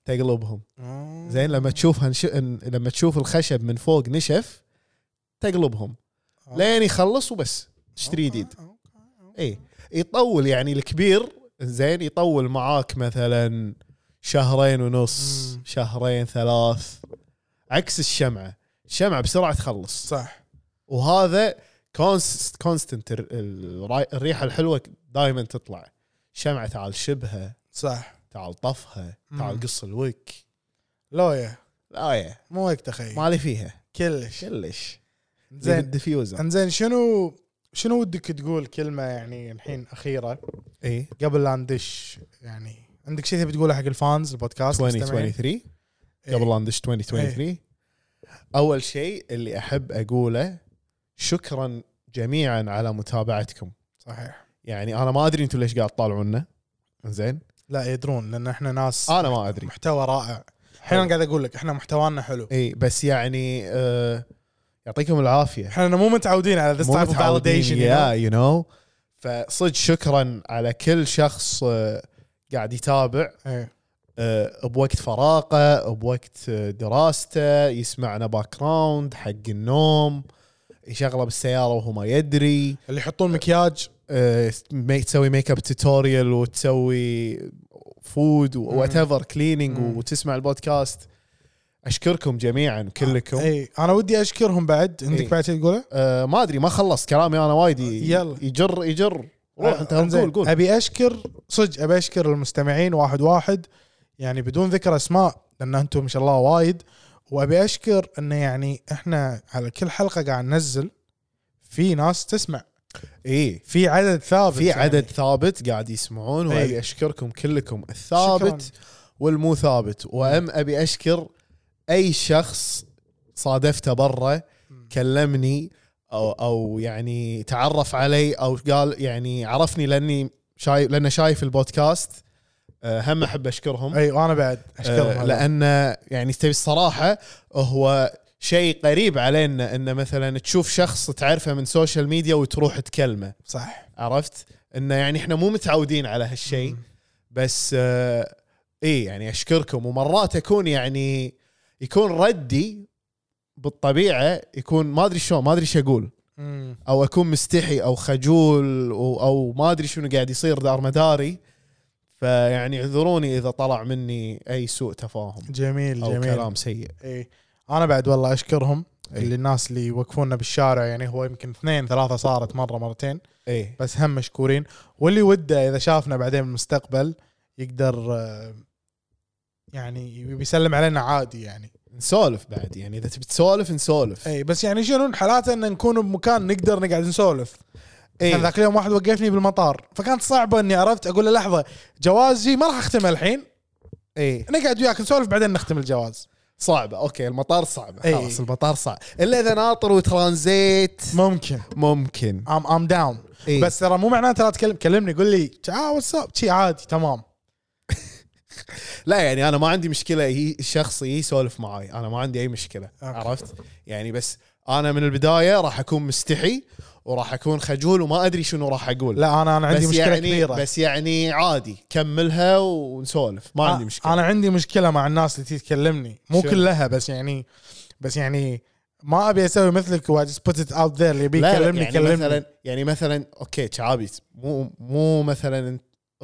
Speaker 3: تقلبهم
Speaker 2: آه.
Speaker 3: زين لما تشوف هنش... ان- لما تشوف الخشب من فوق نشف تقلبهم
Speaker 2: آه.
Speaker 3: لين يخلص وبس تشتري
Speaker 2: أوكي،
Speaker 3: جديد
Speaker 2: أوكي، أوكي.
Speaker 3: اي يطول يعني الكبير زين يطول معاك مثلا شهرين ونص
Speaker 2: مم.
Speaker 3: شهرين ثلاث عكس الشمعه الشمعه بسرعه تخلص
Speaker 2: صح
Speaker 3: وهذا كونست كونستنت الريحه الحلوه دائما تطلع شمعه تعال شبها
Speaker 2: صح
Speaker 3: تعال طفها تعال
Speaker 2: مم.
Speaker 3: قص الوك
Speaker 2: لويا
Speaker 3: لا يا
Speaker 2: مو وقت اخي
Speaker 3: مالي فيها إيه.
Speaker 2: كلش
Speaker 3: كلش زين
Speaker 2: زين
Speaker 3: الديفيوزر
Speaker 2: انزين شنو شنو ودك تقول كلمه يعني الحين اخيره
Speaker 3: اي
Speaker 2: قبل لا ندش يعني عندك شيء تبي تقوله حق الفانز البودكاست المستمعين؟
Speaker 3: 2023
Speaker 2: إيه.
Speaker 3: قبل لا ندش 2023 اول شيء اللي احب اقوله شكرا جميعا على متابعتكم
Speaker 2: صحيح
Speaker 3: يعني انا ما ادري انتم ليش قاعد تطالعونا زين
Speaker 2: لا يدرون لان احنا ناس
Speaker 3: انا ما ادري
Speaker 2: محتوى رائع احيانا قاعد اقول لك احنا محتوانا حلو
Speaker 3: اي بس يعني آه يعطيكم العافيه
Speaker 2: احنا مو متعودين على this type of validation you know?
Speaker 3: يا يو نو فصدق شكرا على كل شخص آه، قاعد يتابع
Speaker 2: إيه.
Speaker 3: آه، بوقت فراغه بوقت آه، دراسته يسمعنا باك جراوند حق النوم يشغله بالسياره وهو ما يدري
Speaker 2: اللي يحطون مكياج
Speaker 3: آه، ما- تسوي ميك اب توتوريال وتسوي فود وات ايفر كليننج
Speaker 2: مم.
Speaker 3: وتسمع البودكاست اشكركم جميعا كلكم
Speaker 2: اي انا إيه. ودي اشكرهم بعد عندك
Speaker 3: إيه.
Speaker 2: بعد شيء تقوله؟
Speaker 3: آه ما ادري ما خلصت كلامي انا وايد ي-
Speaker 2: يلا. أه،
Speaker 3: يجر يجر روح انت
Speaker 2: آه، إنزين،
Speaker 3: قول قول
Speaker 2: ابي اشكر صدق ابي اشكر المستمعين واحد واحد يعني بدون ذكر اسماء لان انتم ما شاء الله وايد وابي اشكر انه يعني احنا على كل حلقه قاعد ننزل في ناس تسمع
Speaker 3: اي
Speaker 2: في عدد ثابت
Speaker 3: في
Speaker 2: يعني.
Speaker 3: عدد ثابت قاعد يسمعون
Speaker 2: إي.
Speaker 3: وابي اشكركم كلكم الثابت
Speaker 2: شكراً.
Speaker 3: والمو ثابت وام ابي اشكر اي شخص صادفته برا
Speaker 2: مم.
Speaker 3: كلمني او او يعني تعرف علي او قال يعني عرفني لاني شايف لانه شايف البودكاست آه، هم احب اشكرهم
Speaker 2: اي وانا إيه، بعد اشكرهم
Speaker 3: آه، لان يعني تبي الصراحه هو شيء قريب علينا انه مثلا تشوف شخص تعرفه من سوشيال ميديا وتروح تكلمه
Speaker 2: صح
Speaker 3: عرفت انه يعني احنا مو متعودين على هالشيء بس آه ايه يعني اشكركم ومرات اكون يعني يكون ردي بالطبيعه يكون ما ادري شلون ما ادري ايش اقول
Speaker 2: مم.
Speaker 3: او اكون مستحي او خجول او, أو ما ادري شنو قاعد يصير دار مداري فيعني اعذروني اذا طلع مني اي سوء تفاهم
Speaker 2: جميل
Speaker 3: او
Speaker 2: جميل
Speaker 3: كلام سيء
Speaker 2: اي انا إيه. بعد والله اشكرهم
Speaker 3: إي.
Speaker 2: اللي الناس اللي يوقفوننا بالشارع يعني هو يمكن اثنين ثلاثه صارت مره مرتين
Speaker 3: ايه
Speaker 2: بس هم مشكورين واللي وده اذا شافنا بعدين بالمستقبل يقدر آه، يعني بيسلم علينا عادي يعني
Speaker 3: نسولف بعد يعني اذا تبي تسولف نسولف
Speaker 2: اي بس يعني شنو حالاته ان نكون بمكان نقدر نقعد نسولف
Speaker 3: إي.
Speaker 2: كان ذاك اليوم واحد وقفني بالمطار فكانت صعبه اني عرفت اقول له لحظه جوازي ما راح اختمه الحين
Speaker 3: ايه
Speaker 2: نقعد وياك نسولف بعدين نختم الجواز
Speaker 3: صعبه اوكي المطار صعب
Speaker 2: إيه.
Speaker 3: خلاص المطار صعب الا اذا ناطر وترانزيت
Speaker 2: ممكن
Speaker 3: ممكن
Speaker 2: ام ام داون
Speaker 3: إيه.
Speaker 2: بس ترى مو معناته لا تكلم كلمني قول لي تعال واتساب شي عادي تمام
Speaker 3: لا يعني انا ما عندي مشكله هي الشخص يسولف معاي انا ما عندي اي مشكله
Speaker 2: أوكي.
Speaker 3: عرفت يعني بس انا من البدايه راح اكون مستحي وراح اكون خجول وما ادري شنو راح اقول
Speaker 2: لا انا انا عندي
Speaker 3: بس
Speaker 2: مشكله
Speaker 3: يعني
Speaker 2: كبيره
Speaker 3: بس يعني عادي كملها ونسولف ما عندي مشكله
Speaker 2: انا عندي مشكله مع الناس اللي تيجي تكلمني مو
Speaker 3: شنو؟
Speaker 2: كلها بس يعني بس يعني ما ابي اسوي مثلك واجس بوت ات اوت ذير اللي يبي
Speaker 3: لا، لا،
Speaker 2: يكلمني
Speaker 3: يعني
Speaker 2: كلمني
Speaker 3: مثلا يعني مثلا اوكي شعابي مو مو مثلا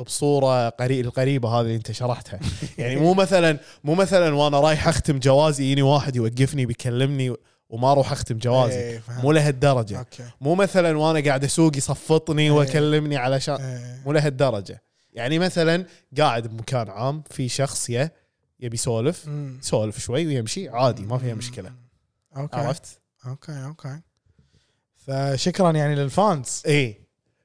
Speaker 3: بصوره قري القريبه هذه اللي انت
Speaker 2: *laughs*
Speaker 3: شرحتها يعني مو مثلا مو مثلا وانا رايح اختم جوازي يجيني واحد يوقفني بيكلمني وما اروح اختم
Speaker 2: إيه،
Speaker 3: جوازي
Speaker 2: فهمت.
Speaker 3: مو لهالدرجه
Speaker 2: اوكي
Speaker 3: مو مثلا وانا قاعد اسوق يصفطني ويكلمني علشان
Speaker 2: إيه.
Speaker 3: مو لهالدرجه يعني مثلا قاعد بمكان عام في شخص يه- يبي يسولف
Speaker 2: أمم.
Speaker 3: سولف شوي ويمشي عادي ما فيها مشكله
Speaker 2: اوكي
Speaker 3: عرفت؟
Speaker 2: اوكي اوكي فشكرا يعني للفانز
Speaker 3: اي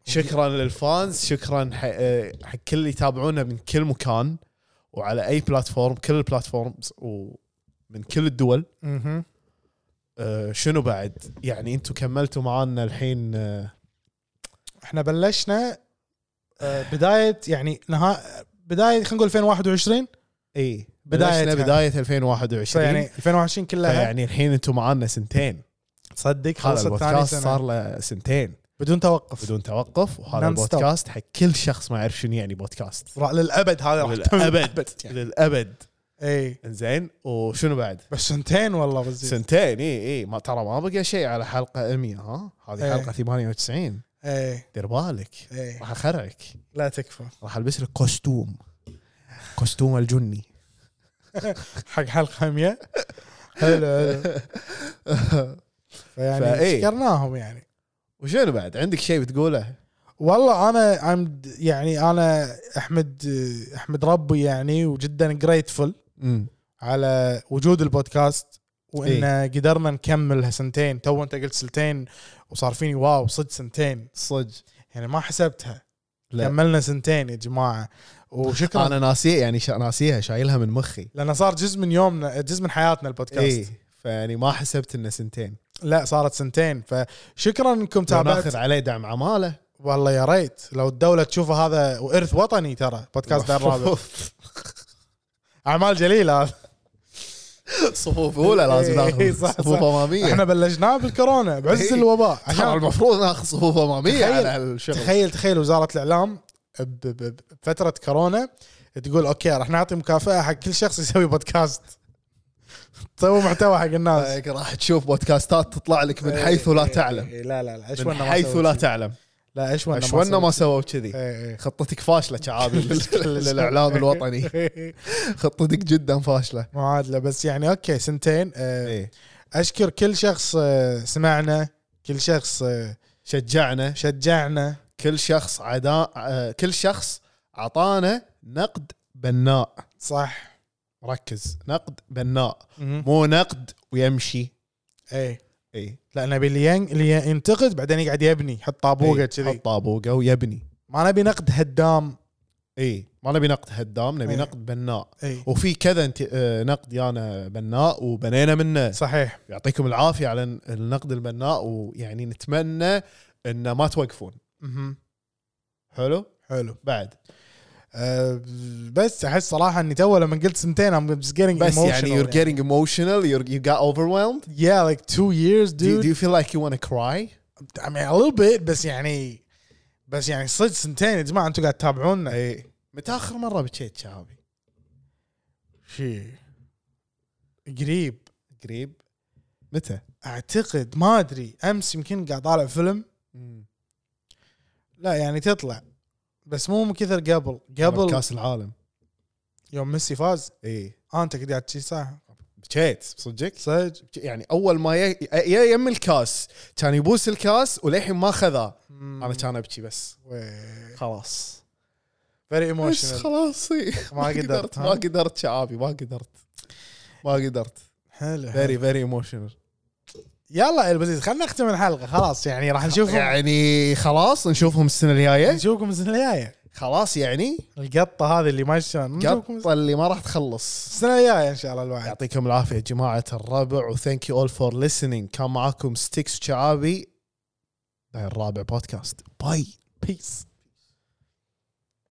Speaker 3: شكرا إيه. للفانز شكرا ح- آه، حق كل اللي يتابعونا من كل مكان وعلى اي بلاتفورم كل البلاتفورمز ومن كل الدول
Speaker 2: مهم.
Speaker 3: آه، شنو بعد يعني انتم كملتوا معانا الحين آه،
Speaker 2: احنا بلشنا آه، بدايه يعني نها بدايه خلينا نقول 2021
Speaker 3: اي
Speaker 2: بداية-
Speaker 3: بدايه بدايه 2021
Speaker 2: يعني 2021 كلها
Speaker 3: يعني الحين انتم معانا سنتين
Speaker 2: تصدق
Speaker 3: هذا
Speaker 2: خلصت ثاني
Speaker 3: البودكاست
Speaker 2: سنه
Speaker 3: صار له سنتين
Speaker 2: بدون توقف
Speaker 3: بدون توقف وهذا
Speaker 2: Non-stop.
Speaker 3: البودكاست حق كل شخص ما يعرف شنو يعني بودكاست
Speaker 2: راح- للابد هذا راح تكمل. *laughs*
Speaker 3: للابد
Speaker 2: يعني.
Speaker 3: للابد
Speaker 2: اي
Speaker 3: زين وشنو بعد؟
Speaker 2: إيه. بس سنتين والله بس
Speaker 3: سنتين اي اي ما ترى ما بقى شيء على حلقه 100 ها هذه
Speaker 2: إيه.
Speaker 3: حلقه 98
Speaker 2: اي
Speaker 3: دير بالك
Speaker 2: اي
Speaker 3: راح اخرعك
Speaker 2: إيه، لا تكفى
Speaker 3: راح البس لك كوستوم كوستوم الجني
Speaker 2: حق حلقه *laughs* 100 حلو حلو فيعني
Speaker 3: فإيه.
Speaker 2: شكرناهم يعني
Speaker 3: وشنو بعد عندك شيء بتقوله
Speaker 2: والله انا عمد يعني انا احمد احمد ربي يعني وجدا جريتفul
Speaker 3: امم
Speaker 2: على وجود البودكاست وان
Speaker 3: إيه.
Speaker 2: قدرنا نكمل سنتين تو انت قلت سنتين وصار فيني واو صدق سنتين
Speaker 3: صدق
Speaker 2: يعني ما حسبتها
Speaker 3: لا.
Speaker 2: كملنا سنتين يا جماعه وشكرا
Speaker 3: انا ناسيه يعني شا ناسيها شايلها من مخي
Speaker 2: لانه صار جزء من يومنا جزء من حياتنا البودكاست
Speaker 3: اي إيه. فيعني ما حسبت انه سنتين
Speaker 2: لا صارت سنتين فشكرا انكم
Speaker 3: لو
Speaker 2: تابعتوا
Speaker 3: ناخذ عليه دعم عماله
Speaker 2: والله يا ريت لو الدولة تشوفه هذا وارث وطني ترى بودكاست دار
Speaker 3: *laughs*
Speaker 2: الرابع اعمال جليلة هذا
Speaker 3: صفوف اولى لازم
Speaker 2: إي،
Speaker 3: ناخذ
Speaker 2: صح، صح.
Speaker 3: صفوف اماميه
Speaker 2: احنا بلشناه بالكورونا بعز
Speaker 3: إي.
Speaker 2: الوباء
Speaker 3: ترى
Speaker 2: عشان
Speaker 3: المفروض ناخذ صفوف اماميه
Speaker 2: تخيل-
Speaker 3: على الشغل
Speaker 2: تخيل تخيل وزارة الاعلام ب- ب- ب- بفترة كورونا تقول اوكي راح نعطي مكافأة حق كل شخص يسوي *laughs* بودكاست تسوي محتوى حق
Speaker 3: *laughs*
Speaker 2: الناس
Speaker 3: لك راح تشوف بودكاستات تطلع لك من حيث لا
Speaker 2: إي، إي،
Speaker 3: تعلم
Speaker 2: إي، لا لا لا
Speaker 3: من
Speaker 2: اشونا إيه، ما
Speaker 3: حيث
Speaker 2: سووا
Speaker 3: لا
Speaker 2: كذي.
Speaker 3: تعلم
Speaker 2: لا اشونا
Speaker 3: اشونا ما
Speaker 2: سووا إيه،
Speaker 3: سووا
Speaker 2: كذي.
Speaker 3: كذي
Speaker 2: إي، إي.
Speaker 3: خطتك فاشله شعابي
Speaker 2: *laughs*
Speaker 3: للاعلام الوطني خطتك جدا فاشله
Speaker 2: معادلة بس يعني اوكي سنتين آه،
Speaker 3: إيه.
Speaker 2: اشكر كل شخص آه، سمعنا كل شخص آه،
Speaker 3: شجعنا
Speaker 2: شجعنا
Speaker 3: كل شخص عدا آه، كل شخص عطانا نقد بناء
Speaker 2: صح
Speaker 3: ركز نقد بناء
Speaker 2: مو
Speaker 3: مو نقد ويمشي
Speaker 2: اي
Speaker 3: اي
Speaker 2: إيه. لا نبي اللي ين- اللي ينتقد بعدين يقعد يبني يحط
Speaker 3: طابوقه
Speaker 2: طابوقه كذي
Speaker 3: طابوقه إيه، ويبني
Speaker 2: ما نبي نقد هدام
Speaker 3: اي ما نبي نقد هدام نبي
Speaker 2: إيه.
Speaker 3: نقد بناء
Speaker 2: اي
Speaker 3: وفي كذا انت آه، نقد يانا بناء وبنينا منه
Speaker 2: صحيح
Speaker 3: يعطيكم العافيه على النقد البناء ويعني نتمنى انه ما توقفون
Speaker 2: مهم.
Speaker 3: حلو
Speaker 2: حلو
Speaker 3: بعد
Speaker 2: أه بس احس صراحه اني تو لما قلت سنتين I'm just getting
Speaker 3: بس يعني
Speaker 2: emotional
Speaker 3: you're getting emotional you're, you got overwhelmed
Speaker 2: yeah like two years
Speaker 3: do, you-
Speaker 2: dude
Speaker 3: do you feel like you want to cry
Speaker 2: I mean a little bit بس يعني بس يعني صدق سنتين يا جماعه انتم قاعد تتابعونا
Speaker 3: اي متى اخر مره بكيت شعبي
Speaker 2: شي قريب
Speaker 3: قريب متى
Speaker 2: اعتقد ما ادري امس يمكن قاعد طالع فيلم لا يعني تطلع بس مو من كثر قبل قبل
Speaker 3: كاس العالم
Speaker 2: يوم ميسي فاز
Speaker 3: اي
Speaker 2: آه انت كنت قاعد تشي صح
Speaker 3: بكيت صدقك
Speaker 2: صدق
Speaker 3: يعني اول ما ي- ي- يم الكاس كان يبوس الكاس وللحين ما خذاه انا كان ابكي بس خلاص
Speaker 2: فيري
Speaker 3: بس *laughs*
Speaker 2: ايموشنال
Speaker 3: خلاص إي.
Speaker 2: ما قدرت،
Speaker 3: ما
Speaker 2: ها؟
Speaker 3: قدرت شعابي ما قدرت ما قدرت
Speaker 2: حلو حلو.
Speaker 3: فيري فيري ايموشنال
Speaker 2: يلا يا البزيز خلينا نختم الحلقه خلاص يعني راح نشوفكم
Speaker 3: يعني خلاص نشوفهم السنه الجايه
Speaker 2: نشوفكم السنه الجايه
Speaker 3: خلاص يعني
Speaker 2: القطه هذه اللي ما يشتغل نشوفكم
Speaker 3: قطه اللي ما راح تخلص
Speaker 2: السنه الجايه ان شاء الله الواحد
Speaker 3: يعطيكم العافيه يا جماعه الربع وثانك يو اول فور listening كان معاكم ستيكس شعابي الرابع بودكاست باي
Speaker 2: بيس